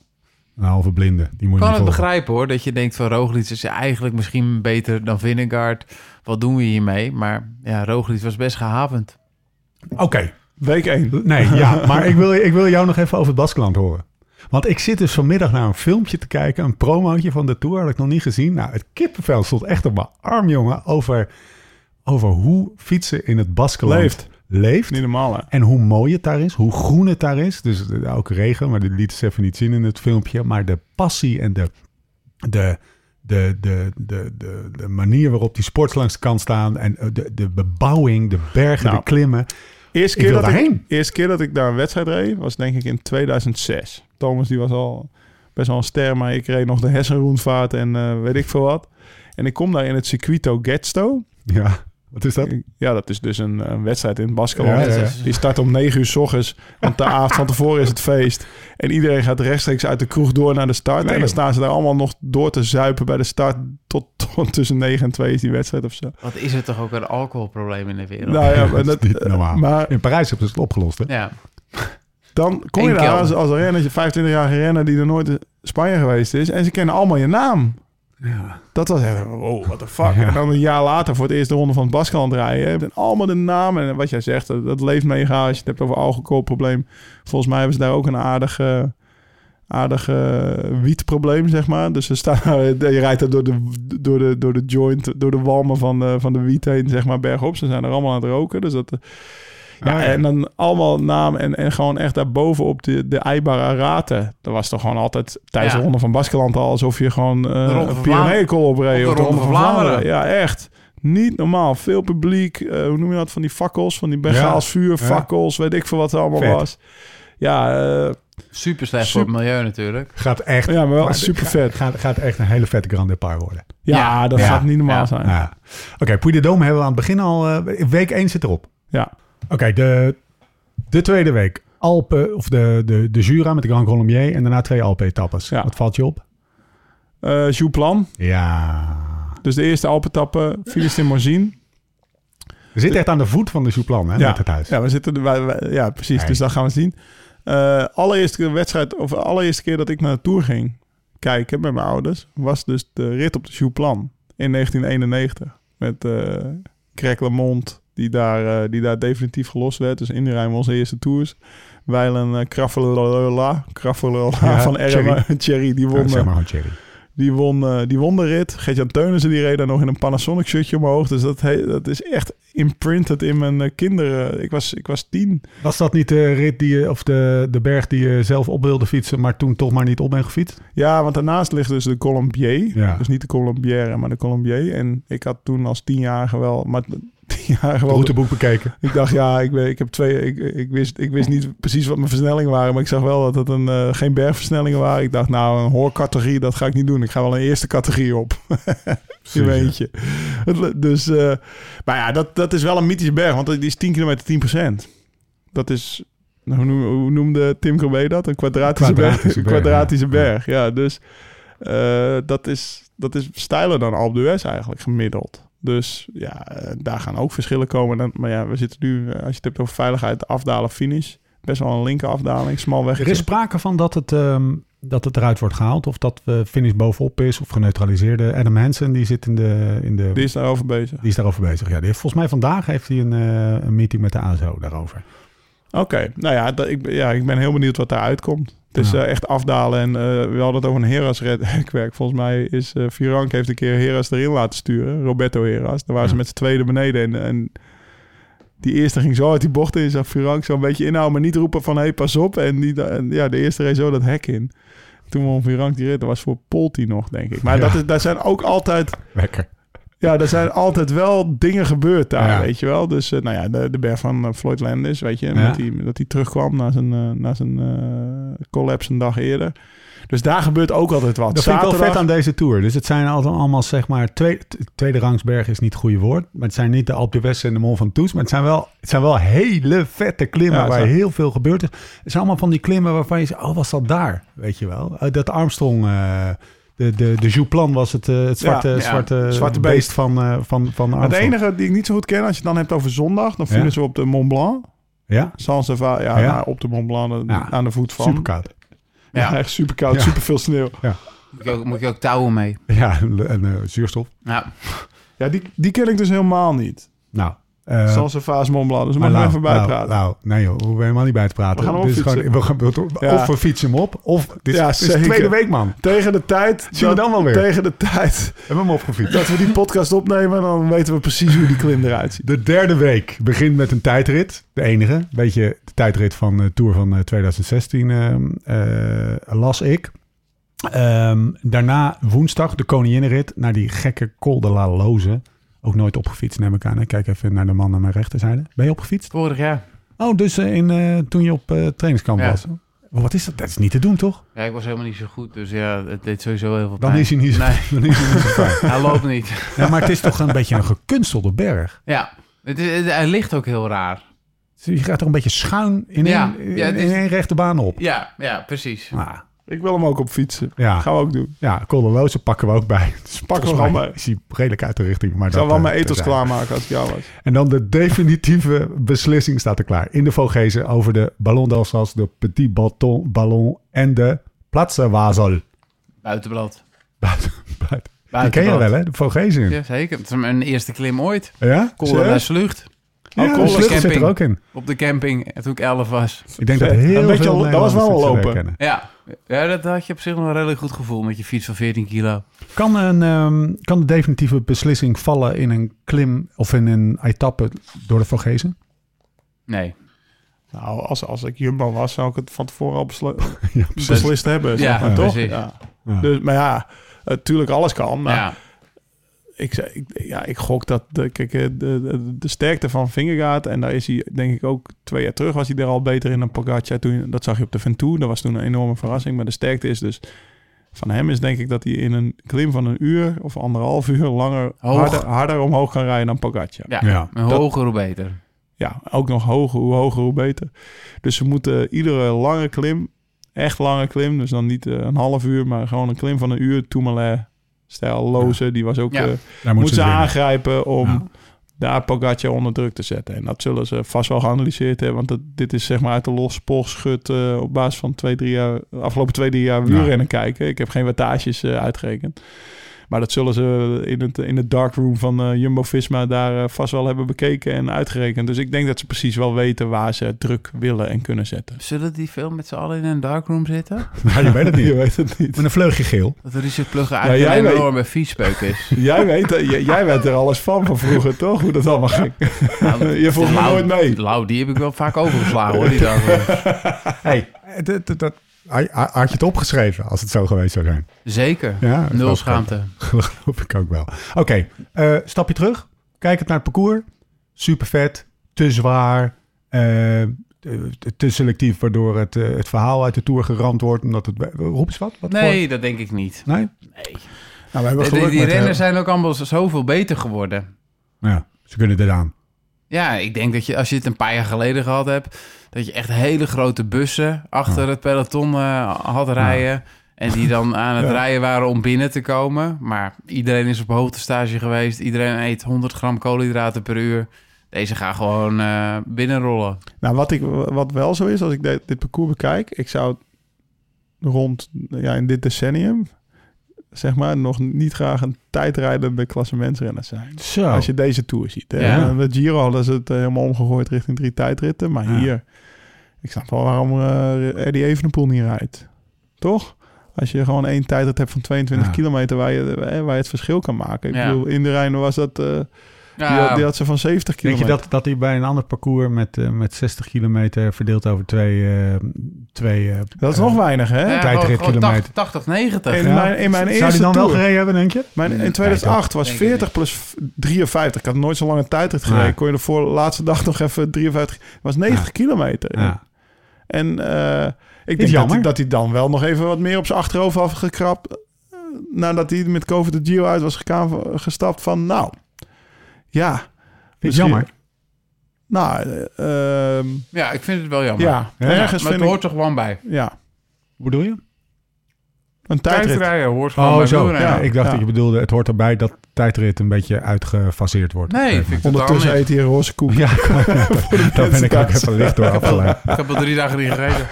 Speaker 1: Een halve blinde. Die moet je
Speaker 3: Ik kan
Speaker 1: niet
Speaker 3: het
Speaker 1: volgen.
Speaker 3: begrijpen hoor, dat je denkt van Roglic is eigenlijk misschien beter dan Vinnegaard. Wat doen we hiermee? Maar ja, Roglic was best gehavend.
Speaker 1: Oké.
Speaker 4: Week 1.
Speaker 1: Nee,
Speaker 3: *laughs*
Speaker 1: ja. Maar ik wil, ik wil jou nog even over het Baskeland horen. Want ik zit dus vanmiddag naar een filmpje te kijken. Een promootje van de Tour had ik nog niet gezien. Nou, het kippenvel stond echt op mijn arm, jongen. Over, over hoe fietsen in het Baskeland
Speaker 4: Leeft.
Speaker 1: leeft.
Speaker 4: Niet normaal, hè?
Speaker 1: En hoe mooi het daar is, hoe groen het daar is. Dus eh, ook regen, maar die lieten ze even niet zien in het filmpje. Maar de passie en de, de, de, de, de, de, de manier waarop die sports langs de kant staan. En eh, de, de bebouwing, de bergen,
Speaker 4: Nou,
Speaker 1: de klimmen.
Speaker 4: Eerste
Speaker 1: Ik
Speaker 4: keer,
Speaker 1: wil
Speaker 4: dat ik,
Speaker 1: daarheen.
Speaker 4: eerste keer dat ik daar een wedstrijd reed, was denk ik in 2006. Thomas die was al best wel een ster, maar ik reed nog de Hessenroenvaart en eh, weet ik veel wat. En ik kom daar in het circuito Getsto.
Speaker 1: Ja, wat is dat?
Speaker 4: Ja, dat is dus een, een wedstrijd in het Baskeland.
Speaker 1: Ja, ja, ja.
Speaker 4: Die start om 9 uur s ochtends, want de avond van tevoren is het feest. En iedereen gaat rechtstreeks uit de kroeg door naar de start.
Speaker 1: Nee,
Speaker 4: en dan
Speaker 1: joh.
Speaker 4: staan ze daar allemaal nog door te zuipen bij de start. Tot, tot tussen 9 en 2 is die wedstrijd of zo.
Speaker 3: Wat is er toch ook een alcoholprobleem in de wereld?
Speaker 4: Nou ja,
Speaker 1: Dat
Speaker 4: maar,
Speaker 1: is
Speaker 4: dat,
Speaker 1: niet normaal.
Speaker 4: maar
Speaker 1: In Parijs hebben ze het opgelost, hè?
Speaker 3: ja.
Speaker 4: dan kom je
Speaker 3: Eén
Speaker 4: daar
Speaker 3: kelder.
Speaker 4: als, als renner, 25-jarige renner die er nooit in Spanje geweest is. En ze kennen allemaal je naam.
Speaker 1: Ja.
Speaker 4: Dat was echt, wow, what the fuck.
Speaker 1: Ja.
Speaker 4: En dan een jaar later voor het eerst de ronde van het Baskeland rijden. En allemaal de namen en wat jij zegt, dat, dat leeft mega als je het hebt over alcoholprobleem. Volgens mij hebben ze daar ook een aardige, aardige eh, wietprobleem, zeg maar. Dus ze staan, *laughs* je rijdt daar door de, door de, door de joint, door de walmen van de, van de wiet heen, zeg maar, bergop. Ze zijn er allemaal aan het roken, dus dat... Ja, en dan allemaal naam en, en gewoon echt daarboven op de, de Eibara Raten. Dat was toch gewoon altijd tijdens
Speaker 3: Ja.
Speaker 4: de Ronde van Baskeland al alsof je gewoon eh,
Speaker 3: Ronde
Speaker 4: een
Speaker 3: van
Speaker 4: Pyreneeënkool
Speaker 3: Of
Speaker 4: opreed.
Speaker 3: de
Speaker 4: Of de Ronde van Vlaanderen.
Speaker 3: Vlaanderen.
Speaker 4: Ja, echt. Niet normaal. Veel publiek. eh, hoe noem je dat? Van die fakkels, van die Bengaals vuur,
Speaker 1: ja.
Speaker 4: fakkels, weet ik veel wat er allemaal
Speaker 1: Vet.
Speaker 4: was. Ja, eh,
Speaker 3: Super slecht
Speaker 4: Super-
Speaker 3: voor het milieu natuurlijk.
Speaker 1: Gaat echt...
Speaker 4: ja, maar wel
Speaker 1: maar-
Speaker 4: super vet.
Speaker 1: Gaat, gaat echt een hele vette Grand Depart worden.
Speaker 4: Ja,
Speaker 3: Ja.
Speaker 4: dat
Speaker 1: Ja.
Speaker 4: gaat niet normaal
Speaker 3: Ja.
Speaker 4: zijn. Ja.
Speaker 1: Ja. Oké, Puy de Dome hebben we aan het begin al... eh, week 1 zit erop. Oké, de, de tweede week. Alpen, of de, de, de Jura met de Grand Colombier en daarna twee Alpen-etappes.
Speaker 4: Ja.
Speaker 1: Wat valt je op?
Speaker 4: Eh, Jouplan.
Speaker 1: Ja.
Speaker 4: Dus de eerste Alpentappe. Philips Limousine.
Speaker 1: We zitten echt aan de voet van de Souplan, hè, met het huis.
Speaker 4: Ja, we zitten, er- wij, wij- ja precies.
Speaker 1: Nee.
Speaker 4: Dus dat gaan we zien. Eh allereerste keer wedstrijd, of allereerste keer dat ik naar de Tour ging kijken met mijn ouders, was dus de rit op de Jouplan in 1991. Met eh Greg LeMond, die daar, eh, die daar definitief gelost werd. Dus in de rij onze eerste Tours. Wijlen eh Kraffelola, Kraffelola
Speaker 1: Ja,
Speaker 4: van Erma,
Speaker 1: Thierry.
Speaker 4: *laughs* Thierry, die
Speaker 1: Ja,
Speaker 4: won, eh,
Speaker 1: zeg maar gewoon Thierry.
Speaker 4: die won, eh, die won de rit. Gert-Jan Teunissen die reed daar nog in een Panasonic shirtje omhoog. Dus dat, he- dat is echt imprinted in mijn eh, kinderen. Ik was, ik was tien.
Speaker 1: Was dat niet de rit die je, of de, de berg die je zelf op wilde fietsen, maar toen toch maar niet op bent gefietst?
Speaker 4: Ja, want daarnaast ligt dus de Colombier.
Speaker 1: Ja.
Speaker 4: Dus niet de Colombière, maar de Colombier. En ik had toen als tienjarige wel... Maar *laughs* tienjarige wel
Speaker 1: routeboek bekeken.
Speaker 4: Ik dacht, ja, ik, ben, ik heb twee. Ik, ik, wist, ik wist niet precies wat mijn versnellingen waren. Maar ik zag wel dat het een, eh, geen bergversnellingen waren. Ik dacht, nou, een hoorcategorie, dat ga ik niet doen. Ik ga wel een eerste categorie op. *laughs* Je weet je. Het- Dus, eh, maar ja, dat, dat is wel een mythische berg. Want die is 10 kilometer 10 Dat is, nou, hoe, noem- hoe noemde Tim Corbet dat? Een kwadratische,
Speaker 1: Kwadratische
Speaker 4: berg.
Speaker 1: berg,
Speaker 4: Een kwadratische
Speaker 1: ja.
Speaker 4: berg, ja. Dus eh, dat, is, dat is steiler dan Alpe d'Huez eigenlijk, gemiddeld. Dus ja, eh, daar gaan ook verschillen komen. Dan, maar ja, we zitten nu, eh, als je het hebt over veiligheid, afdalen, finish. Best wel een linker afdaling, smal
Speaker 1: *laughs*
Speaker 4: weg.
Speaker 1: Er is sprake van dat het, ehm, dat het eruit wordt gehaald. Of dat eh finish bovenop is of geneutraliseerde. Adam Hansen die zit in de... In de
Speaker 4: Die is daarover bezig.
Speaker 1: die is daarover bezig. Ja, die heeft, volgens mij vandaag heeft hij een, eh, een meeting met de ASO daarover.
Speaker 4: Oké, nou ja, dat, ik, ben- ja, ik ben heel benieuwd wat daaruit komt. Het is
Speaker 1: Ja.
Speaker 4: eh, echt afdalen en eh, we hadden het over een Heras-netwerk. *laughs* Volgens mij is eh Virank heeft een keer Heras erin laten sturen, Roberto Heras. Daar waren ze
Speaker 1: Ja.
Speaker 4: met z'n tweede beneden en, en die eerste ging zo uit die bocht in. Zag Virank zo een beetje inhouden, maar niet roepen van hé, hey, pas op. En, die, en ja, de eerste reed zo dat hek in. Toen won Virank die rit, dat was voor Polti nog, denk ik. Maar
Speaker 1: Ja.
Speaker 4: dat is, daar zijn ook altijd
Speaker 1: Lekker.
Speaker 4: ja, er zijn altijd wel dingen gebeurd daar,
Speaker 1: Ja.
Speaker 4: weet je wel. Dus eh, nou ja, de, de berg van eh, Floyd Landis, weet je. en
Speaker 1: Ja.
Speaker 4: Dat, hij, dat hij terugkwam na zijn, eh, na zijn eh, collapse een dag eerder. Dus daar gebeurt ook altijd wat.
Speaker 1: Dat vind ik wel vet aan deze tour. Dus het zijn altijd allemaal, zeg maar, twee, t- tweede rangsberg is niet het goede woord. Maar het zijn niet de Alpe d'Huez en de Mont Ventoux. Maar het zijn wel, het zijn wel hele vette klimmen
Speaker 4: Ja,
Speaker 1: waar
Speaker 4: zo.
Speaker 1: heel veel gebeurd is. Het zijn allemaal van die klimmen waarvan je zegt, oh, was dat daar? Weet je wel. Eh, dat Armstrong, eh, de, de, de Jouplan was het, eh, het zwarte,
Speaker 4: Ja, ja.
Speaker 1: zwarte,
Speaker 4: Zwarte
Speaker 1: beest,
Speaker 4: beest.
Speaker 1: van, eh, van, van
Speaker 4: het
Speaker 1: Armstrong.
Speaker 4: enige die ik niet zo goed ken, als je het dan hebt over zondag, dan vielen
Speaker 1: Ja.
Speaker 4: ze op de Mont Blanc.
Speaker 1: Ja,
Speaker 4: Sans ja, ja.
Speaker 1: Ja.
Speaker 4: nou, op de Mont Blanc eh,
Speaker 1: Ja.
Speaker 4: aan de voet van.
Speaker 1: superkaart.
Speaker 4: Ja,
Speaker 3: Ja.
Speaker 4: echt super koud,
Speaker 1: Ja.
Speaker 4: super veel sneeuw.
Speaker 2: Moet je ook, moet je ook touwen mee.
Speaker 1: Ja, en eh, zuurstof.
Speaker 2: Ja.
Speaker 4: Ja, die, die ken ik dus helemaal niet.
Speaker 1: Nou, eh,
Speaker 4: Sans Vaas Mont Blanc, dus daar
Speaker 1: Maar
Speaker 4: mag
Speaker 1: Lau,
Speaker 4: ik even bij
Speaker 1: Lau,
Speaker 4: praten.
Speaker 1: Lau, nee joh, we hoeven helemaal niet bij te praten.
Speaker 4: We gaan hem
Speaker 1: Dit is
Speaker 4: opfietsen.
Speaker 1: gewoon- we gaan- we-
Speaker 4: Ja.
Speaker 1: Of we fietsen hem op, of dit,
Speaker 4: Ja,
Speaker 1: is- dit is de
Speaker 4: zeker.
Speaker 1: tweede week man.
Speaker 4: Tegen de tijd...
Speaker 1: Zien we
Speaker 4: dat-
Speaker 1: dan wel weer.
Speaker 4: Tegen de tijd
Speaker 1: Hebben we hem opgefietst.
Speaker 4: dat we die podcast opnemen, dan weten we precies hoe die klim eruit ziet.
Speaker 1: De derde week begint met een tijdrit. De enige. Weet je, de tijdrit van de Tour van eh, 2016 ehm, eh, las ik. Ehm, daarna woensdag de koninginrit naar die gekke Col de la Loze. Ook nooit opgefietst, neem ik aan. Ik kijk even naar de man aan mijn rechterzijde. Ben je opgefietst?
Speaker 3: Vorig jaar.
Speaker 1: Oh, dus eh, in, eh, toen je op eh, trainingskamp
Speaker 3: Ja.
Speaker 1: was. Wat is dat? Dat is niet te doen, toch?
Speaker 2: Ja, ik was helemaal niet zo goed, dus ja, het deed sowieso heel veel
Speaker 1: Dan
Speaker 2: pijn.
Speaker 1: is hij niet zo,
Speaker 2: Nee,
Speaker 1: dan is hij niet zo fijn.
Speaker 2: hij loopt niet.
Speaker 1: Ja, maar het is toch een beetje een gekunstelde berg.
Speaker 2: Ja, het is, het- hij ligt ook heel raar.
Speaker 1: Dus je gaat toch een beetje schuin in één,
Speaker 2: Ja, ja, het
Speaker 1: in
Speaker 2: is-
Speaker 1: één rechte baan op.
Speaker 2: Ja, ja, precies.
Speaker 1: Ah,
Speaker 4: Ik wil hem ook op fietsen.
Speaker 1: ja,
Speaker 4: Gaan we ook doen.
Speaker 1: ja Coldeloze pakken we ook bij. *laughs* Dus
Speaker 4: Pakken we
Speaker 1: volgens
Speaker 4: gewoon
Speaker 1: mij
Speaker 4: bij.
Speaker 1: Is hij redelijk uit de richting. Maar
Speaker 4: Ik zou
Speaker 1: dat,
Speaker 4: wel
Speaker 1: eh,
Speaker 4: mijn etels
Speaker 1: terzijde.
Speaker 4: klaarmaken als ik jou was.
Speaker 1: En dan de definitieve beslissing staat er klaar. In de Vogezen over de Ballon d'Alsace, de Petit Ballon, Ballon en de *laughs* Platzerwasel.
Speaker 2: Buitenblad.
Speaker 1: Buiten- buiten. Die ken je
Speaker 2: Buitenblad.
Speaker 1: wel, hè? De Vogezen. Ja?
Speaker 2: Ja, zeker. Het is mijn eerste klim ooit.
Speaker 1: Ja,
Speaker 3: Cool.
Speaker 4: Serieus?
Speaker 2: Slucht.
Speaker 1: ja
Speaker 4: Alcohol
Speaker 1: de sleutel zit er
Speaker 3: camping.
Speaker 1: ook in.
Speaker 2: Op de camping, toen ik 11 was.
Speaker 1: Ik denk dat
Speaker 4: Vet.
Speaker 1: heel
Speaker 4: Een beetje-
Speaker 1: veel
Speaker 4: dat was wel
Speaker 1: Nederlanders dit zullen
Speaker 4: lopen.
Speaker 1: herkennen.
Speaker 2: Ja. ja, dat had je op zich nog een redelijk goed gevoel met je fiets van 14 kilo.
Speaker 1: Kan, een, ehm, kan de definitieve beslissing vallen in een klim of in een etappe door de Vogezen?
Speaker 2: Nee.
Speaker 4: Nou, als, als ik Jumbo was, zou ik het van tevoren al beslo-
Speaker 1: *laughs* Ja,
Speaker 4: beslist hebben. Zeg
Speaker 2: Ja,
Speaker 4: maar, toch?
Speaker 2: precies.
Speaker 4: Ja.
Speaker 1: Ja.
Speaker 4: Dus, maar ja, natuurlijk alles kan. Maar
Speaker 2: Ja.
Speaker 4: ik, zei- ik, ja, ik gok dat de, kijk, eh, de, de, de sterkte van Vingegaard... en daar is hij denk ik ook twee jaar terug... was hij er al beter in dan Pogacar. Toen, dat zag je op de Ventoux. Dat was toen een enorme verrassing. Maar de sterkte is dus... Van hem is denk ik dat hij in een klim van een uur of anderhalf uur langer
Speaker 2: Hoog.
Speaker 4: harder, harder omhoog kan rijden dan Pogacar.
Speaker 2: ja.
Speaker 1: Ja.
Speaker 2: Hoe Hoger, hoe beter.
Speaker 4: ja, ook nog hoger, hoe hoger, hoe beter. Dus ze moeten iedere lange klim, echt lange klim, dus dan niet eh, een half uur, maar gewoon een klim van een uur, Tourmalet, stijl Loze, die was ook,
Speaker 2: Ja.
Speaker 4: eh,
Speaker 1: Daar
Speaker 4: moeten ze
Speaker 1: winnen.
Speaker 4: aangrijpen om
Speaker 1: Ja.
Speaker 4: daar Pogacar onder druk te zetten. En dat zullen ze vast wel geanalyseerd hebben, want dat, dit is zeg maar uit de los pols geschud eh, op basis van twee, drie jaar, afgelopen twee, drie jaar wielrennen kijken. Ik heb geen wattages eh, uitgerekend. Maar dat zullen ze in het, in het darkroom van eh, Jumbo-Visma daar eh, vast wel hebben bekeken en uitgerekend. Dus ik denk dat ze precies wel weten waar ze druk willen en kunnen zetten.
Speaker 3: Zullen die veel met z'n allen in een darkroom zitten?
Speaker 1: *laughs* Nou, je weet het
Speaker 4: *laughs* Je
Speaker 3: *laughs*
Speaker 1: niet.
Speaker 4: weet het niet.
Speaker 1: Met een vleugje geel.
Speaker 3: Dat Richard Plugge
Speaker 4: Ja,
Speaker 3: eigenlijk
Speaker 4: jij
Speaker 3: een
Speaker 4: weet-
Speaker 3: enorme viespeuk
Speaker 4: *laughs*
Speaker 3: is.
Speaker 4: Jij weet, eh, jij, jij weet er alles van van vroeger, toch? Hoe dat allemaal *laughs* ging. Je vroeg me nooit mee.
Speaker 3: Nou, Lau, die heb ik wel vaak overgeslagen Ah, hoor, die darkrooms.
Speaker 1: *laughs* Hey, dat, dat, dat- had had je het opgeschreven als het zo geweest zou zijn?
Speaker 3: Zeker.
Speaker 1: Ja, *laughs* dat
Speaker 3: Nul
Speaker 1: is
Speaker 3: schaamte.
Speaker 1: Geloof ik ook wel. Oké, eh, stapje terug. Kijk het naar het parcours. Super vet, te zwaar, eh, te- te selectief, waardoor het, eh, het verhaal uit de tour geramd wordt. Omdat het, roep eens wat? wat
Speaker 3: Nee, dat denk ik niet.
Speaker 1: voor- Nee?
Speaker 3: Nee.
Speaker 1: Nou, we hebben
Speaker 3: Die,
Speaker 1: geluk
Speaker 3: die
Speaker 1: met, eh,
Speaker 3: renners zijn ook allemaal zo- zoveel beter geworden.
Speaker 1: Ja, ze kunnen dit aan.
Speaker 3: Ja, ik denk dat je als je het een paar jaar geleden gehad hebt, dat je echt hele grote bussen achter het peloton eh, had rijden. En die dan aan het rijden waren om binnen te komen. Maar iedereen is op hoogtestage geweest. Iedereen eet 100 gram koolhydraten per uur. Deze gaan gewoon eh, binnenrollen.
Speaker 4: Nou, wat, ik, wat wel zo is, als ik dit, dit parcours bekijk, ik zou rond ja, in dit decennium, zeg maar, nog niet graag een tijdrijdende klassementsrenner zijn.
Speaker 1: Zo.
Speaker 4: Als je deze tour ziet. Hè?
Speaker 3: Ja.
Speaker 4: En Met Giro hadden ze het eh, helemaal omgegooid richting drie tijdritten, maar
Speaker 1: Ja.
Speaker 4: hier, ik snap wel waarom eh Eddie Evenepoel niet rijdt. Toch? Als je gewoon één tijdrit hebt van 22
Speaker 1: Ja.
Speaker 4: kilometer waar je, eh, waar je het verschil kan maken. Ik
Speaker 3: Ja.
Speaker 4: bedoel, in de Rijn was dat, eh, die,
Speaker 3: Ja,
Speaker 4: had, die had ze van 70
Speaker 1: Denk je
Speaker 4: kilometer.
Speaker 1: dat, dat hij bij een ander parcours met, eh, met 60 kilometer verdeeld over twee... eh, twee eh,
Speaker 4: Dat is
Speaker 1: eh,
Speaker 4: nog weinig, hè?
Speaker 3: ja,
Speaker 1: tijdrit
Speaker 3: gewoon- gewoon
Speaker 1: kilometer.
Speaker 3: 80, 80, 90.
Speaker 4: In
Speaker 1: Ja.
Speaker 4: mijn, in mijn
Speaker 1: Zou
Speaker 4: eerste
Speaker 1: hij dan wel
Speaker 4: tour-
Speaker 1: gereden hebben, denk je?
Speaker 4: Mijn,
Speaker 3: Nee,
Speaker 4: in 2008 was
Speaker 3: denk ik
Speaker 4: 40 plus v- 53. Ik had nooit zo lange tijdrit gereden.
Speaker 1: Nee.
Speaker 4: Kon je de voor, laatste dag nog even 53... was 90
Speaker 1: Ja.
Speaker 4: kilometer.
Speaker 1: Ja.
Speaker 4: En eh, ik denk dat
Speaker 1: jammer.
Speaker 4: hij, dat hij dan wel nog even wat meer op zijn achterhoofd had gekrapt. eh, nadat hij met COVID de Giro uit was geka- gestapt van... Nou, ja.
Speaker 1: Vind je
Speaker 4: misschien-
Speaker 1: jammer?
Speaker 4: Nou, eh, ehm,
Speaker 3: Ja, ik vind het wel jammer.
Speaker 4: ja.
Speaker 1: Ja,
Speaker 4: Ergens
Speaker 3: maar het
Speaker 4: vind ik...
Speaker 3: hoort toch gewoon bij.
Speaker 4: Ja,
Speaker 1: Hoe bedoel je?
Speaker 4: een tijdrit.
Speaker 3: Tijdrijden hoort gewoon
Speaker 1: Oh,
Speaker 3: bij
Speaker 1: zo.
Speaker 3: wielrennen.
Speaker 1: Ja, ik dacht
Speaker 4: Ja.
Speaker 1: dat je bedoelde, het hoort erbij dat tijdrit een beetje uitgefaseerd wordt.
Speaker 3: Nee, vind ik totaal
Speaker 4: Ondertussen
Speaker 3: niet.
Speaker 4: eet hij een roze koek.
Speaker 1: Ja, *laughs* daar ben ik ook even licht door afgeleid.
Speaker 3: Ik heb al drie dagen niet gereden.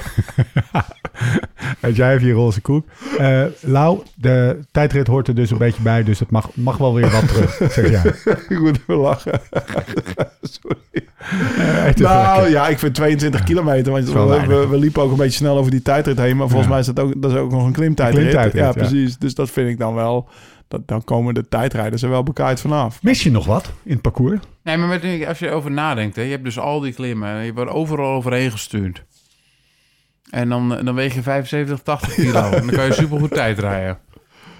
Speaker 1: Weet jij even je roze koek. Eh Lau, de tijdrit hoort er dus een beetje bij, dus het mag, mag wel weer wat terug, zeg jij.
Speaker 4: *laughs* ik moet even lachen. Sorry.
Speaker 1: Eh, *laughs* het is
Speaker 4: Nou
Speaker 1: lekker.
Speaker 4: ja, ik vind 22 kilometer. Want
Speaker 1: is wel
Speaker 4: we, we,
Speaker 1: weinig.
Speaker 4: we liepen ook een beetje snel over die tijdrit heen. Maar volgens
Speaker 1: Ja.
Speaker 4: mij is dat ook, dat is ook nog een klimtijdrit.
Speaker 1: Een klimtijdrit,
Speaker 4: ja,
Speaker 1: ja.
Speaker 4: precies. Dus dat vind ik dan wel. Dat, dan komen de tijdrijders er wel bekaaid vanaf.
Speaker 1: Mis je nog wat in het parcours?
Speaker 3: Nee, maar met, als je erover nadenkt, hè, je hebt dus al die klimmen, je wordt overal overheen gestuurd. En dan, eh, dan weeg je 75, 80 kilo. En dan kan je supergoed tijd rijden.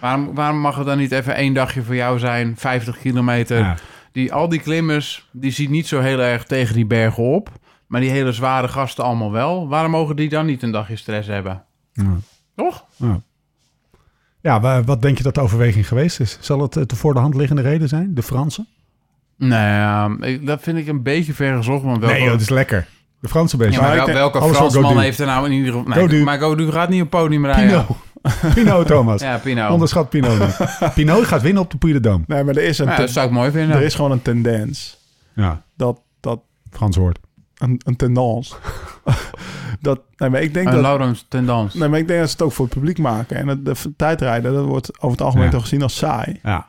Speaker 3: Waarom, waarom mag het dan niet even één dagje voor jou zijn, 50 kilometer?
Speaker 1: Ja.
Speaker 3: Die, al die klimmers, die zien niet zo heel erg tegen die bergen op. Maar die hele zware gasten allemaal wel. Waarom mogen die dan niet een dagje stress hebben?
Speaker 1: Ja.
Speaker 3: Toch?
Speaker 1: Ja, wa- wat denk je dat de overweging geweest is? Zal het eh, de voor de hand liggende reden zijn? De Fransen?
Speaker 3: Nou ja, ik- dat vind ik een beetje ver gezocht. Want welke,
Speaker 1: Nee, joh, dat is lekker. De Fransen bezig.
Speaker 3: ja, maar
Speaker 4: Maar ik
Speaker 3: wel-
Speaker 4: denk-
Speaker 3: welke
Speaker 1: alles wat
Speaker 3: Fransman
Speaker 1: Godu.
Speaker 3: heeft er nou in ieder geval... Nee,
Speaker 1: Godu.
Speaker 3: Maar Godu gaat niet op podium rijden.
Speaker 1: Pino. Pino, Thomas.
Speaker 3: Ja, Pino.
Speaker 4: Oh.
Speaker 1: Onderschat Pino
Speaker 4: *laughs*
Speaker 1: niet. Pino gaat winnen op de Puy de Dôme.
Speaker 4: Nee, maar er is, een
Speaker 3: Ja,
Speaker 4: ten-
Speaker 3: dat zou ik mooi vinden.
Speaker 4: er is gewoon een tendens.
Speaker 1: Ja,
Speaker 4: Dat, dat,
Speaker 1: Frans woord.
Speaker 4: een, een tendens. *laughs* dat, nee, maar ik denk
Speaker 3: een
Speaker 4: dat,
Speaker 3: Laurens tendans.
Speaker 4: nee, maar ik denk dat ze het ook voor het publiek maken. En het, de v- tijdrijden, dat wordt over het algemeen
Speaker 1: Ja.
Speaker 4: toch gezien als saai.
Speaker 1: Ja.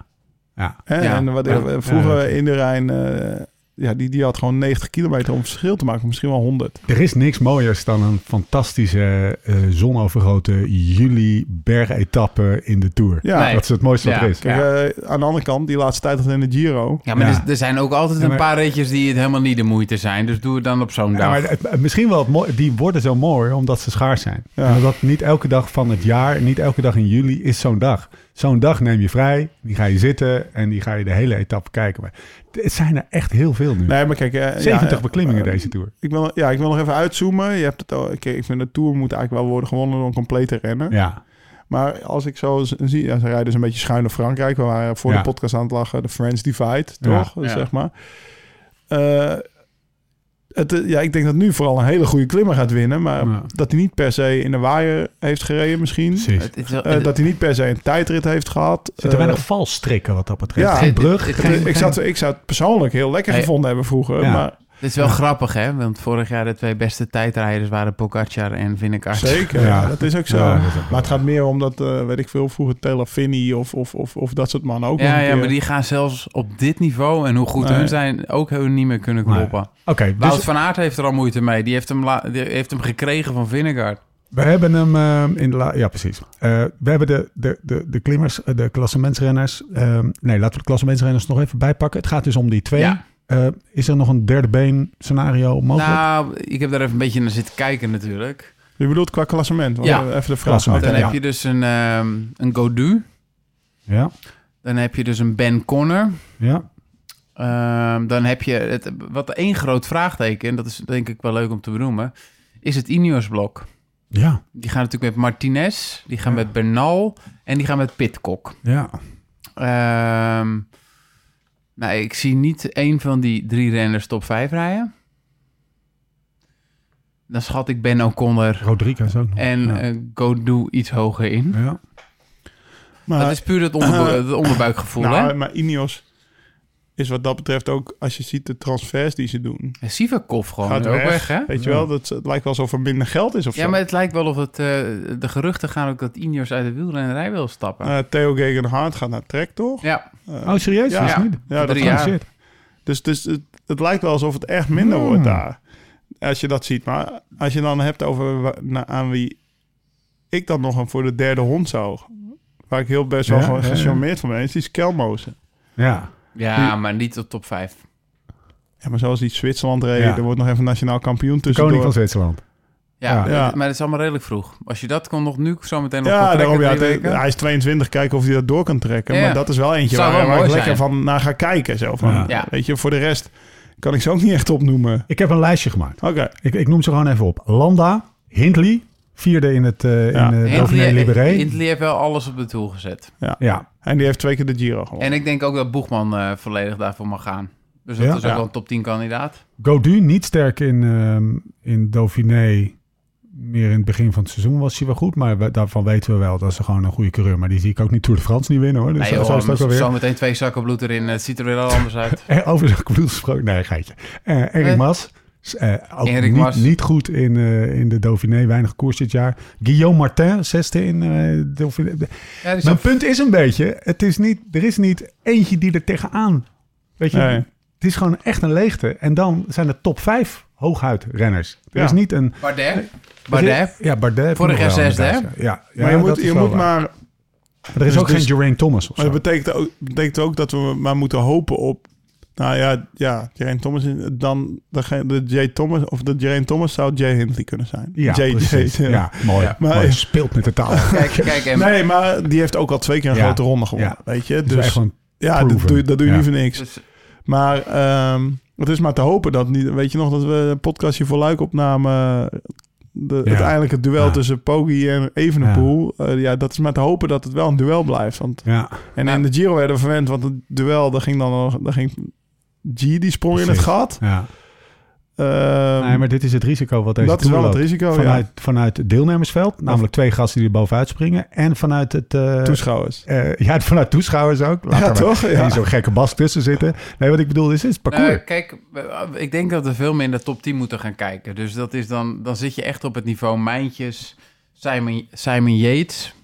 Speaker 1: Ja.
Speaker 4: Hè?
Speaker 3: Ja.
Speaker 4: En wat, eh,
Speaker 1: Ja.
Speaker 4: vroeger
Speaker 1: Ja.
Speaker 4: in de Rijn, eh, ja, die, die had gewoon 90 kilometer om verschil te maken. Misschien wel 100.
Speaker 1: Er is niks mooiers dan een fantastische eh zonovergrote juli bergetappe in de Tour.
Speaker 4: Ja,
Speaker 3: Nee.
Speaker 1: Dat is het mooiste wat
Speaker 3: Ja.
Speaker 1: er is.
Speaker 4: Kijk, eh, aan de andere kant, die laatste tijd in de Giro.
Speaker 3: Ja, maar dus
Speaker 1: Ja.
Speaker 3: Er, er zijn ook altijd
Speaker 1: Ja, maar-
Speaker 3: een paar ritjes die het helemaal niet de moeite zijn. Dus doe het dan op zo'n
Speaker 1: Ja,
Speaker 3: dag.
Speaker 1: maar het- misschien wel het mooi, die worden zo mooi omdat ze schaars zijn.
Speaker 4: Ja.
Speaker 1: En Omdat niet elke dag van het jaar, niet elke dag in juli is zo'n dag. Zo'n dag neem je vrij, die ga je zitten en die ga je de hele etappe kijken. Maar het zijn er echt heel veel nu.
Speaker 4: Nee, maar kijk, eh,
Speaker 1: 70
Speaker 4: ja, eh,
Speaker 1: beklimmingen
Speaker 4: eh,
Speaker 1: deze Tour.
Speaker 4: Ik wil, ja, ik wil nog even uitzoomen. Je hebt het al, kijk, ik vind de Tour moet eigenlijk wel worden gewonnen door een complete renner.
Speaker 1: Ja,
Speaker 4: Maar als ik zo z- zie, ja, ze rijden dus een beetje schuin naar Frankrijk. We waren voor
Speaker 1: Ja.
Speaker 4: de podcast aan het lachen, de French Divide,
Speaker 1: Ja.
Speaker 4: toch?
Speaker 3: Ja.
Speaker 4: Zeg maar. Eh, het, eh, ja, ik denk dat nu vooral een hele goede klimmer gaat winnen. Maar
Speaker 1: Ja.
Speaker 4: dat hij niet per se in de waaier heeft gereden misschien.
Speaker 1: precies.
Speaker 3: Het is wel-
Speaker 4: Eh,
Speaker 3: het-
Speaker 4: dat hij niet per se een tijdrit heeft gehad. Eh,
Speaker 1: Er zitten weinig valstrikken wat dat betreft.
Speaker 4: ja.
Speaker 1: Geen brug.
Speaker 3: Het- het-
Speaker 1: geen-
Speaker 4: ik, zou het, ik zou het persoonlijk heel lekker
Speaker 3: Hey.
Speaker 4: gevonden hebben vroeger.
Speaker 1: Ja.
Speaker 4: Maar
Speaker 3: Dit is wel grappig, hè? Want vorig jaar de twee beste tijdrijders waren Pogacar en Vinnegaard.
Speaker 4: Zeker,
Speaker 1: Ja.
Speaker 4: ja, dat is ook zo.
Speaker 1: Ja, dat is ook
Speaker 4: maar het gaat meer om dat, eh, weet ik veel, vroeger Telafini of, of, of, of dat soort mannen ook nog
Speaker 3: Ja,
Speaker 4: een
Speaker 3: ja,
Speaker 4: keer.
Speaker 3: maar die gaan zelfs op dit niveau en hoe goed
Speaker 4: Nee.
Speaker 3: hun zijn, ook hun niet meer kunnen
Speaker 1: Nee.
Speaker 3: kloppen.
Speaker 1: Oké,
Speaker 3: Wout
Speaker 1: dus
Speaker 3: van Aert heeft er al moeite mee. Die heeft hem, la- die heeft hem gekregen van Vinnegaard.
Speaker 1: we hebben hem ehm, in de la- Ja, precies. Eh, we hebben de, de, de, de klimmers, eh, de klassementsrenners... ehm, nee, laten we de klassementsrenners nog even bijpakken. Het gaat dus om die twee.
Speaker 3: Ja.
Speaker 1: Eh, is er nog een derde been scenario mogelijk?
Speaker 3: Nou, ik heb daar even een beetje naar zitten kijken natuurlijk.
Speaker 4: Je bedoelt qua klassement? Want
Speaker 3: Ja.
Speaker 4: we- Even de vraag.
Speaker 1: Klassement,
Speaker 4: uit.
Speaker 3: Dan
Speaker 1: ja.
Speaker 3: heb je dus een, ehm een Godu.
Speaker 1: Ja,
Speaker 3: Dan heb je dus een Ben Connor.
Speaker 1: ja.
Speaker 3: Ehm, dan heb je het, wat één groot vraagteken, en dat is denk ik wel leuk om te benoemen, is het Ineos-blok.
Speaker 1: Ja,
Speaker 3: Die gaan natuurlijk met Martinez, die gaan
Speaker 1: Ja.
Speaker 3: met Bernal en die gaan met Pitcock.
Speaker 1: ja.
Speaker 3: Ehm, nou, ik zie niet één van die drie renners top 5 rijden. Dan schat ik Ben O'Connor
Speaker 1: Rodriguez ook nog.
Speaker 3: en
Speaker 1: ja.
Speaker 3: eh, Godou iets hoger in.
Speaker 1: ja.
Speaker 4: Maar,
Speaker 3: dat is puur het, onderbu-
Speaker 1: *coughs*
Speaker 3: het onderbuikgevoel,
Speaker 4: nou,
Speaker 3: hè?
Speaker 4: maar Ineos is wat dat betreft ook, als je ziet de transfers die ze doen,
Speaker 3: En Sivakov gewoon
Speaker 4: gaat
Speaker 3: ook
Speaker 4: weg.
Speaker 3: weg, hè?
Speaker 4: Weet je
Speaker 1: Ja.
Speaker 4: wel, dat, het lijkt wel alsof er minder geld is of
Speaker 3: Ja,
Speaker 4: zo.
Speaker 3: maar het lijkt wel of het... eh, de geruchten gaan ook dat Ineos uit de wielrennerij wil stappen.
Speaker 4: Eh, Theo Gegenhardt gaat naar Trek, toch?
Speaker 3: ja,
Speaker 4: Eh,
Speaker 1: Oh, serieus?
Speaker 4: Ja.
Speaker 1: Is niet?
Speaker 4: ja, dat
Speaker 3: drie
Speaker 1: Oh,
Speaker 3: jaar.
Speaker 1: shit.
Speaker 4: Dus, dus het, het lijkt wel alsof het echt minder
Speaker 1: Hmm.
Speaker 4: wordt daar. Als je dat ziet. Maar als je dan hebt over wa- na- aan wie ik dan nog een voor de derde hond zou. Waar ik heel best wel
Speaker 1: Ja,
Speaker 4: gewoon
Speaker 1: ja, ja.
Speaker 4: gecharmeerd van ben, is die Skelmozen.
Speaker 1: Ja.
Speaker 3: ja maar niet op top 5.
Speaker 4: Ja, maar zoals die Zwitserland reden,
Speaker 1: Ja.
Speaker 4: er wordt nog even nationaal kampioen
Speaker 3: Dus
Speaker 4: tussendoor.
Speaker 1: Koning van Zwitserland.
Speaker 3: Ja,
Speaker 4: Ja.
Speaker 3: maar dat is allemaal redelijk vroeg. Als je dat kon nog nu zo meteen nog
Speaker 4: ja,
Speaker 3: gaan trekken,
Speaker 4: daarom, ja,
Speaker 3: drie
Speaker 4: het-
Speaker 3: weken.
Speaker 4: hij is 22, kijken of hij dat door kan trekken.
Speaker 3: Ja.
Speaker 4: Maar dat is wel eentje
Speaker 3: Zou
Speaker 4: waar,
Speaker 3: wel
Speaker 4: waar
Speaker 3: mooi
Speaker 4: ik lekker
Speaker 3: zijn.
Speaker 4: van naar ga kijken. Zo. Van,
Speaker 1: Ja.
Speaker 3: Ja.
Speaker 4: Weet je, voor de rest kan ik ze ook niet echt opnoemen.
Speaker 1: Ik heb een lijstje gemaakt.
Speaker 4: Oké,
Speaker 1: Ik, ik noem ze gewoon even op. Landa, Hindley, vierde in het eh
Speaker 4: Ja.
Speaker 1: in, eh, Dauphiné
Speaker 3: Hindley-
Speaker 1: Libéré.
Speaker 3: Hindley heeft wel alles op de tool gezet.
Speaker 1: Ja,
Speaker 4: en die heeft twee keer de Giro gewonnen.
Speaker 3: En ik denk ook dat Boegman eh, volledig daarvoor mag gaan. Dus dat
Speaker 1: Ja?
Speaker 3: is ook
Speaker 4: Ja. Dus
Speaker 3: wel een top 10 kandidaat.
Speaker 1: Godu niet sterk in, ehm, in Dauphiné. Meer in het begin van het seizoen was hij wel goed. Maar we- daarvan weten we wel dat ze gewoon een goede coureur. Maar die zie ik ook niet Tour de France niet winnen hoor. Dus
Speaker 3: nee,
Speaker 1: zo,
Speaker 3: joh,
Speaker 1: zo is het ook alweer.
Speaker 3: zo meteen twee zakken bloed erin. eh, Het ziet er weer al anders uit.
Speaker 1: Eh, Over de bloed gesproken. Nee, geitje. Eh Erik
Speaker 3: Eh?
Speaker 1: Mas. S- eh, ook
Speaker 3: Erik
Speaker 1: niet,
Speaker 3: Mas.
Speaker 1: niet goed in, eh, in de Dauphiné. Weinig koers dit jaar. Guillaume Martin, zesde in eh Dauphiné.
Speaker 3: Ja, dus
Speaker 1: Mijn punt is een beetje, het is niet, er is niet eentje die er tegenaan. Weet je,
Speaker 4: Nee.
Speaker 1: het is gewoon echt een leegte. En dan zijn er top vijf hooguit renners. Er
Speaker 4: Ja.
Speaker 1: is niet een.
Speaker 3: Bardet. Bardet.
Speaker 1: Ja, Bardet. heeft
Speaker 3: Vorig
Speaker 1: nog
Speaker 3: jaar
Speaker 1: wel
Speaker 3: zesde,
Speaker 1: inderdaad, Ja, ja,
Speaker 4: maar
Speaker 1: ja,
Speaker 4: je
Speaker 1: dat
Speaker 4: moet,
Speaker 1: is
Speaker 4: je
Speaker 1: wel
Speaker 4: moet
Speaker 1: waar.
Speaker 4: maar
Speaker 1: Maar er is
Speaker 4: dus-
Speaker 1: ook geen
Speaker 4: dus-
Speaker 1: Geraint Thomas of
Speaker 4: Maar
Speaker 1: zo.
Speaker 4: dat betekent ook, betekent ook dat we maar moeten hopen op. Nou ja, ja Jaren Thomas. is- Dan de, de J. Thomas. Of de Jaren Thomas zou J. Hindley kunnen zijn.
Speaker 1: ja,
Speaker 4: J.
Speaker 1: precies.
Speaker 4: J-
Speaker 1: ja, mooi.
Speaker 4: Ja. Maar-
Speaker 1: mooi. Dus- Speelt met de *laughs* taal.
Speaker 3: Kijk, kijk en
Speaker 4: *laughs* Nee, maar die heeft ook al twee keer een
Speaker 1: Ja.
Speaker 4: grote ronde gewonnen.
Speaker 1: Ja.
Speaker 4: Weet je?
Speaker 1: Dus echt
Speaker 4: Dus
Speaker 1: gewoon,
Speaker 4: ja, dat
Speaker 1: proven.
Speaker 4: doe, je- dat doe je
Speaker 1: Ja.
Speaker 4: niet voor niks.
Speaker 3: dus-
Speaker 4: Maar ehm, het is maar te hopen dat niet. Weet je nog dat we een podcastje voor Luik opnamen? De,
Speaker 1: Ja.
Speaker 4: Uiteindelijk het duel
Speaker 1: Ja.
Speaker 4: tussen Poggi en Evenepoel. Ja. ja, dat is maar te hopen dat het wel een duel blijft. Want
Speaker 1: ja,
Speaker 4: En
Speaker 3: Ja.
Speaker 4: in de Giro werden we verwend, want het duel, daar ging dan nog, daar ging G, die sprong in het
Speaker 1: Precies.
Speaker 4: gat.
Speaker 1: ja.
Speaker 4: Ehm,
Speaker 1: Nee, maar dit is het risico wat deze
Speaker 4: dat is
Speaker 1: Tour
Speaker 4: wel het
Speaker 1: loopt.
Speaker 4: risico,
Speaker 1: Vanuit,
Speaker 4: ja.
Speaker 1: vanuit het deelnemersveld, namelijk twee gasten die er bovenuit springen. En vanuit het... eh,
Speaker 4: Toeschouwers.
Speaker 1: eh, ja, *laughs* vanuit toeschouwers ook. Laat
Speaker 4: Ja,
Speaker 1: daar maar
Speaker 4: toch? Ja.
Speaker 1: niet zo'n gekke bas tussen zitten. Nee, wat ik bedoel is, is het parcours.
Speaker 3: Nou, kijk, eh, ik denk dat we veel meer in de top 10 moeten gaan kijken. Dus dat is dan, dan zit je echt op het niveau Mijntjes, Simon, Simon Yates,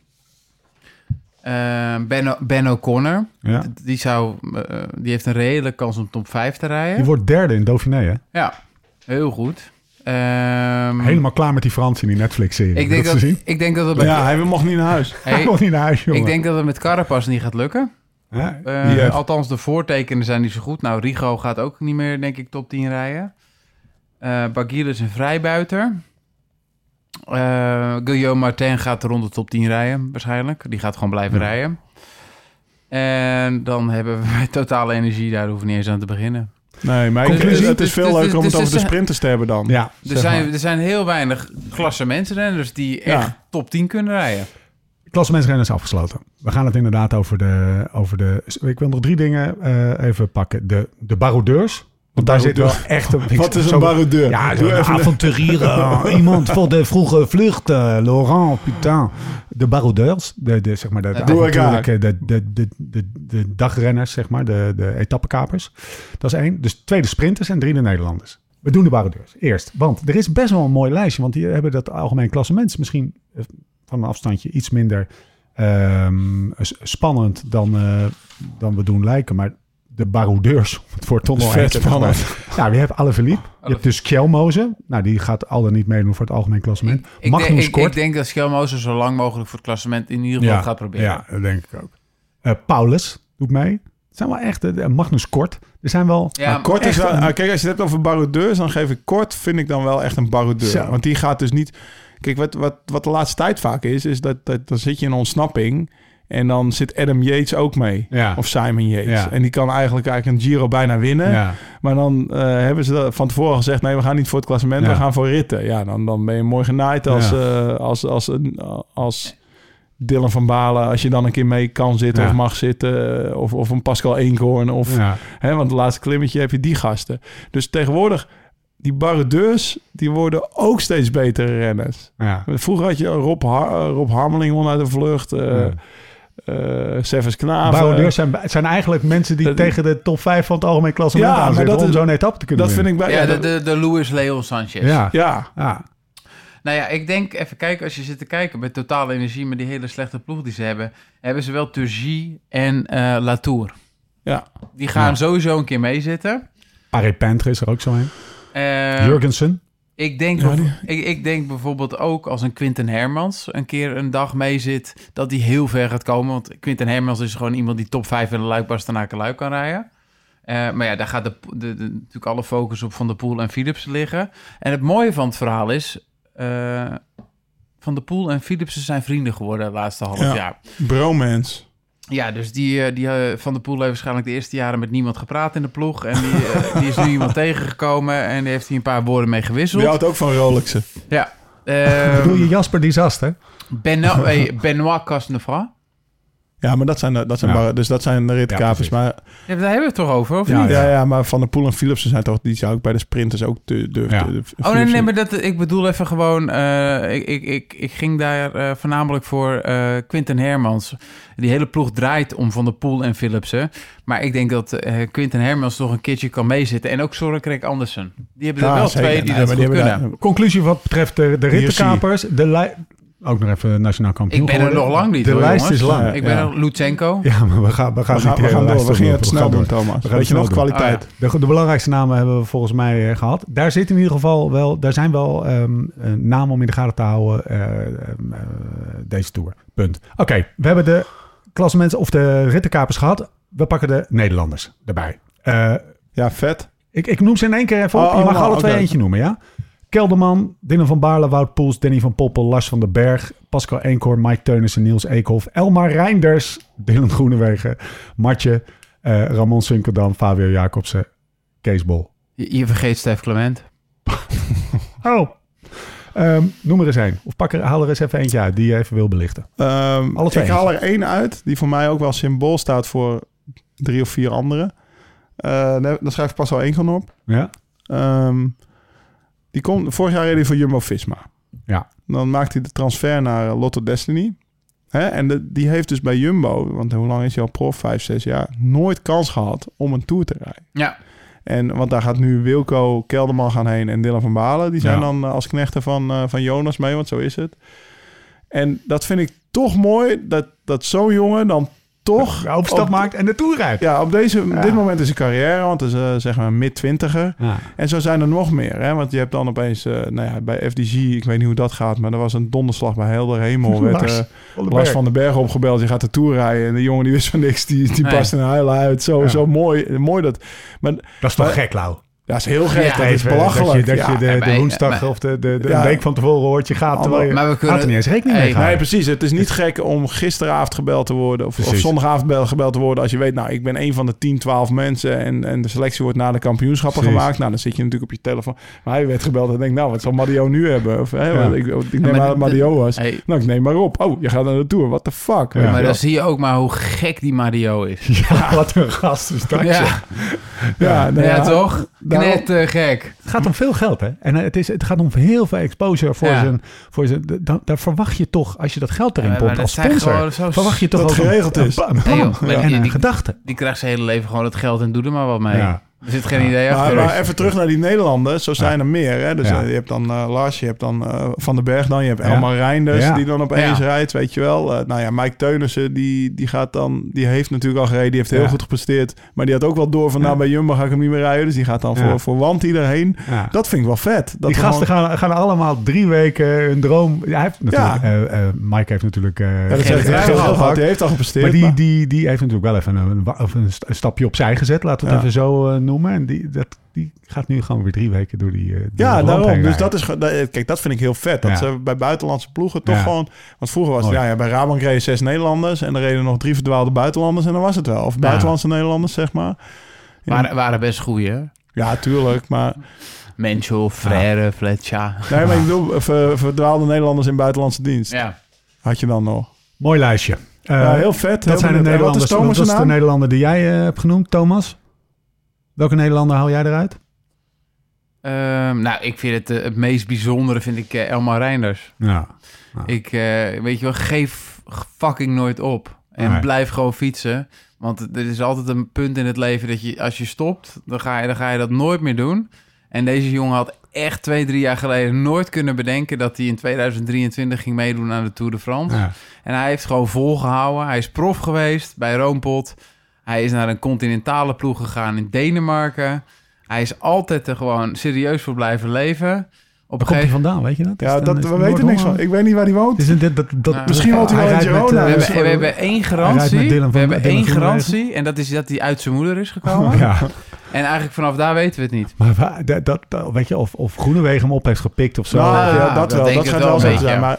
Speaker 3: eh, ben, O- ben O'Connor.
Speaker 1: ja.
Speaker 3: D- Die, zou, eh, die heeft een reële kans om top 5 te
Speaker 1: Die
Speaker 3: rijden.
Speaker 1: wordt derde in Dauphiné, hè?
Speaker 3: Ja, heel goed. Ehm,
Speaker 1: Helemaal klaar met die Frans in die Netflix-serie.
Speaker 3: ik denk,
Speaker 1: Heb je
Speaker 3: dat,
Speaker 1: gezien?
Speaker 3: ik denk dat het
Speaker 1: *laughs*
Speaker 3: bij-
Speaker 4: Ja, hij mocht niet naar huis.
Speaker 1: Hij
Speaker 3: Hey,
Speaker 1: kon niet naar huis, jongen.
Speaker 3: ik denk dat het met Carapaz niet gaat lukken.
Speaker 1: Ja,
Speaker 3: Eh,
Speaker 4: Die heeft-
Speaker 3: Althans, de voortekenen zijn niet zo goed. Nou, Rigo gaat ook niet meer, denk ik, top 10 rijden. Eh Bagil is een vrijbuiter. Eh Guillaume Martin gaat rond de top 10 rijden, waarschijnlijk. Die gaat gewoon blijven
Speaker 1: Ja.
Speaker 3: rijden. En dan hebben we *laughs* totale energie, daar hoeven we niet eens aan te beginnen.
Speaker 4: Nee, maar ik-
Speaker 1: Conclusie?
Speaker 4: het
Speaker 3: Dus-
Speaker 4: is veel
Speaker 3: dus-
Speaker 4: leuker om
Speaker 3: dus-
Speaker 4: het over de
Speaker 3: dus-
Speaker 4: sprinters te hebben dan.
Speaker 1: ja.
Speaker 3: Er zijn, er zijn heel weinig klassementsrenners die
Speaker 4: Ja.
Speaker 3: echt top 10 kunnen rijden.
Speaker 1: Klassementsrennen is afgesloten. We gaan het inderdaad over de... Over de ik wil nog drie dingen eh, even pakken. De, de baroudeurs. Want daar zit wel
Speaker 4: baroudeurs.
Speaker 1: echt een...
Speaker 4: *laughs* Wat is
Speaker 1: zo-
Speaker 4: een baroudeur?
Speaker 1: Ja,
Speaker 4: Doe
Speaker 1: zo'n
Speaker 4: even- *laughs*
Speaker 1: avonturier. eh, iemand voor de vroege vlucht. eh, Laurent, putain. De baroudeurs, de, de, zeg maar de, de,
Speaker 3: Doe
Speaker 4: ik aan.
Speaker 1: avontuurlijke- de, de, de, de, de dagrenners, zeg maar, de, de etappekapers. Dat is één. Dus tweede sprinters en drie de Nederlanders. We doen de Barreurs eerst. Want er is best wel een mooi lijstje. Want die hebben dat algemeen klassement misschien eh, van een afstandje iets minder ehm, s- spannend dan, eh, dan we doen lijken. Maar de baroudeurs, het wordt toch
Speaker 4: Dat is
Speaker 1: wel
Speaker 4: vet
Speaker 1: even-
Speaker 4: spannend.
Speaker 1: Nou, je hebt Alaphilippe.
Speaker 3: Oh,
Speaker 1: Je hebt dus Kjelmozen. Nou, die gaat al dan niet meedoen voor het algemeen klassement.
Speaker 3: Ik, denk,
Speaker 1: Magnus
Speaker 3: ik, ik
Speaker 1: Kort.
Speaker 3: denk dat Schelmozer zo lang mogelijk voor het klassement in ieder geval gaat proberen.
Speaker 1: Ja, dat denk ik ook. Eh, Paulus doet mee. Het zijn wel echt... eh, Magnus Kort. Er zijn wel...
Speaker 3: Ja,
Speaker 4: maar kort
Speaker 1: echt
Speaker 4: is wel,
Speaker 1: een-
Speaker 4: ah, kijk, als je het hebt over baroudeurs, dan geef ik kort, vind ik dan wel echt een baroudeur.
Speaker 1: Zo.
Speaker 4: Want die gaat dus niet. Kijk, wat, wat, wat de laatste tijd vaak is, is dat, dat dan zit je in een ontsnapping. En dan zit Adam Yates ook mee.
Speaker 1: Ja.
Speaker 4: Of Simon Yates.
Speaker 1: Ja.
Speaker 4: En die kan eigenlijk, eigenlijk een Giro bijna winnen.
Speaker 1: Ja.
Speaker 4: Maar dan eh, hebben ze dat van tevoren gezegd: nee, we gaan niet voor het klassement,
Speaker 1: Ja.
Speaker 4: we gaan voor ritten. Ja, dan, dan ben je mooi genaaid als, eh, als, als, een, als Dylan van Balen. Als je dan een keer mee kan zitten
Speaker 1: Ja.
Speaker 4: of mag zitten. eh, Of, of een Pascal Eenkhoorn. Of,
Speaker 1: Ja.
Speaker 4: hè, want het laatste klimmetje heb je die gasten. Dus tegenwoordig, die baroudeurs, die worden ook steeds betere renners.
Speaker 1: Ja.
Speaker 4: Vroeger had je Rob, Har- Rob Harmeling won uit de vlucht. eh
Speaker 1: Ja.
Speaker 4: eh, Severs Knaven.
Speaker 1: Bouwdeurs zijn, zijn eigenlijk mensen die
Speaker 4: Dat-
Speaker 1: tegen de top 5 van het algemeen klassement
Speaker 4: Ja,
Speaker 1: aan
Speaker 4: maar
Speaker 1: aanzetten
Speaker 4: dat
Speaker 1: om
Speaker 4: is-
Speaker 1: zo'n etappe te kunnen
Speaker 4: Dat vind
Speaker 1: winnen.
Speaker 4: ik bij...
Speaker 3: Ja, de,
Speaker 4: dat-
Speaker 3: de, de Luis Leon Sanchez.
Speaker 1: Ja.
Speaker 4: ja.
Speaker 1: Ja.
Speaker 3: Nou ja, ik denk, even kijken, als je zit te kijken met totale energie, met die hele slechte ploeg die ze hebben, hebben ze wel Turgie en eh Latour.
Speaker 4: Ja.
Speaker 3: Die gaan
Speaker 1: Ja.
Speaker 3: sowieso een keer meezitten.
Speaker 1: Parapente is er ook zo een.
Speaker 3: Eh,
Speaker 1: Jurgensen.
Speaker 3: ik, denk,
Speaker 4: Ja, die-
Speaker 3: bijvo- ik, ik denk bijvoorbeeld ook als een Quinten Hermans een keer een dag meezit, dat die heel ver gaat komen. Want Quinten Hermans is gewoon iemand die top 5 in de luikbarstenaken luik kan rijden. Eh, maar ja, daar gaat de, de, de- natuurlijk alle focus op Van der Poel en Philips liggen. En het mooie van het verhaal is... eh, van der Poel en Philipsen zijn vrienden geworden het laatste half
Speaker 4: Ja.
Speaker 3: jaar.
Speaker 4: Bromance.
Speaker 3: Ja, dus die, eh, die eh, Van der Poel heeft waarschijnlijk de eerste jaren met niemand gepraat in de ploeg. En die, eh, die is nu iemand *laughs* tegengekomen en die heeft hier een paar woorden mee gewisseld.
Speaker 4: Je houdt ook van Rolexen.
Speaker 3: Ja. Ehm,
Speaker 4: *laughs*
Speaker 1: Bedoel je Jasper Disaster?
Speaker 3: Beno- eh, Benoit Cosnefra.
Speaker 4: Ja, maar dat zijn, de- dat zijn
Speaker 1: Ja.
Speaker 4: barre- dus dat zijn de ritkavers.
Speaker 1: Ja,
Speaker 4: maar,
Speaker 3: Ja, daar hebben we het toch over, of
Speaker 1: Ja,
Speaker 3: niet?
Speaker 4: ja, ja. maar Van der Poel en Philipsen zijn toch... Die zou ik bij de sprinters ook te, durf,
Speaker 1: Ja.
Speaker 4: de- de-
Speaker 3: Oh nee, nee,
Speaker 4: Philipsen-
Speaker 3: maar dat, ik bedoel even gewoon... eh, ik, ik, ik, ik ging daar eh, voornamelijk voor eh Quinten Hermans. Die hele ploeg draait om Van der Poel en Philipsen. Maar ik denk dat eh Quinten Hermans nog een keertje kan meezitten. En ook Soren Craig Andersen. Die hebben er
Speaker 4: Ja,
Speaker 3: wel
Speaker 4: Ah, zeker.
Speaker 3: twee die
Speaker 4: Nee,
Speaker 3: dat
Speaker 4: maar
Speaker 3: goed
Speaker 4: hebben
Speaker 3: kunnen.
Speaker 4: daar-
Speaker 1: Conclusie wat betreft de, de
Speaker 4: Hier
Speaker 1: rittenkapers. De lij- ook nog even nationaal kampioen
Speaker 3: Ik ben er
Speaker 1: geworden.
Speaker 3: nog lang niet,
Speaker 1: De
Speaker 3: hoor,
Speaker 1: lijst
Speaker 3: jongens.
Speaker 1: is lang.
Speaker 3: Ik ben
Speaker 4: Ja.
Speaker 3: er Lutsenko.
Speaker 1: Ja, maar we gaan, we gaan,
Speaker 4: we gaan,
Speaker 1: niet de
Speaker 4: we
Speaker 1: hele
Speaker 4: gaan door.
Speaker 1: lijst
Speaker 4: We
Speaker 1: doorlopen.
Speaker 4: gingen het
Speaker 1: We
Speaker 4: snel
Speaker 1: gaan
Speaker 4: doen,
Speaker 1: door. Ah,
Speaker 4: Thomas.
Speaker 1: We gaan
Speaker 4: Weet je
Speaker 1: het
Speaker 4: nog,
Speaker 1: snel doen.
Speaker 4: kwaliteit.
Speaker 1: De, de belangrijkste namen hebben we volgens mij eh, gehad. Daar zit in ieder geval wel, daar zijn wel ehm, eh, namen om in de gaten te houden eh, ehm, eh, deze tour. Punt. Oké, we hebben de klassementen of de rittenkapers gehad. We pakken de Nederlanders erbij. Eh,
Speaker 4: Ja, vet.
Speaker 1: ik, ik noem ze in één keer even op.
Speaker 4: Oh,
Speaker 1: Je mag
Speaker 4: allemaal,
Speaker 1: alle twee
Speaker 4: oké.
Speaker 1: eentje noemen, ja? Kelderman, Dylan van Baarle, Wout Poels, Danny van Poppel, Lars van den Berg, Pascal Eenkhoorn, Mike Teunissen, Niels Eekhof, Elmar Reinders, *laughs* Dylan Groenewegen, Martje, eh, Ramon Sunkerdam, Fabio Jacobsen, Kees Bol.
Speaker 3: Je, je vergeet Stef Clement.
Speaker 1: Oh. Ehm, noem er eens een. Of pak er, haal er eens even eentje uit die je even wil belichten.
Speaker 4: Ehm,
Speaker 1: Alle twee
Speaker 4: ik haal er één uit die voor mij ook wel symbool staat voor drie of vier anderen. Eh, daar daar schrijf ik pas al één van op.
Speaker 1: Ja?
Speaker 4: Ehm, die kon, vorig jaar reed hij voor Jumbo-Visma.
Speaker 1: Ja.
Speaker 4: Dan maakt hij de transfer naar eh, Lotto Destiny. Hè? En de- die heeft dus bij Jumbo, want hoe lang is hij al prof? Vijf, zes jaar. Nooit kans gehad om een Tour te rijden.
Speaker 3: Ja.
Speaker 4: En, want daar gaat nu Wilco Kelderman gaan heen en Dylan van Balen. Die zijn
Speaker 1: Ja.
Speaker 4: dan eh, als knechten van, eh, van Jonas mee, want zo is het. En dat vind ik toch mooi, dat, dat zo'n jongen dan toch...
Speaker 1: Ja, Overstap
Speaker 4: op-
Speaker 1: maakt en de Tour rijdt.
Speaker 4: Ja, op deze,
Speaker 1: Ja.
Speaker 4: dit moment is zijn carrière, want het is eh, zeg maar een mid-twintiger. En zo zijn er nog meer. Hè? Want je hebt dan opeens, eh, nou ja, bij FDG, ik weet niet hoe dat gaat, maar er was een donderslag bij Helder
Speaker 1: *laughs*
Speaker 4: Hemel. werd
Speaker 1: Lars
Speaker 4: eh,
Speaker 1: Van den
Speaker 4: Lars
Speaker 1: Berg.
Speaker 4: van den Berg opgebeld, je gaat de Tour rijden. En de jongen die wist van niks, die, die
Speaker 3: Nee.
Speaker 4: past een huilen uit. Zo,
Speaker 1: Ja.
Speaker 4: zo mooi, mooi dat. Maar
Speaker 1: Dat is toch
Speaker 4: Maar-
Speaker 1: gek, Lau?
Speaker 4: ja, is heel gek,
Speaker 3: Ja,
Speaker 4: dat is
Speaker 1: Even eh,
Speaker 4: belachelijk.
Speaker 1: Dat je, dat
Speaker 4: ja.
Speaker 1: je de,
Speaker 3: Ja,
Speaker 1: de
Speaker 3: maar-
Speaker 1: woensdag
Speaker 3: maar-
Speaker 1: of de, de, de
Speaker 4: Ja.
Speaker 1: week van tevoren hoort je gaat. Terwijl je
Speaker 3: Maar we
Speaker 1: gaat er niet
Speaker 3: kunnen...
Speaker 1: eens rekening mee
Speaker 3: Hey.
Speaker 1: gaan.
Speaker 4: Nee, precies. Het is niet gek om gisteravond gebeld te worden of, of
Speaker 1: Precies.
Speaker 4: zondagavond bel- gebeld te worden. Als je weet, nou, ik ben een van de 10, 12 mensen en, en de selectie wordt na de kampioenschappen
Speaker 1: Precies.
Speaker 4: gemaakt. Nou, dan zit je natuurlijk op je telefoon. Maar hij werd gebeld en denkt, nou, wat zal Mario nu hebben? Of, hè,
Speaker 1: Ja.
Speaker 4: want ik, ik neem
Speaker 3: maar
Speaker 4: aan dat
Speaker 3: de-
Speaker 4: Mario was.
Speaker 3: Hey,
Speaker 4: Nou, ik neem maar op. Oh, je gaat naar de Tour. What the fuck?
Speaker 1: Ja.
Speaker 4: Weet je
Speaker 3: maar
Speaker 4: wel.
Speaker 3: dan zie je ook maar hoe gek die Mario is.
Speaker 1: *laughs* Ja, wat een gast is dat. zeg.
Speaker 3: Ja,
Speaker 4: ja, nou
Speaker 3: ja,
Speaker 4: ja.
Speaker 3: toch?
Speaker 4: daarom-
Speaker 3: Net gek.
Speaker 1: Het gaat om veel geld, hè? En eh, het, is, het gaat om heel veel exposure voor
Speaker 3: Ja.
Speaker 1: zijn... Voor zijn d- dan, daar verwacht je toch, als je dat geld erin
Speaker 3: Ja, maar
Speaker 1: pompt
Speaker 3: dat
Speaker 1: als
Speaker 3: zijn
Speaker 1: sponsor...
Speaker 3: gewoon zo-
Speaker 1: Verwacht je toch
Speaker 4: dat
Speaker 1: ook een-
Speaker 4: geregeld
Speaker 1: een,
Speaker 4: is.
Speaker 1: pa- een
Speaker 3: Nee,
Speaker 1: plan
Speaker 3: joh, maar
Speaker 1: en
Speaker 3: die-
Speaker 1: een
Speaker 3: die-
Speaker 1: gedachte.
Speaker 3: Die krijgt zijn hele leven gewoon het geld en doe er maar wat mee.
Speaker 1: Ja.
Speaker 3: Er zit geen idee
Speaker 4: Maar,
Speaker 3: achter.
Speaker 4: maar even terug naar die Nederlanders. Zo zijn er meer. Hè? Dus
Speaker 1: Ja.
Speaker 4: eh, je hebt dan eh, Lars, je hebt dan eh, Van den Berg dan. Je hebt
Speaker 1: Ja.
Speaker 4: Elmar Reinders
Speaker 1: Ja.
Speaker 4: die dan opeens
Speaker 3: Ja.
Speaker 4: rijdt, weet je wel. Eh, nou ja, Mike Teunissen, die, die gaat dan... Die heeft natuurlijk al gereden, die heeft heel
Speaker 1: Ja.
Speaker 4: goed gepresteerd. Maar die had ook wel door van, nou bij Jumbo ga ik hem niet meer rijden. Dus die gaat dan
Speaker 1: Ja.
Speaker 4: voor, voor Want iedereen.
Speaker 1: Ja.
Speaker 4: Dat vind ik wel vet. Dat
Speaker 1: die
Speaker 4: we
Speaker 1: gasten
Speaker 4: gewoon-
Speaker 1: gaan, gaan allemaal drie weken hun droom... Ja, hij heeft natuurlijk, eh, eh, Mike heeft natuurlijk... eh,
Speaker 4: Ja, dat
Speaker 1: geen
Speaker 4: zegt
Speaker 3: Gerrit
Speaker 1: geld
Speaker 4: echt heel veel
Speaker 1: gehad.
Speaker 3: Kruijmans
Speaker 4: gehad. Die heeft al gepresteerd.
Speaker 1: Maar die,
Speaker 4: maar-
Speaker 1: die, die heeft natuurlijk wel even een, een wa- of een st- een stapje opzij gezet, laten we het
Speaker 4: Ja.
Speaker 1: even zo eh, noemen. En die, dat, die gaat nu gewoon weer drie weken door die. eh, door
Speaker 4: Ja,
Speaker 1: de land
Speaker 4: daarom.
Speaker 1: heen
Speaker 4: Dus
Speaker 1: rijden.
Speaker 4: dat is, ge- da- kijk, dat vind ik heel vet. Dat
Speaker 1: Ja.
Speaker 4: ze bij buitenlandse ploegen toch
Speaker 1: Ja.
Speaker 4: gewoon... Want vroeger was het,
Speaker 1: Mooi.
Speaker 4: ja, ja, bij Rabank reden zes Nederlanders... en er reden nog drie verdwaalde buitenlanders en dan was het wel. Of buitenlandse Nederlanders, zeg maar.
Speaker 3: Waren, waren best goeie. hè?
Speaker 4: Ja,
Speaker 1: *laughs*
Speaker 4: tuurlijk, maar...
Speaker 3: Menschel, Frère, Fletcha.
Speaker 4: Nee, maar ik bedoel, eh, ver- verdwaalde Nederlanders in buitenlandse dienst.
Speaker 3: Ja.
Speaker 4: Had je dan nog.
Speaker 1: Mooi lijstje. Eh,
Speaker 4: ja, heel vet.
Speaker 1: dat zijn de Nederlanders.
Speaker 4: Wat is Thomas'
Speaker 1: dat is de
Speaker 4: naam?
Speaker 1: Nederlander die jij eh, hebt genoemd, Thomas. Welke Nederlander haal jij eruit?
Speaker 3: Ehm, nou, ik vind het eh, het meest bijzondere vind ik eh, Elmar Reinders.
Speaker 1: Ja.
Speaker 3: Ik, eh, weet je wel, geef fucking nooit op. En
Speaker 1: Nee.
Speaker 3: blijf gewoon fietsen. Want er is altijd een punt in het leven dat je, als je stopt, dan ga je, dan ga je dat nooit meer doen. En deze jongen had echt twee, drie jaar geleden nooit kunnen bedenken dat hij in 2023 ging meedoen aan de Tour de France.
Speaker 1: Ja.
Speaker 3: En hij heeft gewoon volgehouden. Hij is prof geweest bij Roompot. Hij is naar een continentale ploeg gegaan in Denemarken. Hij is altijd er gewoon serieus voor blijven leven. Op een
Speaker 1: Waar komt hij
Speaker 3: gegeven
Speaker 1: vandaan, weet je dat? Is
Speaker 4: Ja,
Speaker 1: het
Speaker 4: dat,
Speaker 1: een- is
Speaker 4: we
Speaker 1: het
Speaker 4: weten niks van.
Speaker 1: Noord-Holland?
Speaker 4: Ik weet niet waar hij woont.
Speaker 1: Is het dit, dat, dat,
Speaker 3: Nou,
Speaker 4: misschien woont hij wel in
Speaker 1: rijdt met,
Speaker 4: Girona. dus
Speaker 1: eh,
Speaker 4: We
Speaker 3: moment... We hebben, we hebben één
Speaker 1: Hij rijdt
Speaker 3: garantie.
Speaker 1: met Dylan
Speaker 3: we
Speaker 1: van-
Speaker 3: hebben
Speaker 1: Dylan
Speaker 3: één
Speaker 1: van
Speaker 3: garantie. En dat is dat hij uit zijn moeder is gekomen.
Speaker 1: ja.
Speaker 3: En eigenlijk vanaf daar weten we het niet.
Speaker 1: Maar waar- dat, dat, dat- weet je, of, of Groenewegen hem op heeft gepikt of zo.
Speaker 4: Nou,
Speaker 3: Ah,
Speaker 4: ja, dat
Speaker 3: dat
Speaker 4: wel.
Speaker 3: denk
Speaker 4: Dat
Speaker 3: ik
Speaker 4: gaat
Speaker 3: wel
Speaker 4: wel
Speaker 3: een
Speaker 4: zo te
Speaker 3: beetje,
Speaker 4: zijn.
Speaker 3: ja.
Speaker 4: Maar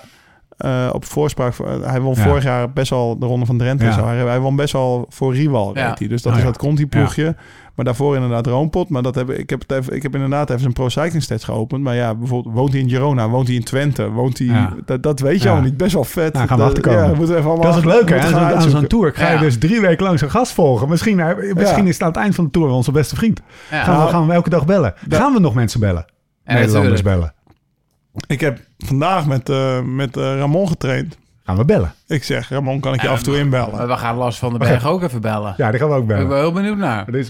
Speaker 4: eh, op voorspraak, voor- eh, hij won
Speaker 1: Ja.
Speaker 4: vorig jaar best wel de Ronde van Drenthe. en
Speaker 1: Ja.
Speaker 4: Zo. Hij, hij won best wel voor Riewal,
Speaker 3: Ja.
Speaker 4: weet hij. Dus dat
Speaker 1: Ah,
Speaker 4: is
Speaker 1: ja.
Speaker 4: dat Conti ploegje. Maar daarvoor inderdaad Roompot. Maar dat heb, ik- ik, heb het even, ik heb inderdaad even zijn pro-cycling stats geopend. Maar ja, bijvoorbeeld woont hij in Girona? Woont hij in Twente? Woont hij...
Speaker 1: Ja.
Speaker 4: Dat, dat weet je
Speaker 1: Ja.
Speaker 4: allemaal niet. Best wel vet.
Speaker 1: Nou, gaan we
Speaker 4: Dat-
Speaker 1: achterkomen.
Speaker 4: Ja, moeten we even allemaal
Speaker 1: Dat is het leuke hè,
Speaker 4: moeten
Speaker 1: aan
Speaker 4: gaan
Speaker 1: zo'n- aan zo'n
Speaker 4: uitzoeken.
Speaker 1: tour. Ik ga je
Speaker 3: Ja.
Speaker 1: dus drie weken lang zo'n gast volgen. Misschien, eh, misschien
Speaker 4: Ja.
Speaker 1: is het aan het eind van de tour onze beste vriend.
Speaker 3: Ja.
Speaker 1: Gaan, we, gaan we elke dag bellen? Gaan we nog mensen bellen?
Speaker 3: Ja,
Speaker 1: Nederlanders
Speaker 3: natuurlijk.
Speaker 1: bellen.
Speaker 4: Ik heb vandaag met, eh, met eh, Ramon getraind.
Speaker 1: Gaan we bellen?
Speaker 4: Ik zeg, Ramon, kan ik je af en toe inbellen?
Speaker 3: Maar we gaan Lars van den Berg ook even bellen.
Speaker 1: Ja, die gaan we ook
Speaker 3: Ik ben
Speaker 1: bellen.
Speaker 3: heel benieuwd naar.
Speaker 1: Dat is-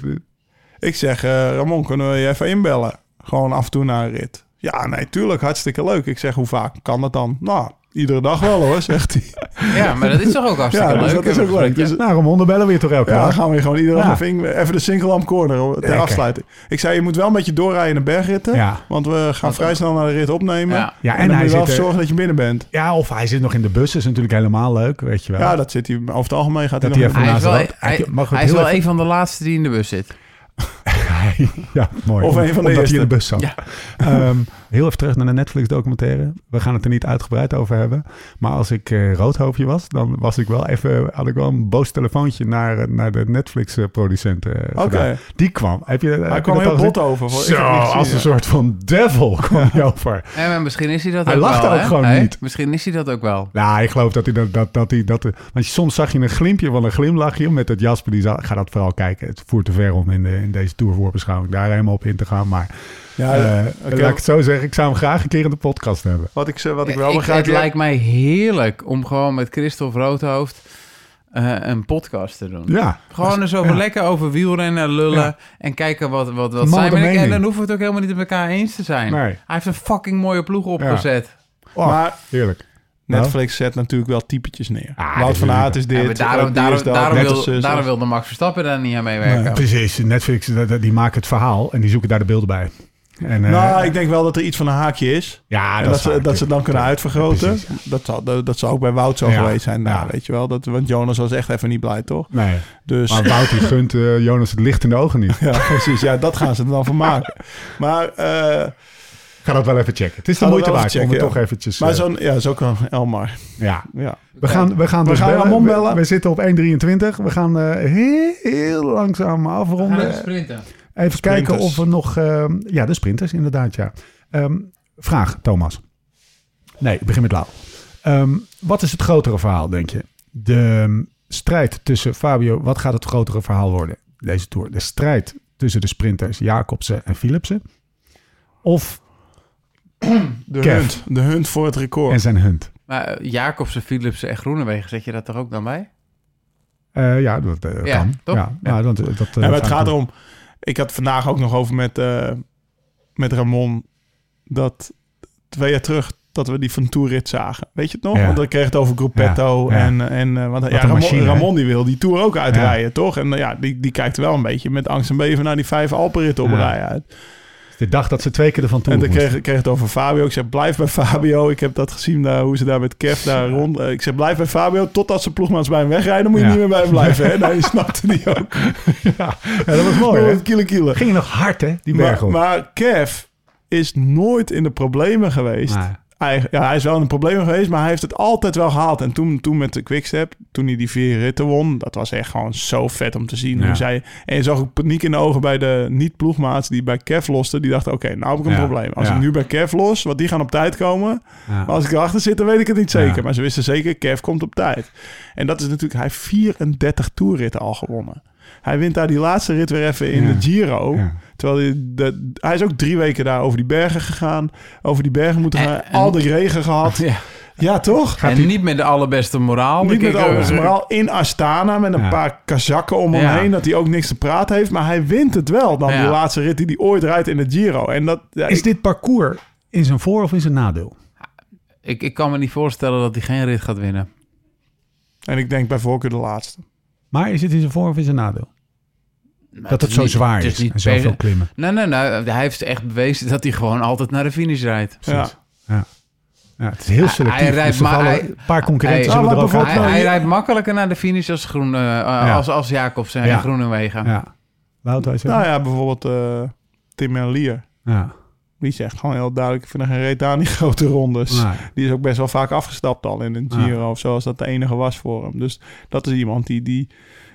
Speaker 4: Ik zeg, eh, Ramon, kunnen we je even inbellen? Gewoon af en toe naar een rit. Ja, nee, tuurlijk, hartstikke leuk. Ik zeg, hoe vaak kan dat dan? Nou, iedere dag wel hoor, zegt hij.
Speaker 3: Ja, maar dat is toch ook hartstikke
Speaker 4: Ja, dus
Speaker 3: leuk.
Speaker 4: dat is ook
Speaker 3: Hebben we
Speaker 4: leuk.
Speaker 3: gezegd,
Speaker 4: Dus-
Speaker 1: Nou, Ramon, dan bellen we je toch elke
Speaker 4: Ja, dan
Speaker 1: dag?
Speaker 4: gaan we gewoon iedere
Speaker 1: Ja.
Speaker 4: dag even, even de Sinkelamp Corner hoor, ter
Speaker 1: Lekker.
Speaker 4: afsluiting. Ik zei, je moet wel een beetje doorrijden in de bergritten.
Speaker 1: Ja.
Speaker 4: Want we gaan vrij snel naar de rit opnemen.
Speaker 3: Ja.
Speaker 1: Ja,
Speaker 4: en,
Speaker 1: en
Speaker 4: dan
Speaker 1: hij
Speaker 4: moet je wel
Speaker 1: zit er-
Speaker 4: zorgen dat je binnen bent.
Speaker 1: Ja, of hij zit nog in de bus. is natuurlijk helemaal leuk, weet je wel.
Speaker 4: Ja, dat zit hij. Over het algemeen gaat
Speaker 1: Dat
Speaker 4: hij nog
Speaker 1: hij
Speaker 3: Hij
Speaker 4: binnen.
Speaker 3: is wel, e-
Speaker 1: Naast de
Speaker 3: hij,
Speaker 1: hand. Mag ik
Speaker 3: hij
Speaker 1: het
Speaker 3: is
Speaker 1: heel
Speaker 3: wel
Speaker 1: even-
Speaker 3: een van de laatste die in de bus zit.
Speaker 1: *laughs* ja mooi.
Speaker 4: Of een van de
Speaker 1: Omdat hij
Speaker 4: eerste.
Speaker 1: in de bus zat.
Speaker 3: Ja.
Speaker 1: *laughs* Ehm, heel even terug naar de Netflix-documentaire. We gaan het er niet uitgebreid over hebben. Maar als ik eh, roodhoofdje was, dan was ik wel even, had ik wel een boos telefoontje naar, eh, naar de Netflix-producent. Oké.
Speaker 4: Oké.
Speaker 1: Die kwam. Heb je,
Speaker 4: Hij kwam heel bot over. hoor. Ik heb
Speaker 1: Zo,
Speaker 4: het niet gezien,
Speaker 1: als
Speaker 4: ja.
Speaker 1: een soort van devil kwam hij over.
Speaker 3: Ja, maar misschien is hij dat
Speaker 1: Hij
Speaker 3: ook wel.
Speaker 1: lacht ook
Speaker 3: hè?
Speaker 1: gewoon
Speaker 3: Hè?
Speaker 1: niet.
Speaker 3: Misschien is hij dat ook wel.
Speaker 1: Nou, ik geloof dat hij dat, dat, dat hij dat. eh, Want soms zag je een glimpje van een glimlachje met dat Jasper. Die zag, ga dat vooral kijken. Het voert te ver om in, de, in deze tour voorbeschouwing daar helemaal op in te gaan. Maar
Speaker 4: Ja,
Speaker 1: eh,
Speaker 4: oké.
Speaker 1: laat ik het zo zeggen, ik zou hem graag een keer in de podcast hebben.
Speaker 4: Wat ik, ze- wat ik wel
Speaker 3: ik,
Speaker 4: begrijp.
Speaker 3: het
Speaker 4: je-
Speaker 3: lijkt mij heerlijk om gewoon met Christophe Roodhoofd eh, een podcast te doen.
Speaker 1: Ja,
Speaker 3: Gewoon eens over
Speaker 1: ja.
Speaker 3: lekker over wielrennen lullen
Speaker 1: Ja.
Speaker 3: en kijken wat, wat,
Speaker 1: Man
Speaker 3: wat
Speaker 1: met
Speaker 3: zijn we.
Speaker 1: een
Speaker 3: En
Speaker 1: mening.
Speaker 3: dan hoeven we het ook helemaal niet met elkaar eens te zijn.
Speaker 1: Nee.
Speaker 3: Hij heeft een fucking mooie ploeg opgezet.
Speaker 1: Oh,
Speaker 4: Maar
Speaker 1: heerlijk. Nou.
Speaker 4: Netflix zet natuurlijk wel typetjes neer.
Speaker 1: Ah,
Speaker 4: Wout van
Speaker 1: natuurlijk.
Speaker 4: Aert is
Speaker 3: Ja,
Speaker 4: dit.
Speaker 3: maar daarom,
Speaker 4: eh, die
Speaker 3: daarom,
Speaker 4: is dat,
Speaker 3: daarom,
Speaker 4: net als
Speaker 3: wil,
Speaker 4: zus.
Speaker 3: daarom wilde Max Verstappen daar niet aan meewerken.
Speaker 1: Precies, Netflix dat- dat- die maken het verhaal en die zoeken daar de beelden bij. En, eh,
Speaker 4: Nou, ik denk wel dat er iets van een haakje is.
Speaker 1: ja,
Speaker 4: en
Speaker 1: dat,
Speaker 4: dat,
Speaker 1: is
Speaker 4: ze,
Speaker 1: waar,
Speaker 4: dat ze het dan kunnen
Speaker 1: Ja,
Speaker 4: uitvergroten.
Speaker 1: precies, ja.
Speaker 4: dat, zal, dat, dat zou ook bij Wout zo
Speaker 1: Ja.
Speaker 4: geweest zijn. Nou,
Speaker 1: Ja.
Speaker 4: weet je wel. Dat, want Jonas was echt even niet blij, toch?
Speaker 1: Nee,
Speaker 4: Dus *laughs*
Speaker 1: maar Wout die gunt eh, Jonas het licht in de ogen niet.
Speaker 4: ja, precies. Ja, dat gaan ze er dan van maken. Maar, eh,
Speaker 1: Ga dat wel even checken. Het is de
Speaker 4: Ga dat
Speaker 1: moeite
Speaker 4: wel
Speaker 1: waard
Speaker 4: even
Speaker 1: om het
Speaker 4: checken,
Speaker 1: toch eventjes...
Speaker 4: maar
Speaker 1: eh,
Speaker 4: zo'n, ja, zo kan Elmar.
Speaker 1: ja.
Speaker 4: Ja.
Speaker 1: We gaan, we gaan,
Speaker 4: We
Speaker 1: dus
Speaker 4: gaan
Speaker 1: bellen.
Speaker 4: Ramon
Speaker 1: We-
Speaker 4: bellen.
Speaker 1: We, zitten op 1,23. We gaan eh, heel, heel langzaam afronden.
Speaker 3: sprinten.
Speaker 1: Even kijken
Speaker 4: Sprinters.
Speaker 1: of we nog... ehm, ja, de sprinters inderdaad, ja. Ehm, vraag, Thomas. Nee, ik begin met Lau. Ehm, wat is het grotere verhaal, denk je? De ehm, strijd tussen Fabio... Wat gaat het grotere verhaal worden deze Tour? De strijd tussen de sprinters Jacobsen en Philipsen? Of
Speaker 4: De
Speaker 1: Kev.
Speaker 4: hunt. De hunt voor het record.
Speaker 1: en zijn hunt?
Speaker 3: Maar eh, Jacobsen, Philipsen en Groenewegen, zet je dat er ook dan bij?
Speaker 1: Eh, ja, dat eh,
Speaker 3: Ja,
Speaker 1: kan.
Speaker 3: toch?
Speaker 1: Ja,
Speaker 3: Ja.
Speaker 1: nou, dat, dat,
Speaker 4: Ja, maar het gaat erom... Ik had vandaag ook nog over met, eh, met Ramon dat twee jaar terug dat we die van Toerit zagen. Weet je het nog?
Speaker 1: Ja.
Speaker 4: Want dan kreeg het over Gruppetto
Speaker 1: Ja, ja.
Speaker 4: en... en eh, want, ja,
Speaker 1: een
Speaker 4: Ramon,
Speaker 1: machine, hè?
Speaker 4: Ramon die wil die Tour ook uitrijden, toch? En eh, ja, die, die kijkt wel een beetje met angst en beven naar die vijf Alpenritten op
Speaker 1: Ja.
Speaker 4: rij uit.
Speaker 1: De dag dat ze twee keer ervan toe
Speaker 4: En dan
Speaker 1: moesten.
Speaker 4: kreeg, kreeg het over Fabio. Ik zei, blijf bij Fabio. Ik heb dat gezien, daar, hoe ze daar met Kev daar rond... eh, Ik zei, blijf bij Fabio. Totdat ze ploegmaats bij hem wegrijden, dan moet je
Speaker 1: Ja.
Speaker 4: niet meer bij hem
Speaker 1: *laughs*
Speaker 4: blijven. Hè? Nou, je snapte die ook.
Speaker 1: Ja, dat was
Speaker 4: *laughs*
Speaker 1: mooi, hè?
Speaker 4: Kielen, kielen.
Speaker 1: Ging nog hard, hè, die berg
Speaker 4: Maar,
Speaker 1: op.
Speaker 4: maar Kev is nooit in de problemen geweest.
Speaker 1: Nee.
Speaker 4: Eigen- ja, hij is wel in de problemen geweest, maar hij heeft het altijd wel gehaald. En toen, toen met de Quickstep, toen hij die vier ritten won... dat was echt gewoon zo vet om te zien.
Speaker 1: Ja.
Speaker 4: Hoe zij, en je zag ook paniek in de ogen bij de niet-ploegmaats... die bij Kev losten. Die dachten, oké, nou heb ik een
Speaker 1: Ja.
Speaker 4: probleem. Als
Speaker 1: Ja.
Speaker 4: ik nu bij Kev los, want die gaan op tijd komen...
Speaker 1: Ja.
Speaker 4: Maar als ik erachter zit, dan weet ik het niet zeker.
Speaker 1: Ja.
Speaker 4: Maar ze wisten zeker, Kev komt op tijd. En dat is natuurlijk, hij heeft 34 toerritten al gewonnen. Hij wint daar die laatste rit weer even in
Speaker 1: Ja.
Speaker 4: de Giro.
Speaker 1: Ja.
Speaker 4: Terwijl hij, de, hij is ook drie weken daar over die bergen gegaan. Over die bergen moeten
Speaker 3: En-
Speaker 4: gaan.
Speaker 3: en-
Speaker 4: al de regen
Speaker 3: *laughs*
Speaker 4: gehad. Ja,
Speaker 3: Ja.
Speaker 4: toch?
Speaker 3: en niet met de allerbeste moraal.
Speaker 4: Niet met
Speaker 3: bekeken.
Speaker 4: alles. Maar al in Astana met een
Speaker 1: Ja.
Speaker 4: paar kazakken om hem
Speaker 3: Ja.
Speaker 4: heen. Dat hij ook niks te praten heeft. Maar hij wint het wel. Dan
Speaker 3: Ja.
Speaker 4: die laatste rit die hij ooit rijdt in de Giro. En dat, ja,
Speaker 1: Is
Speaker 4: ik-
Speaker 1: dit parcours in zijn voor- of in zijn nadeel?
Speaker 3: Ik, ik kan me niet voorstellen dat hij geen rit gaat winnen.
Speaker 4: en ik denk bij voorkeur de laatste.
Speaker 1: Maar is het in zijn voor- of in zijn nadeel?
Speaker 3: Maar
Speaker 1: dat
Speaker 3: is
Speaker 1: het zo
Speaker 3: niet-
Speaker 1: zwaar
Speaker 3: het
Speaker 1: is,
Speaker 3: niet
Speaker 1: en zoveel
Speaker 3: per-
Speaker 1: klimmen.
Speaker 3: Nee, nee, nee. Hij heeft echt bewezen dat hij gewoon altijd naar de finish rijdt.
Speaker 1: Precies.
Speaker 4: Ja.
Speaker 1: Ja, het is heel
Speaker 3: Hij-
Speaker 1: selectief.
Speaker 3: hij rijdt
Speaker 1: dus er
Speaker 3: maar-
Speaker 1: vallen
Speaker 3: hij-
Speaker 1: een paar concurrenten
Speaker 3: hij-
Speaker 1: zullen
Speaker 4: Ah,
Speaker 1: er ook
Speaker 4: maar
Speaker 1: uit.
Speaker 3: Hij, hij
Speaker 4: nou, je-
Speaker 3: rijdt makkelijker naar de finish als, Groen, eh, eh,
Speaker 1: Ja.
Speaker 3: als, als Jacobsen
Speaker 1: Ja.
Speaker 3: en Groenewegen.
Speaker 1: Ja. Wout, hij zegt-
Speaker 4: Nou ja, bijvoorbeeld eh, Tim en Lier.
Speaker 1: Ja.
Speaker 4: Die zegt gewoon heel duidelijk, ik vind er geen reet aan die grote rondes.
Speaker 1: Nou,
Speaker 4: Die is ook best wel vaak afgestapt al in een
Speaker 1: Ja.
Speaker 4: Giro of zo, als dat de enige was voor hem. Dus dat is iemand die, die,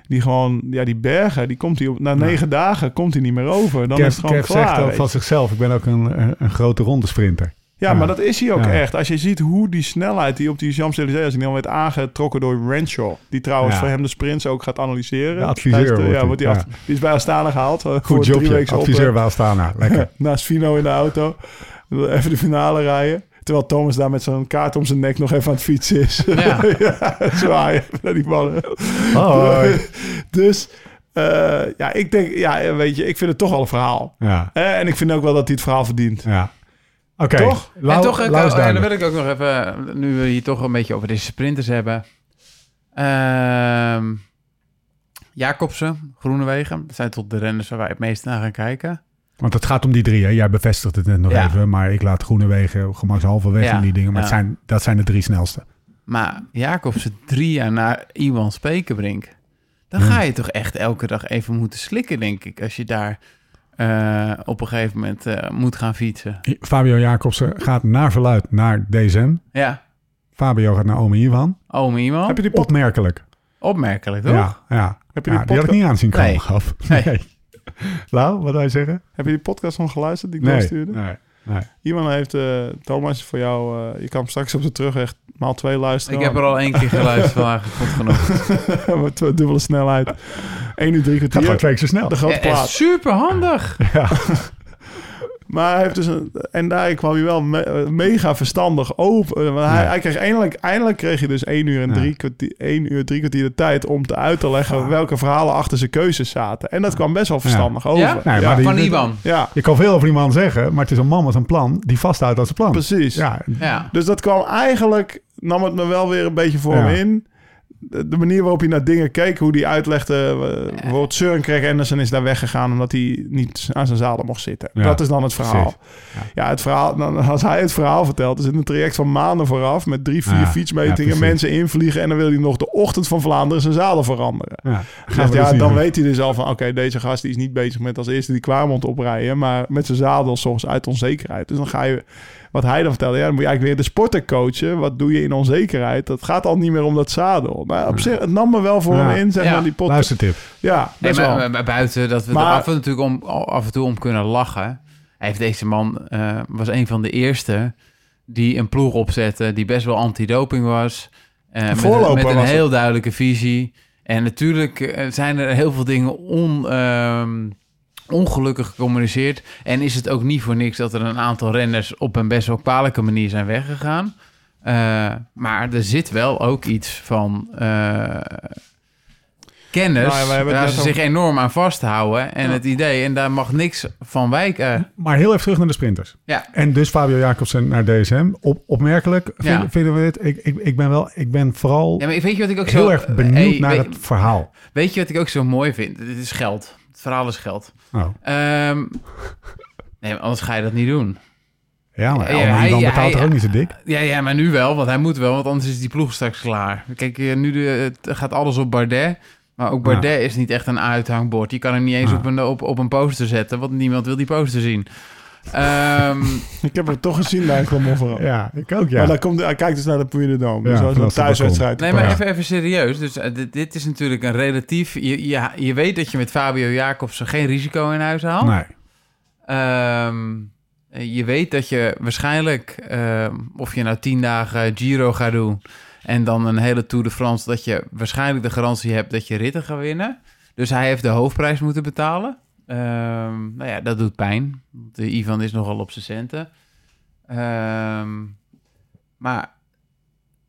Speaker 4: die gewoon, ja, die bergen, die komt hij op, na
Speaker 1: Ja.
Speaker 4: negen dagen komt hij niet meer over. Dan
Speaker 1: Kev,
Speaker 4: is het gewoon
Speaker 1: Kev
Speaker 4: klaar.
Speaker 1: zegt ook
Speaker 4: weet
Speaker 1: van
Speaker 4: je.
Speaker 1: zichzelf, ik ben ook een, een, een grote rondesprinter.
Speaker 4: ja,
Speaker 1: ja.
Speaker 4: maar dat is hij ook
Speaker 1: Ja.
Speaker 4: echt. Als je ziet hoe die snelheid die op die Champs-Élysées, als ik niet al werd aangetrokken door Renshaw, die trouwens
Speaker 1: Ja.
Speaker 4: voor hem de sprints ook gaat analyseren.
Speaker 1: De adviseur
Speaker 4: Hij heeft, eh,
Speaker 1: wordt
Speaker 4: ja,
Speaker 1: hij,
Speaker 4: wordt die,
Speaker 1: ja.
Speaker 4: af- die is bij Astana gehaald. Goed voor
Speaker 1: Goed
Speaker 4: drie
Speaker 1: jobje,
Speaker 4: weken op,
Speaker 1: adviseur
Speaker 4: eh,
Speaker 1: Waal Stana. Lekker.
Speaker 4: naast Vino in de auto. Even de finale rijden. Terwijl Thomas daar met zo'n kaart om zijn nek nog even aan het fietsen is.
Speaker 3: Ja.
Speaker 4: *laughs* ja zwaaien naar die ballen.
Speaker 1: Hoi.
Speaker 4: *laughs* dus eh, ja, ik denk, ja, weet je, ik vind het toch al een verhaal.
Speaker 1: Ja,
Speaker 4: Eh, en ik vind ook wel dat hij het verhaal verdient.
Speaker 1: ja. Oké.
Speaker 4: Toch?
Speaker 1: Lau-
Speaker 3: en toch, eh,
Speaker 1: Lau is
Speaker 3: Kou- en dan
Speaker 1: duidelijk.
Speaker 3: wil ik ook nog even, eh, nu we hier toch een beetje over deze sprinters hebben. Ehm Jacobsen, Groenewegen, dat zijn tot de renners waar wij het meest naar gaan kijken.
Speaker 1: Want het gaat om die drie, hè? Jij bevestigt het net nog
Speaker 3: Ja.
Speaker 1: even, maar ik laat Groenewegen gemakshalve weg
Speaker 3: Ja,
Speaker 1: in die dingen. Maar het
Speaker 3: ja.
Speaker 1: zijn, dat zijn de drie snelste.
Speaker 3: Maar Jacobsen drie jaar na Iwan Spekerbrink. Dan
Speaker 1: Ja.
Speaker 3: ga je toch echt elke dag even moeten slikken, denk ik. Als je daar eh, op een gegeven moment eh, moet gaan fietsen.
Speaker 1: Fabio Jacobsen gaat naar verluid naar DSM.
Speaker 3: Ja,
Speaker 1: Fabio gaat naar Ome Iwan.
Speaker 4: Oh,
Speaker 3: ome iemand.
Speaker 4: Heb je die, pod-
Speaker 1: Opmerkelijk.
Speaker 3: Opmerkelijk, toch?
Speaker 1: Ja, ja.
Speaker 4: heb je die,
Speaker 1: Ja, die had ik
Speaker 4: podca-
Speaker 1: niet aanzien komen,
Speaker 3: Nee.
Speaker 1: gaf.
Speaker 3: Nee.
Speaker 1: *laughs* Lau, wat wil je zeggen?
Speaker 4: heb je die podcast nog geluisterd die ik
Speaker 1: Nee.
Speaker 4: doorstuurde?
Speaker 1: nee.
Speaker 4: Iemand heeft, eh, Thomas, voor jou, eh, je kan hem straks op de terug echt maal twee luisteren.
Speaker 3: Ik heb er al één keer geluisterd vandaag, ik vond het genoeg.
Speaker 4: al... *laughs* met twee- dubbele snelheid. 1 uur drie
Speaker 1: Gaat gewoon
Speaker 4: kwartier.
Speaker 1: twee keer zo snel.
Speaker 4: De grote
Speaker 3: Ja, echt
Speaker 4: plaat.
Speaker 3: super handig.
Speaker 4: Maar hij heeft dus een, en daar kwam hij wel me- eh, mega verstandig open. Want hij,
Speaker 1: Ja.
Speaker 4: hij kreeg eindelijk, eindelijk kreeg je dus 1 uur en
Speaker 1: Ja.
Speaker 4: drie kwartier, één uur, drie kwartier de tijd om te uit te leggen
Speaker 1: Ja.
Speaker 4: welke verhalen achter zijn keuzes zaten. En dat kwam best wel verstandig over.
Speaker 3: Ja?
Speaker 4: Ja,
Speaker 1: Nee,
Speaker 4: ja.
Speaker 1: Nou, maar die-
Speaker 3: Van Iwan.
Speaker 1: Je kan veel over die man zeggen, maar het is een man met een plan die vasthoudt aan zijn plan.
Speaker 4: precies.
Speaker 1: Ja,
Speaker 3: Ja.
Speaker 4: Dus dat kwam eigenlijk, nam het me wel weer een beetje voor
Speaker 1: Ja.
Speaker 4: hem in. De de manier waarop hij naar dingen keek, hoe hij uitlegde. eh, Bijvoorbeeld Søren Craig Anderson is daar weggegaan omdat hij niet aan zijn zadel mocht zitten.
Speaker 1: Ja,
Speaker 4: Dat is dan het verhaal. Ja.
Speaker 1: precies.
Speaker 4: het verhaal. dan- Als hij het verhaal vertelt, is het een traject van maanden vooraf met drie, vier
Speaker 1: Ja, ja,
Speaker 4: fietsmetingen,
Speaker 1: precies.
Speaker 4: mensen invliegen en dan wil hij nog de ochtend van Vlaanderen zijn zadel veranderen.
Speaker 1: ja.
Speaker 4: Hij zegt, ja, dan weet hij dus al van, oké, deze gast die is niet bezig met als eerste die Kwaremond oprijden, maar met zijn zadel soms uit onzekerheid. Dus dan ga je, wat hij dan vertelde, ja, dan moet je eigenlijk weer de sporter coachen. Wat doe je in onzekerheid? Dat gaat al niet meer om dat zadel. Maar op zich, het nam me wel voor
Speaker 1: Ja.
Speaker 4: hem in, zeg
Speaker 3: Ja.
Speaker 4: maar, die podcast.
Speaker 1: Luistertip.
Speaker 4: Ja,
Speaker 3: Nee,
Speaker 4: best
Speaker 3: maar, eh,
Speaker 4: wel.
Speaker 3: maar- maar buiten dat we
Speaker 4: Maar-
Speaker 3: er af en, natuurlijk om, af en toe om kunnen lachen. Heeft deze man eh, was een van de eerste die een ploeg opzette die best wel antidoping was. eh, met, een-
Speaker 4: voorloper
Speaker 3: met een
Speaker 4: was het.
Speaker 3: heel duidelijke visie. En natuurlijk eh, zijn er heel veel dingen on, ehm, ongelukkig gecommuniceerd. En is het ook niet voor niks dat er een aantal renners op een best wel kwalijke manier zijn weggegaan. Eh, maar er zit wel ook iets van. eh, kennis
Speaker 4: Nou ja, we hebben het
Speaker 3: waar
Speaker 4: net
Speaker 3: ze
Speaker 4: over-
Speaker 3: zich enorm aan vasthouden. En het idee, en daar mag niks van wijken.
Speaker 1: Maar heel even terug naar de sprinters.
Speaker 3: Ja.
Speaker 1: En dus Fabio Jacobsen naar DSM. Op, opmerkelijk vind-
Speaker 3: Ja.
Speaker 1: vinden we dit. Ik, ik, ik ben wel, ik ben vooral
Speaker 3: Ja, maar weet je wat ik ook
Speaker 1: heel
Speaker 3: zo...
Speaker 1: erg benieuwd
Speaker 3: Hey,
Speaker 1: naar
Speaker 3: weet,
Speaker 1: het verhaal.
Speaker 3: weet je wat ik ook zo mooi vind? Dit is geld. Het verhaal is geld.
Speaker 1: Oh,
Speaker 3: Ehm, nee, maar anders ga je dat niet doen.
Speaker 1: ja, maar
Speaker 3: Ja,
Speaker 1: Elman
Speaker 3: hij-
Speaker 1: dan
Speaker 3: ja,
Speaker 1: betaalt
Speaker 3: hij-
Speaker 1: er ook niet zo dik.
Speaker 3: Ja, ja, maar nu wel, want hij moet wel, want anders is die ploeg straks klaar. Kijk, eh, nu de, het gaat alles op Bardet. Maar ook Bardet is niet echt een uithangbord. Je kan hem niet eens
Speaker 1: Ja.
Speaker 3: op, een, op, op een poster zetten, want niemand wil die poster zien. Ehm,
Speaker 1: *laughs*
Speaker 4: Ik heb hem toch gezien bij Clermont vooral.
Speaker 1: Ja, ik ook, ja.
Speaker 4: Maar dan komt, hij kijkt dus naar de Puy de
Speaker 1: Ja,
Speaker 4: Dome. dus dat is
Speaker 1: vanaf de
Speaker 4: een thuiswedstrijd.
Speaker 3: nee, maar
Speaker 1: Ja.
Speaker 3: even, even serieus. Dus eh, dit, dit is natuurlijk een relatief... Je, je, je weet dat je met Fabio Jacobsen geen risico in huis haalt.
Speaker 1: nee.
Speaker 3: Ehm, je weet dat je waarschijnlijk, ehm, of je nou tien dagen Giro gaat doen en dan een hele Tour de France, dat je waarschijnlijk de garantie hebt dat je ritten gaat winnen. Dus hij heeft de hoofdprijs moeten betalen. Ehm, nou ja, dat doet pijn. want De Ivan is nogal op zijn centen. Ehm, maar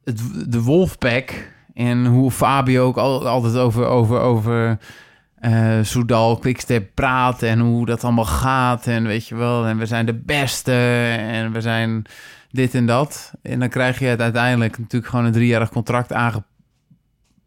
Speaker 3: het, de Wolfpack en hoe Fabio ook al, altijd over, over, over eh Soudal, Quickstep praat en hoe dat allemaal gaat. En weet je wel, en we zijn de beste en we zijn dit en dat. En dan krijg je het uiteindelijk natuurlijk gewoon een driejarig contract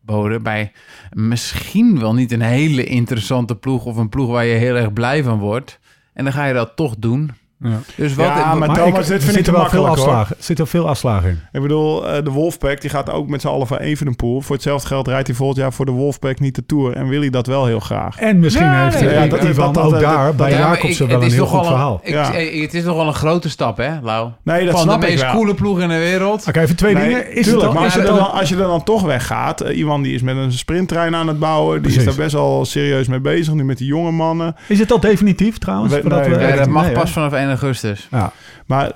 Speaker 3: aangeboden bij misschien wel niet een hele interessante ploeg of een ploeg waar je heel erg blij van wordt. En dan ga je dat toch doen.
Speaker 1: Ja.
Speaker 3: Dus wat,
Speaker 4: Ja, maar-
Speaker 1: Maar er
Speaker 4: Thomas, dit vind ik
Speaker 1: zitten
Speaker 4: te
Speaker 1: wel veel
Speaker 4: makkelijk, hoor.
Speaker 1: afslagen. Er zitten veel afslagen in.
Speaker 4: Ik bedoel, eh, de Wolfpack die gaat ook met z'n allen van even een pool. Voor hetzelfde geld rijdt hij volgend jaar voor de Wolfpack niet de Tour. En wil hij dat wel heel graag.
Speaker 1: En misschien
Speaker 3: Ja,
Speaker 1: heeft
Speaker 3: nee,
Speaker 1: hij
Speaker 3: ja, dat-
Speaker 1: Ivan
Speaker 4: dat- dat-
Speaker 1: ook
Speaker 4: dat-
Speaker 1: daar
Speaker 4: dat-
Speaker 1: bij
Speaker 3: Ja, maar
Speaker 1: Jacobsen
Speaker 3: ik-
Speaker 1: wel
Speaker 3: het
Speaker 1: een
Speaker 3: is
Speaker 1: heel
Speaker 3: toch
Speaker 1: goed
Speaker 3: wel
Speaker 1: verhaal.
Speaker 3: ik-
Speaker 4: Ja.
Speaker 3: eh, Het is toch wel een grote stap, hè, Lau?
Speaker 4: Nee, dat
Speaker 3: Van
Speaker 4: snap
Speaker 3: de
Speaker 4: ik
Speaker 3: meest
Speaker 4: wel.
Speaker 3: coole ploeg in de wereld.
Speaker 1: Oké, even twee
Speaker 4: Nee,
Speaker 1: dingen. Is
Speaker 4: tuurlijk,
Speaker 1: het
Speaker 4: maar
Speaker 1: dan,
Speaker 4: als
Speaker 1: is
Speaker 4: je,
Speaker 1: het
Speaker 4: er
Speaker 1: dan-
Speaker 4: dan, als je er dan toch weggaat... eh, iemand die is met een sprinttrein aan het bouwen... die
Speaker 1: Precies.
Speaker 4: is daar best wel serieus mee bezig. Nu met die jonge mannen.
Speaker 1: is het al definitief trouwens?
Speaker 4: We-
Speaker 1: voordat
Speaker 4: nee,
Speaker 1: we-
Speaker 3: Ja, dat mag
Speaker 1: Nee, hè?
Speaker 3: pas vanaf 1 augustus.
Speaker 1: Ja,
Speaker 4: Maar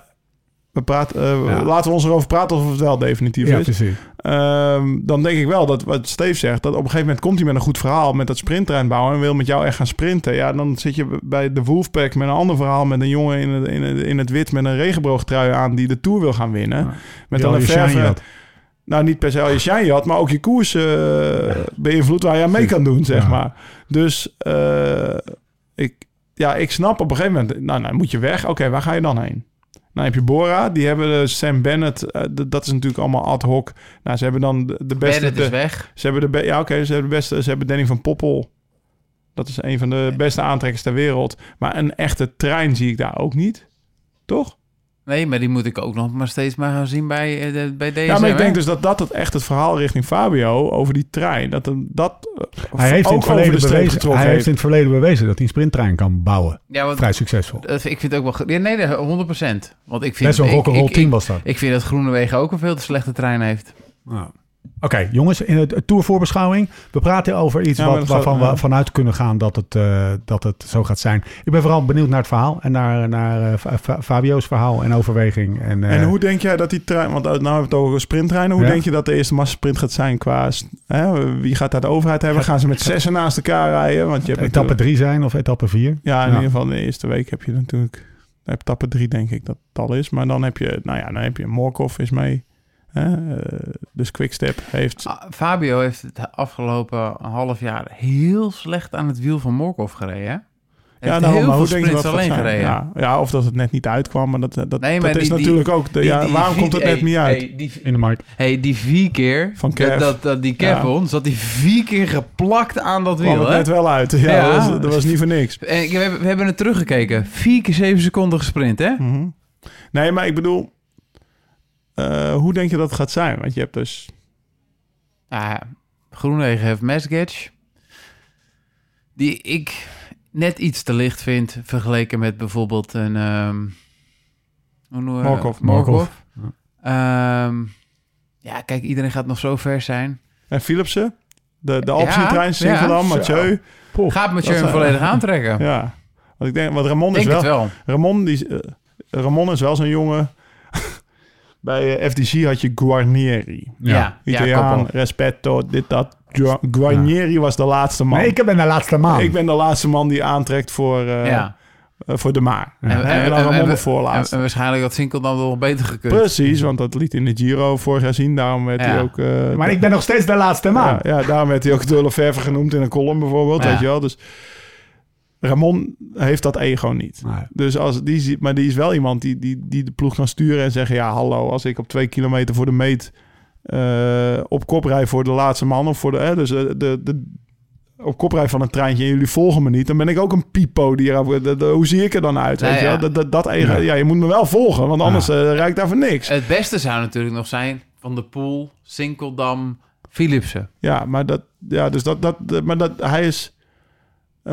Speaker 4: we praat, eh,
Speaker 1: Ja.
Speaker 4: laten we ons erover praten of het wel definitief
Speaker 1: ja,
Speaker 4: is.
Speaker 1: precies.
Speaker 4: Ehm, dan denk ik wel dat wat Steve zegt... dat op een gegeven moment komt hij met een goed verhaal... met dat sprinttrein bouwen en wil met jou echt gaan sprinten. Ja, dan zit je bij de Wolfpack met een ander verhaal... met een jongen in het, in het, in het wit met een regenboogtrui aan... die de Tour wil gaan winnen.
Speaker 1: Ja.
Speaker 4: Met
Speaker 1: Die
Speaker 4: dan
Speaker 1: al
Speaker 4: een
Speaker 1: je shine
Speaker 4: verve...
Speaker 1: had.
Speaker 4: Nou, niet per se al je shine had, maar ook je koers eh, beïnvloedt waar je aan mee kan doen, zeg
Speaker 1: Ja.
Speaker 4: maar. Dus eh, ik, ja, ik snap op een gegeven moment, nou, nou moet je weg. Oké, waar ga je dan heen? Nou heb je Bora, die hebben eh, Sam Bennett, eh, d- dat is natuurlijk allemaal ad hoc. Nou, ze hebben dan de, de beste...
Speaker 3: Bennett is
Speaker 4: de-
Speaker 3: weg.
Speaker 4: ze hebben de be- ja, oké, ze hebben de beste, ze hebben Danny van Poppel. Dat is een van de beste aantrekkers ter wereld. Maar een echte trein zie ik daar ook niet, toch?
Speaker 3: Nee, maar die moet ik ook nog maar steeds maar gaan zien bij, eh, de- bij DSM.
Speaker 4: Ja, maar ik
Speaker 3: hè?
Speaker 4: denk dus dat dat het echt het verhaal richting Fabio over die trein. Dat hem dat eh,
Speaker 1: Hij heeft, in
Speaker 4: ook
Speaker 1: het
Speaker 4: over de
Speaker 1: verleden
Speaker 4: streep
Speaker 1: bewezen,
Speaker 4: getroffen
Speaker 1: hij heeft
Speaker 4: heeft.
Speaker 1: in het verleden bewezen dat hij een sprinttrein kan bouwen.
Speaker 3: Ja, want
Speaker 1: Vrij succesvol.
Speaker 3: dat- ik vind het ook wel... goed. Ja, nee, nee, 100%. Want ik vind...
Speaker 1: Net zo'n
Speaker 3: ik-
Speaker 1: rock'n'roll
Speaker 3: ik- ik-
Speaker 1: team was dat.
Speaker 3: Ik vind dat Groenewegen ook een veel te slechte trein heeft.
Speaker 1: Ja. Oké, jongens, in het het tourvoorbeschouwing. We praten over iets
Speaker 4: Ja, maar
Speaker 1: wat,
Speaker 4: dat gaat-
Speaker 1: waarvan
Speaker 4: ja.
Speaker 1: we vanuit kunnen gaan dat het, eh, dat het zo gaat zijn. Ik ben vooral benieuwd naar het verhaal en naar, naar eh, Fa- Fa- Fabio's verhaal en overweging. En, eh,
Speaker 4: En hoe denk jij dat die trein, want nou hebben we het over sprinttreinen. Hoe
Speaker 1: Ja.
Speaker 4: denk je dat de eerste massasprint gaat zijn qua, s- hè, wie gaat daar de overheid hebben? Gaan ze met zessen naast elkaar rijden? Want je hebt
Speaker 1: etappe
Speaker 4: natuurlijk-
Speaker 1: 3 zijn of etappe 4?
Speaker 4: Ja,
Speaker 1: Ja.
Speaker 4: in ieder geval in de eerste week heb je natuurlijk etappe drie denk ik dat het al is. Maar dan heb je, nou ja, dan heb je Morkov is mee. Hè? Eh, dus Quickstep heeft...
Speaker 3: Ah, Fabio heeft het afgelopen half jaar heel slecht aan het wiel van Morkov gereden. hè? Hij heeft
Speaker 4: daarom,
Speaker 3: heel
Speaker 4: nou, maar
Speaker 3: veel
Speaker 4: hoe denk je
Speaker 3: sprints
Speaker 4: dat het
Speaker 3: alleen
Speaker 4: gaat zijn?
Speaker 3: gereden.
Speaker 4: Ja, ja, of dat het net niet uitkwam, maar dat, dat,
Speaker 3: Nee, maar
Speaker 4: dat is
Speaker 3: die- die-
Speaker 4: natuurlijk ook... De,
Speaker 3: Die-
Speaker 4: ja,
Speaker 3: die
Speaker 4: waarom
Speaker 3: vier-
Speaker 4: komt het
Speaker 3: hey,
Speaker 4: net niet uit?
Speaker 3: hey, die,
Speaker 1: In de markt.
Speaker 3: hey, die vier keer...
Speaker 4: Van Kev.
Speaker 3: dat, dat, dat die
Speaker 4: Ja.
Speaker 3: Kevin zat die vier keer geplakt aan dat
Speaker 4: kwam
Speaker 3: wiel,
Speaker 4: het
Speaker 3: hè?
Speaker 4: net wel uit. Ja,
Speaker 3: Ja.
Speaker 4: Dat, was, dat was niet voor niks.
Speaker 3: En ik- we, hebben, we hebben het teruggekeken. Vier keer zeven seconden gesprint, hè?
Speaker 4: Mhm. Nee, maar ik bedoel... eh, hoe denk je dat het gaat zijn? Want je hebt dus...
Speaker 3: Ah, Groenwegen heeft Mesgetch. Die ik net iets te licht vind vergeleken met bijvoorbeeld een... ehm hoe noemen we-
Speaker 4: Morkov.
Speaker 3: Morkov.
Speaker 1: Morkov,
Speaker 3: Ehm, ja, kijk, iedereen gaat nog zo ver zijn.
Speaker 4: En Philipsen? De, de
Speaker 3: Ja,
Speaker 4: Alpsintrein, Singelam,
Speaker 1: ja.
Speaker 4: Mathieu.
Speaker 3: Gaat Mathieu
Speaker 4: dat
Speaker 3: hem
Speaker 4: zou-
Speaker 3: volledig aantrekken?
Speaker 4: Ja. Want ik denk... Want Ramon is
Speaker 3: denk het
Speaker 4: wel...
Speaker 3: wel.
Speaker 4: Ramon, die, eh, Ramon is wel zo'n jongen... *laughs* Bij eh, FDC had je Guarnieri.
Speaker 3: Ja, ja,
Speaker 4: Italiaan,
Speaker 3: koppel.
Speaker 4: Respetto, dit, dat. Gua- Guarnieri was de laatste man.
Speaker 1: Nee, ik ben de laatste maand.
Speaker 4: Ik ben de laatste man die aantrekt voor... eh,
Speaker 3: ja.
Speaker 4: eh, voor de maar.
Speaker 1: Ja.
Speaker 4: En, en,
Speaker 5: en-
Speaker 4: dan
Speaker 5: en-
Speaker 4: Ramon
Speaker 5: en-
Speaker 4: de voorlaatste.
Speaker 5: En waarschijnlijk had Sinkeldam dat nog beter gekund.
Speaker 4: Precies, want dat liet in de Giro vorig jaar zien. Daarom werd
Speaker 5: Ja.
Speaker 4: hij ook... eh,
Speaker 1: Maar ik ben nog steeds de laatste man.
Speaker 4: ja, ja, daarom werd hij ook door Lefebvre genoemd in een column bijvoorbeeld,
Speaker 5: Ja.
Speaker 4: weet je wel. Dus Ramon heeft dat ego niet.
Speaker 1: Nee.
Speaker 4: Dus als, die, zie- maar die is wel iemand die, die, die de ploeg kan sturen en zeggen... ja, hallo, als ik op twee kilometer voor de meet eh, op kop rij voor de laatste man... of voor de, hè, dus eh, de, de, op kop rij van een treintje en jullie volgen me niet... dan ben ik ook een pipo. Die, eraan- dat- dat- hoe zie ik er dan uit?
Speaker 5: Nou
Speaker 4: weet je
Speaker 5: ja.
Speaker 4: wel? Dat, dat, dat ego,
Speaker 1: Ja.
Speaker 4: ja. je moet me wel volgen, want
Speaker 1: Ja.
Speaker 4: anders eh, rijd ik daar voor niks.
Speaker 5: Het beste zou natuurlijk nog zijn van de Poel, Sinkeldam, Philipsen.
Speaker 4: Ja, maar dat, ja, dus dat, dat, dat- maar dat, hij is, eh,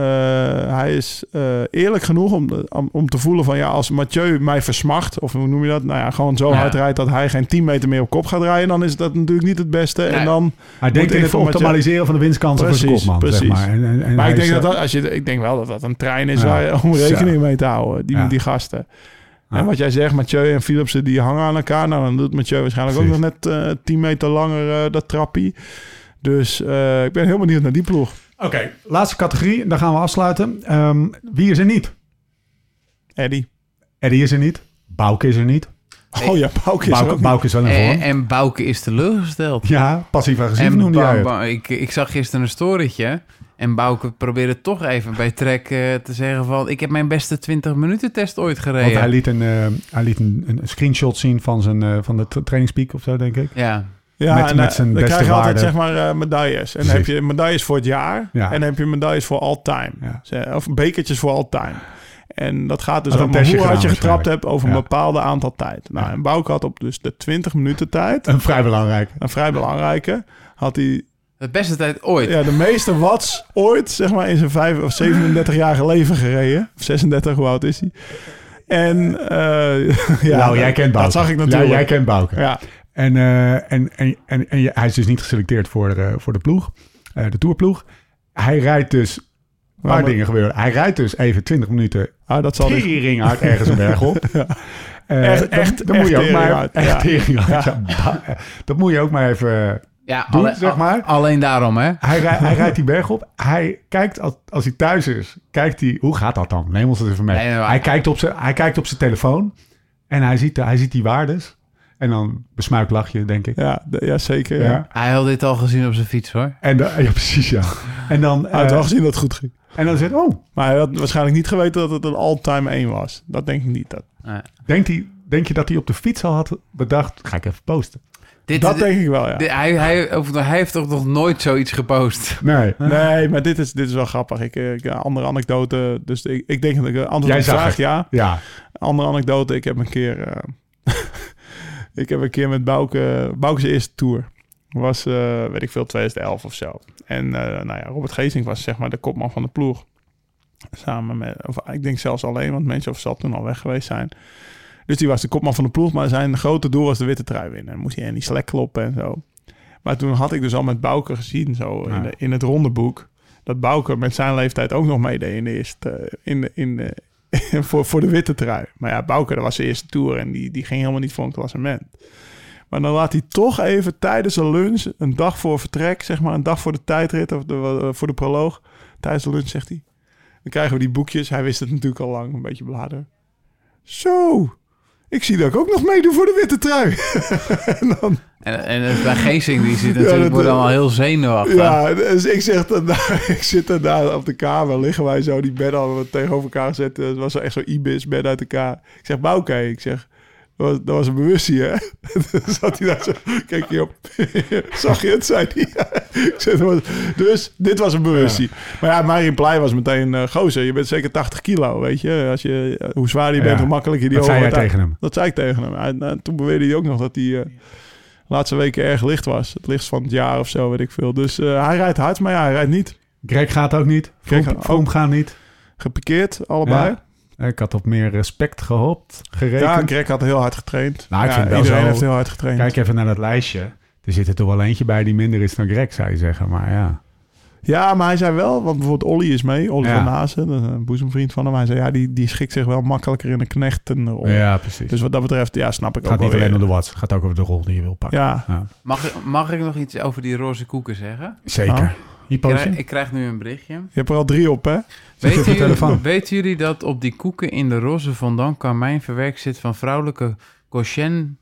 Speaker 4: hij is eh, eerlijk genoeg om, de- om, om te voelen van ja, als Mathieu mij versmacht, of hoe noem je dat? Nou ja, gewoon zo
Speaker 5: Ja.
Speaker 4: hard rijdt dat hij geen 10 meter meer op kop gaat rijden, dan is dat natuurlijk niet het beste.
Speaker 5: Nee.
Speaker 4: En dan,
Speaker 1: Hij
Speaker 4: Moet
Speaker 1: denkt
Speaker 4: in
Speaker 1: even
Speaker 4: het
Speaker 1: op
Speaker 4: formatje-
Speaker 1: optimaliseren van de winstkansen voor zijn
Speaker 4: Precies,
Speaker 1: kopman. Zeg
Speaker 4: precies.
Speaker 1: maar en, en, en
Speaker 4: maar
Speaker 1: hij
Speaker 4: ik denk,
Speaker 1: is, eh,
Speaker 4: dat dat, als je, ik denk wel dat dat een trein is
Speaker 1: Ja.
Speaker 4: waar, om
Speaker 1: Zo.
Speaker 4: rekening mee te houden, die,
Speaker 1: Ja.
Speaker 4: die gasten.
Speaker 1: Ja.
Speaker 4: En wat jij zegt, Mathieu en Philipsen, die hangen aan elkaar. Nou, dan doet Mathieu waarschijnlijk ook
Speaker 1: Precies.
Speaker 4: nog net eh 10 meter langer eh, dat trappie. Dus eh, ik ben heel benieuwd naar die ploeg.
Speaker 1: Oké, laatste categorie. Dan gaan we afsluiten. Ehm, wie is er niet?
Speaker 4: Eddie.
Speaker 1: Eddie is er niet. Bouke is er niet.
Speaker 4: Oh ja, Pauke is er ook
Speaker 1: Bouke,
Speaker 4: niet.
Speaker 1: Bouke is wel
Speaker 3: Eh,
Speaker 1: in vorm.
Speaker 5: En, en Bouke is teleurgesteld.
Speaker 1: ja, passief agressief
Speaker 5: En
Speaker 1: noemde
Speaker 5: Bou-
Speaker 1: jij het.
Speaker 5: Bou- ik, ik zag gisteren een storytje. En Bouke probeerde toch even bij Trek eh, te zeggen van... ik heb mijn beste 20 minuten test ooit
Speaker 1: Want hij
Speaker 5: gereden.
Speaker 1: liet, een, eh, hij liet een, een screenshot zien van, zijn, eh, van de tra- trainingspeak of zo, denk ik.
Speaker 5: Ja,
Speaker 4: Ja,
Speaker 1: Met-
Speaker 4: en,
Speaker 1: met
Speaker 4: eh,
Speaker 1: zijn
Speaker 4: dan
Speaker 1: beste
Speaker 4: krijg je altijd
Speaker 1: waarden.
Speaker 4: zeg maar eh, medailles. En dan heb
Speaker 1: Precies.
Speaker 4: je medailles voor het jaar.
Speaker 1: Ja.
Speaker 4: En dan heb je medailles voor all time.
Speaker 1: Ja.
Speaker 4: Ze- Of bekertjes voor all time. En dat gaat dus
Speaker 1: Had een
Speaker 4: om hoe
Speaker 1: testje
Speaker 4: hard je
Speaker 1: gedaan
Speaker 4: getrapt hebt over een
Speaker 1: Ja.
Speaker 4: bepaalde aantal tijd. Nou,
Speaker 1: Ja.
Speaker 4: en Bouke had op dus de 20 minuten tijd,
Speaker 1: Een vrij belangrijk.
Speaker 4: een vrij belangrijke, had hij
Speaker 5: de beste tijd ooit.
Speaker 4: ja, de meeste watts ooit zeg maar, in zijn 5 of 37-jarige leven gereden. Of 36, hoe oud is hij? En eh *laughs* ja,
Speaker 1: nou, jij kent Bouke.
Speaker 4: dat zag ik
Speaker 1: Ja, jij
Speaker 4: natuurlijk.
Speaker 1: kent Bouke.
Speaker 4: ja.
Speaker 1: En, eh, en, en, en, en je- hij is dus niet geselecteerd voor de, voor de ploeg, eh, de toerploeg. Hij rijdt dus, een paar
Speaker 4: maar-
Speaker 1: dingen gebeuren. Hij rijdt dus even 20 minuten
Speaker 4: Ah, dat zal hij
Speaker 1: tering hard ergens een berg *laughs* op. Eh,
Speaker 4: Echt-
Speaker 1: dat-
Speaker 4: echt-
Speaker 1: dat moet
Speaker 4: echt
Speaker 1: je ook maar
Speaker 4: teringhard, ja.
Speaker 1: echt teringhard, ja. Ba- eh, Dat moet je ook maar even
Speaker 5: Ja,
Speaker 1: doen,
Speaker 5: alle-
Speaker 1: zeg maar.
Speaker 5: alleen daarom, hè?
Speaker 1: Hij, rij- hij rijdt die berg op. Hij kijkt, als, als hij thuis is, kijkt hij... Hoe gaat dat dan? Neem ons het even mee.
Speaker 5: Nee, nee, maar-
Speaker 1: hij, kijkt op zijn, hij kijkt op zijn telefoon en hij ziet, de- hij ziet die waardes. En dan besmuik lach je, denk ik.
Speaker 4: Ja, de- ja zeker. Ja.
Speaker 1: Ja.
Speaker 5: Hij had dit al gezien op zijn fiets, hoor.
Speaker 1: En dan, ja, precies, ja. En dan,
Speaker 4: Hij had
Speaker 1: eh,
Speaker 4: wel gezien dat het goed ging.
Speaker 1: en dan zegt oh,
Speaker 4: Maar hij had waarschijnlijk niet geweten dat het een all-time 1 was. Dat denk ik niet. Dat,
Speaker 1: denkt hij, denk je dat hij op de fiets al had bedacht, ga ik even posten?
Speaker 5: Dit,
Speaker 4: dat
Speaker 5: dit-
Speaker 4: denk ik wel, ja.
Speaker 5: dit- hij, hij, of- hij heeft toch nog nooit zoiets gepost?
Speaker 1: Nee.
Speaker 4: Nee, maar dit is, dit is wel grappig. Ik, eh, ik eh, andere anekdote. Dus ik, ik denk dat ik eh, antwoord
Speaker 1: Jij
Speaker 4: op de
Speaker 1: zag
Speaker 4: vraag,
Speaker 1: het.
Speaker 4: ja.
Speaker 1: Ja,
Speaker 4: Andere anekdote. Ik heb een keer... eh, *laughs* ik heb een keer met Bouke... Bouke's eerste tour. Was, eh, weet ik veel, 2011 of zo. En eh, nou ja, Robert Geesink was zeg maar de kopman van de ploeg. Samen met... Of, ik denk zelfs alleen, want mensen of zal toen al weg geweest zijn. Dus die was de kopman van de ploeg, maar zijn grote doel was de witte trui winnen. Dan moest hij en die slek kloppen en zo. Maar toen had ik dus al met Bouke gezien, zo
Speaker 1: Ja.
Speaker 4: in, de- in het rondeboek, dat Bouke met zijn leeftijd ook nog meedeed in de eerste, eh, in de, in de, *laughs* voor, voor de witte trui. Maar ja, Bouke, dat was zijn eerste tour en die, die ging helemaal niet voor een klassement. Maar dan laat hij toch even tijdens een lunch, een dag voor vertrek, zeg maar, een dag voor de tijdrit of de, eh, voor de proloog, tijdens de lunch zegt hij, dan krijgen we die boekjes. Hij wist het natuurlijk al lang, een beetje bladeren. Zo, ik zie dat ik ook nog meedoe voor de witte trui. *laughs* en dan,
Speaker 5: En, en het- bij Geesing, die
Speaker 1: *laughs*
Speaker 5: zit natuurlijk
Speaker 4: dat,
Speaker 5: wordt
Speaker 4: eh,
Speaker 5: allemaal heel zenuwachtig.
Speaker 4: ja, dus ik zeg dan, ik zit dan daar *laughs* op de kamer, liggen wij zo die bedden allemaal tegenover elkaar gezet. Het was echt zo'n ibis-bed uit elkaar. Ik zeg, maar oké, ik zeg, dat was, dat was een bewustzijn, hè? *laughs* Toen zat hij daar zo, kijk je op, *laughs* zag je het, zei hij. *laughs* Ik zeg, dat was- dus dit was een bewustzijn. Maar ja, Marien Pleij was meteen, eh gozer, je bent zeker 80 kilo, weet je. Als je eh, hoe zwaar je bent,
Speaker 1: Ja.
Speaker 4: hoe makkelijker die
Speaker 1: dat zei jij
Speaker 4: overheid-
Speaker 1: tegen hem.
Speaker 4: dat zei ik tegen hem. Hij- nou, toen beweerde hij ook nog dat hij eh, laatste weken erg licht was. Het lichtst van het jaar of zo, weet ik veel. Dus eh, hij rijdt hard, maar ja, hij rijdt niet.
Speaker 1: Greg gaat ook niet.
Speaker 4: Greg
Speaker 1: Vroom,
Speaker 4: gaat
Speaker 1: Vroom gaat niet.
Speaker 4: Gepikeerd, allebei.
Speaker 1: Ja. Ik had op meer respect gehoopt,
Speaker 4: Ja,
Speaker 1: gerekend.
Speaker 4: Greg had heel hard getraind.
Speaker 1: Nou, ik
Speaker 4: Ja,
Speaker 1: vind wel
Speaker 4: iedereen
Speaker 1: zo-
Speaker 4: heeft heel hard getraind.
Speaker 1: Kijk even naar dat lijstje. Er zit er toch wel eentje bij die minder is dan Greg, zou je zeggen. Maar ja,
Speaker 4: Ja, maar hij zei wel, want bijvoorbeeld Olly is mee. Olly
Speaker 1: Ja.
Speaker 4: van Hazen, dat is een boezemvriend van hem. Hij zei, ja, die, die schikt zich wel makkelijker in een knechtenrol.
Speaker 1: ja precies.
Speaker 4: Dus wat dat betreft, ja, snap ik
Speaker 1: het gaat
Speaker 4: ook
Speaker 1: niet
Speaker 4: wel
Speaker 1: alleen om
Speaker 4: weer.
Speaker 1: de watts. Het gaat ook over de rol die je wil pakken.
Speaker 4: Ja,
Speaker 5: Mag, ik- mag ik nog iets over die roze koeken zeggen?
Speaker 1: Zeker.
Speaker 4: Nou.
Speaker 3: krijg-
Speaker 1: Hypootje?
Speaker 3: ik krijg nu een berichtje.
Speaker 4: Je hebt er al drie op, hè?
Speaker 1: Zit je op je telefoon?
Speaker 3: weten jullie dat op die koeken in de roze van Dan Carmijn verwerkt zit van vrouwelijke cochin...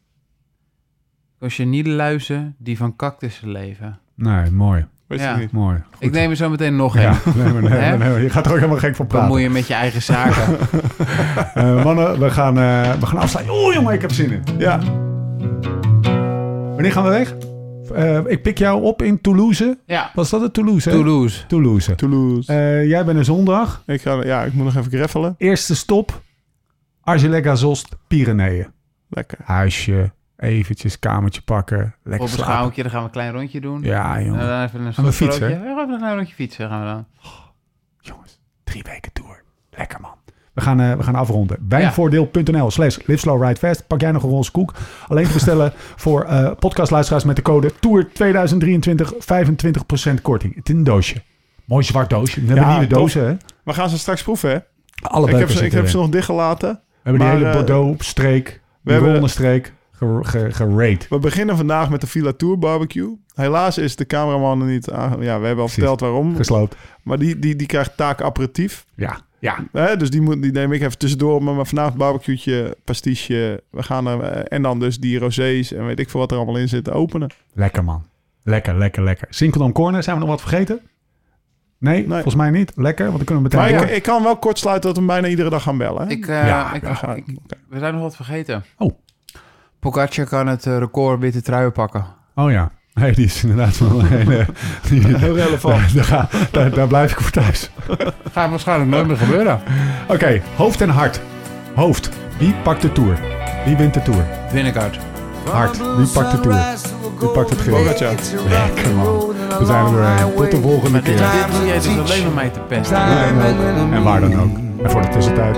Speaker 3: cochinieluizen die van cactussen leven?
Speaker 1: Nee, mooi.
Speaker 4: Weet
Speaker 3: Ja.
Speaker 4: ik niet.
Speaker 1: Mooi.
Speaker 3: Ik neem er zo meteen nog een. *laughs*
Speaker 1: Ja, nee, maar, nee,
Speaker 3: Hè?
Speaker 1: maar, nee, maar je gaat er ook helemaal gek van praten.
Speaker 3: Bemoeien met je eigen
Speaker 1: *laughs*
Speaker 3: zaken.
Speaker 1: Eh, mannen, we gaan, eh, we gaan afsluiten. Oeh, jongen, ik heb zin in.
Speaker 4: Ja,
Speaker 1: Wanneer gaan we weg? Eh, ik pik jou op in Toulouse.
Speaker 3: ja,
Speaker 1: Was dat het Toulouse? hè?
Speaker 3: Toulouse.
Speaker 1: Toulouse.
Speaker 4: Toulouse.
Speaker 1: Eh, jij bent een zondag.
Speaker 4: ik, ga, ja, ik moet nog even greffelen.
Speaker 1: Eerste stop. Argelega-Zost, Pyreneeën.
Speaker 4: Lekker.
Speaker 1: Huisje, eventjes kamertje pakken.
Speaker 3: Op
Speaker 1: Lekker
Speaker 3: een
Speaker 1: slapen.
Speaker 3: schouwtje, dan gaan we een klein rondje doen.
Speaker 4: Eh.
Speaker 1: Ja,
Speaker 3: En
Speaker 1: jongen.
Speaker 3: dan even een
Speaker 1: Gaan we
Speaker 3: stofbroodje.
Speaker 1: fietsen?
Speaker 3: Ja, even een klein rondje fietsen gaan we dan.
Speaker 1: Jongens, drie weken tour. Lekker, man. We gaan, eh, we gaan afronden. Wijnvoordeel.nl slash live slow ride fast. Pak jij nog een roze koek. Alleen te bestellen *laughs* voor eh, podcastluisteraars met de code TOUR 2023 25% korting. Het is een doosje. Mooi zwart doosje. We hebben
Speaker 4: Ja,
Speaker 1: nieuwe
Speaker 4: tof.
Speaker 1: dozen, hè?
Speaker 4: We gaan ze straks proeven, hè?
Speaker 1: Alle
Speaker 4: Ik
Speaker 1: beuken
Speaker 4: heb, ze, ik
Speaker 1: zitten
Speaker 4: heb
Speaker 1: erin.
Speaker 4: ze nog dichtgelaten.
Speaker 1: We hebben die
Speaker 4: Maar,
Speaker 1: hele
Speaker 4: eh,
Speaker 1: Bordeaux-streek,
Speaker 4: we
Speaker 1: die
Speaker 4: hebben-
Speaker 1: Ronde-streek ge- ge- gerate.
Speaker 4: We beginnen vandaag met de Villa Tour Barbecue. Helaas is de cameraman er niet aan. Ja, we hebben al verteld waarom.
Speaker 1: Gesloopt.
Speaker 4: Maar die, die, die krijgt taak aperitief.
Speaker 1: Ja, ja.
Speaker 4: Hè, dus die, moet, die neem ik even tussendoor. Maar maar vanavond barbecue, pastiche. We gaan er, eh, en dan dus die rosés en weet ik veel wat er allemaal in zit openen.
Speaker 1: Lekker, man. Lekker, lekker, lekker. Sinkeldam Corner, zijn we nog wat vergeten? Nee, volgens mij niet. Lekker, want dan kunnen we
Speaker 4: Maar
Speaker 1: meteen
Speaker 4: ik,
Speaker 1: door.
Speaker 4: ik kan wel kort sluiten dat we hem bijna iedere dag gaan bellen. Hè?
Speaker 3: Ik, eh,
Speaker 1: Ja,
Speaker 3: ik,
Speaker 4: Ja, ga-
Speaker 3: ik-
Speaker 4: oké.
Speaker 3: we zijn nog wat vergeten.
Speaker 1: Oh.
Speaker 3: Pogacar kan het eh, record witte truien pakken.
Speaker 1: Oh ja. Nee, die is inderdaad wel een hele- die-
Speaker 4: *laughs* Heel relevant.
Speaker 1: *laughs* Daar, ga- daar, daar blijf ik voor thuis.
Speaker 3: Gaat waarschijnlijk nooit meer gebeuren.
Speaker 1: Oké, hoofd en hart. Hoofd. Wie pakt de Tour? Wie wint de Tour?
Speaker 3: Winnekaart.
Speaker 1: Hart. Wie pakt de Tour? Wie pakt het geel?
Speaker 4: Pogacar.
Speaker 1: Lekker, man. We zijn er doorheen. Tot de volgende
Speaker 3: Maar dit,
Speaker 1: keer.
Speaker 3: dit doe jij dus alleen om mij te pesten.
Speaker 1: En waar dan ook. En voor de tussentijd.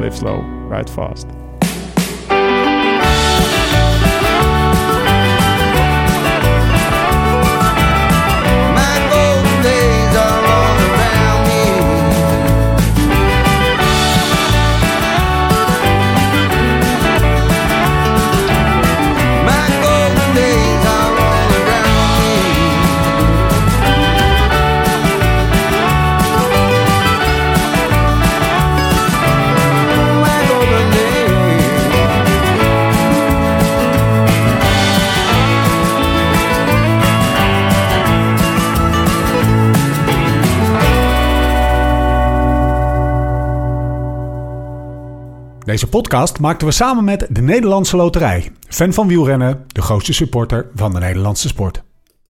Speaker 4: Live slow, ride fast.
Speaker 2: My golden days are all around me. My golden days are all around me. My golden days.
Speaker 1: Deze podcast maakten we samen met de Nederlandse Loterij. Fan van wielrennen, de grootste supporter van de Nederlandse sport.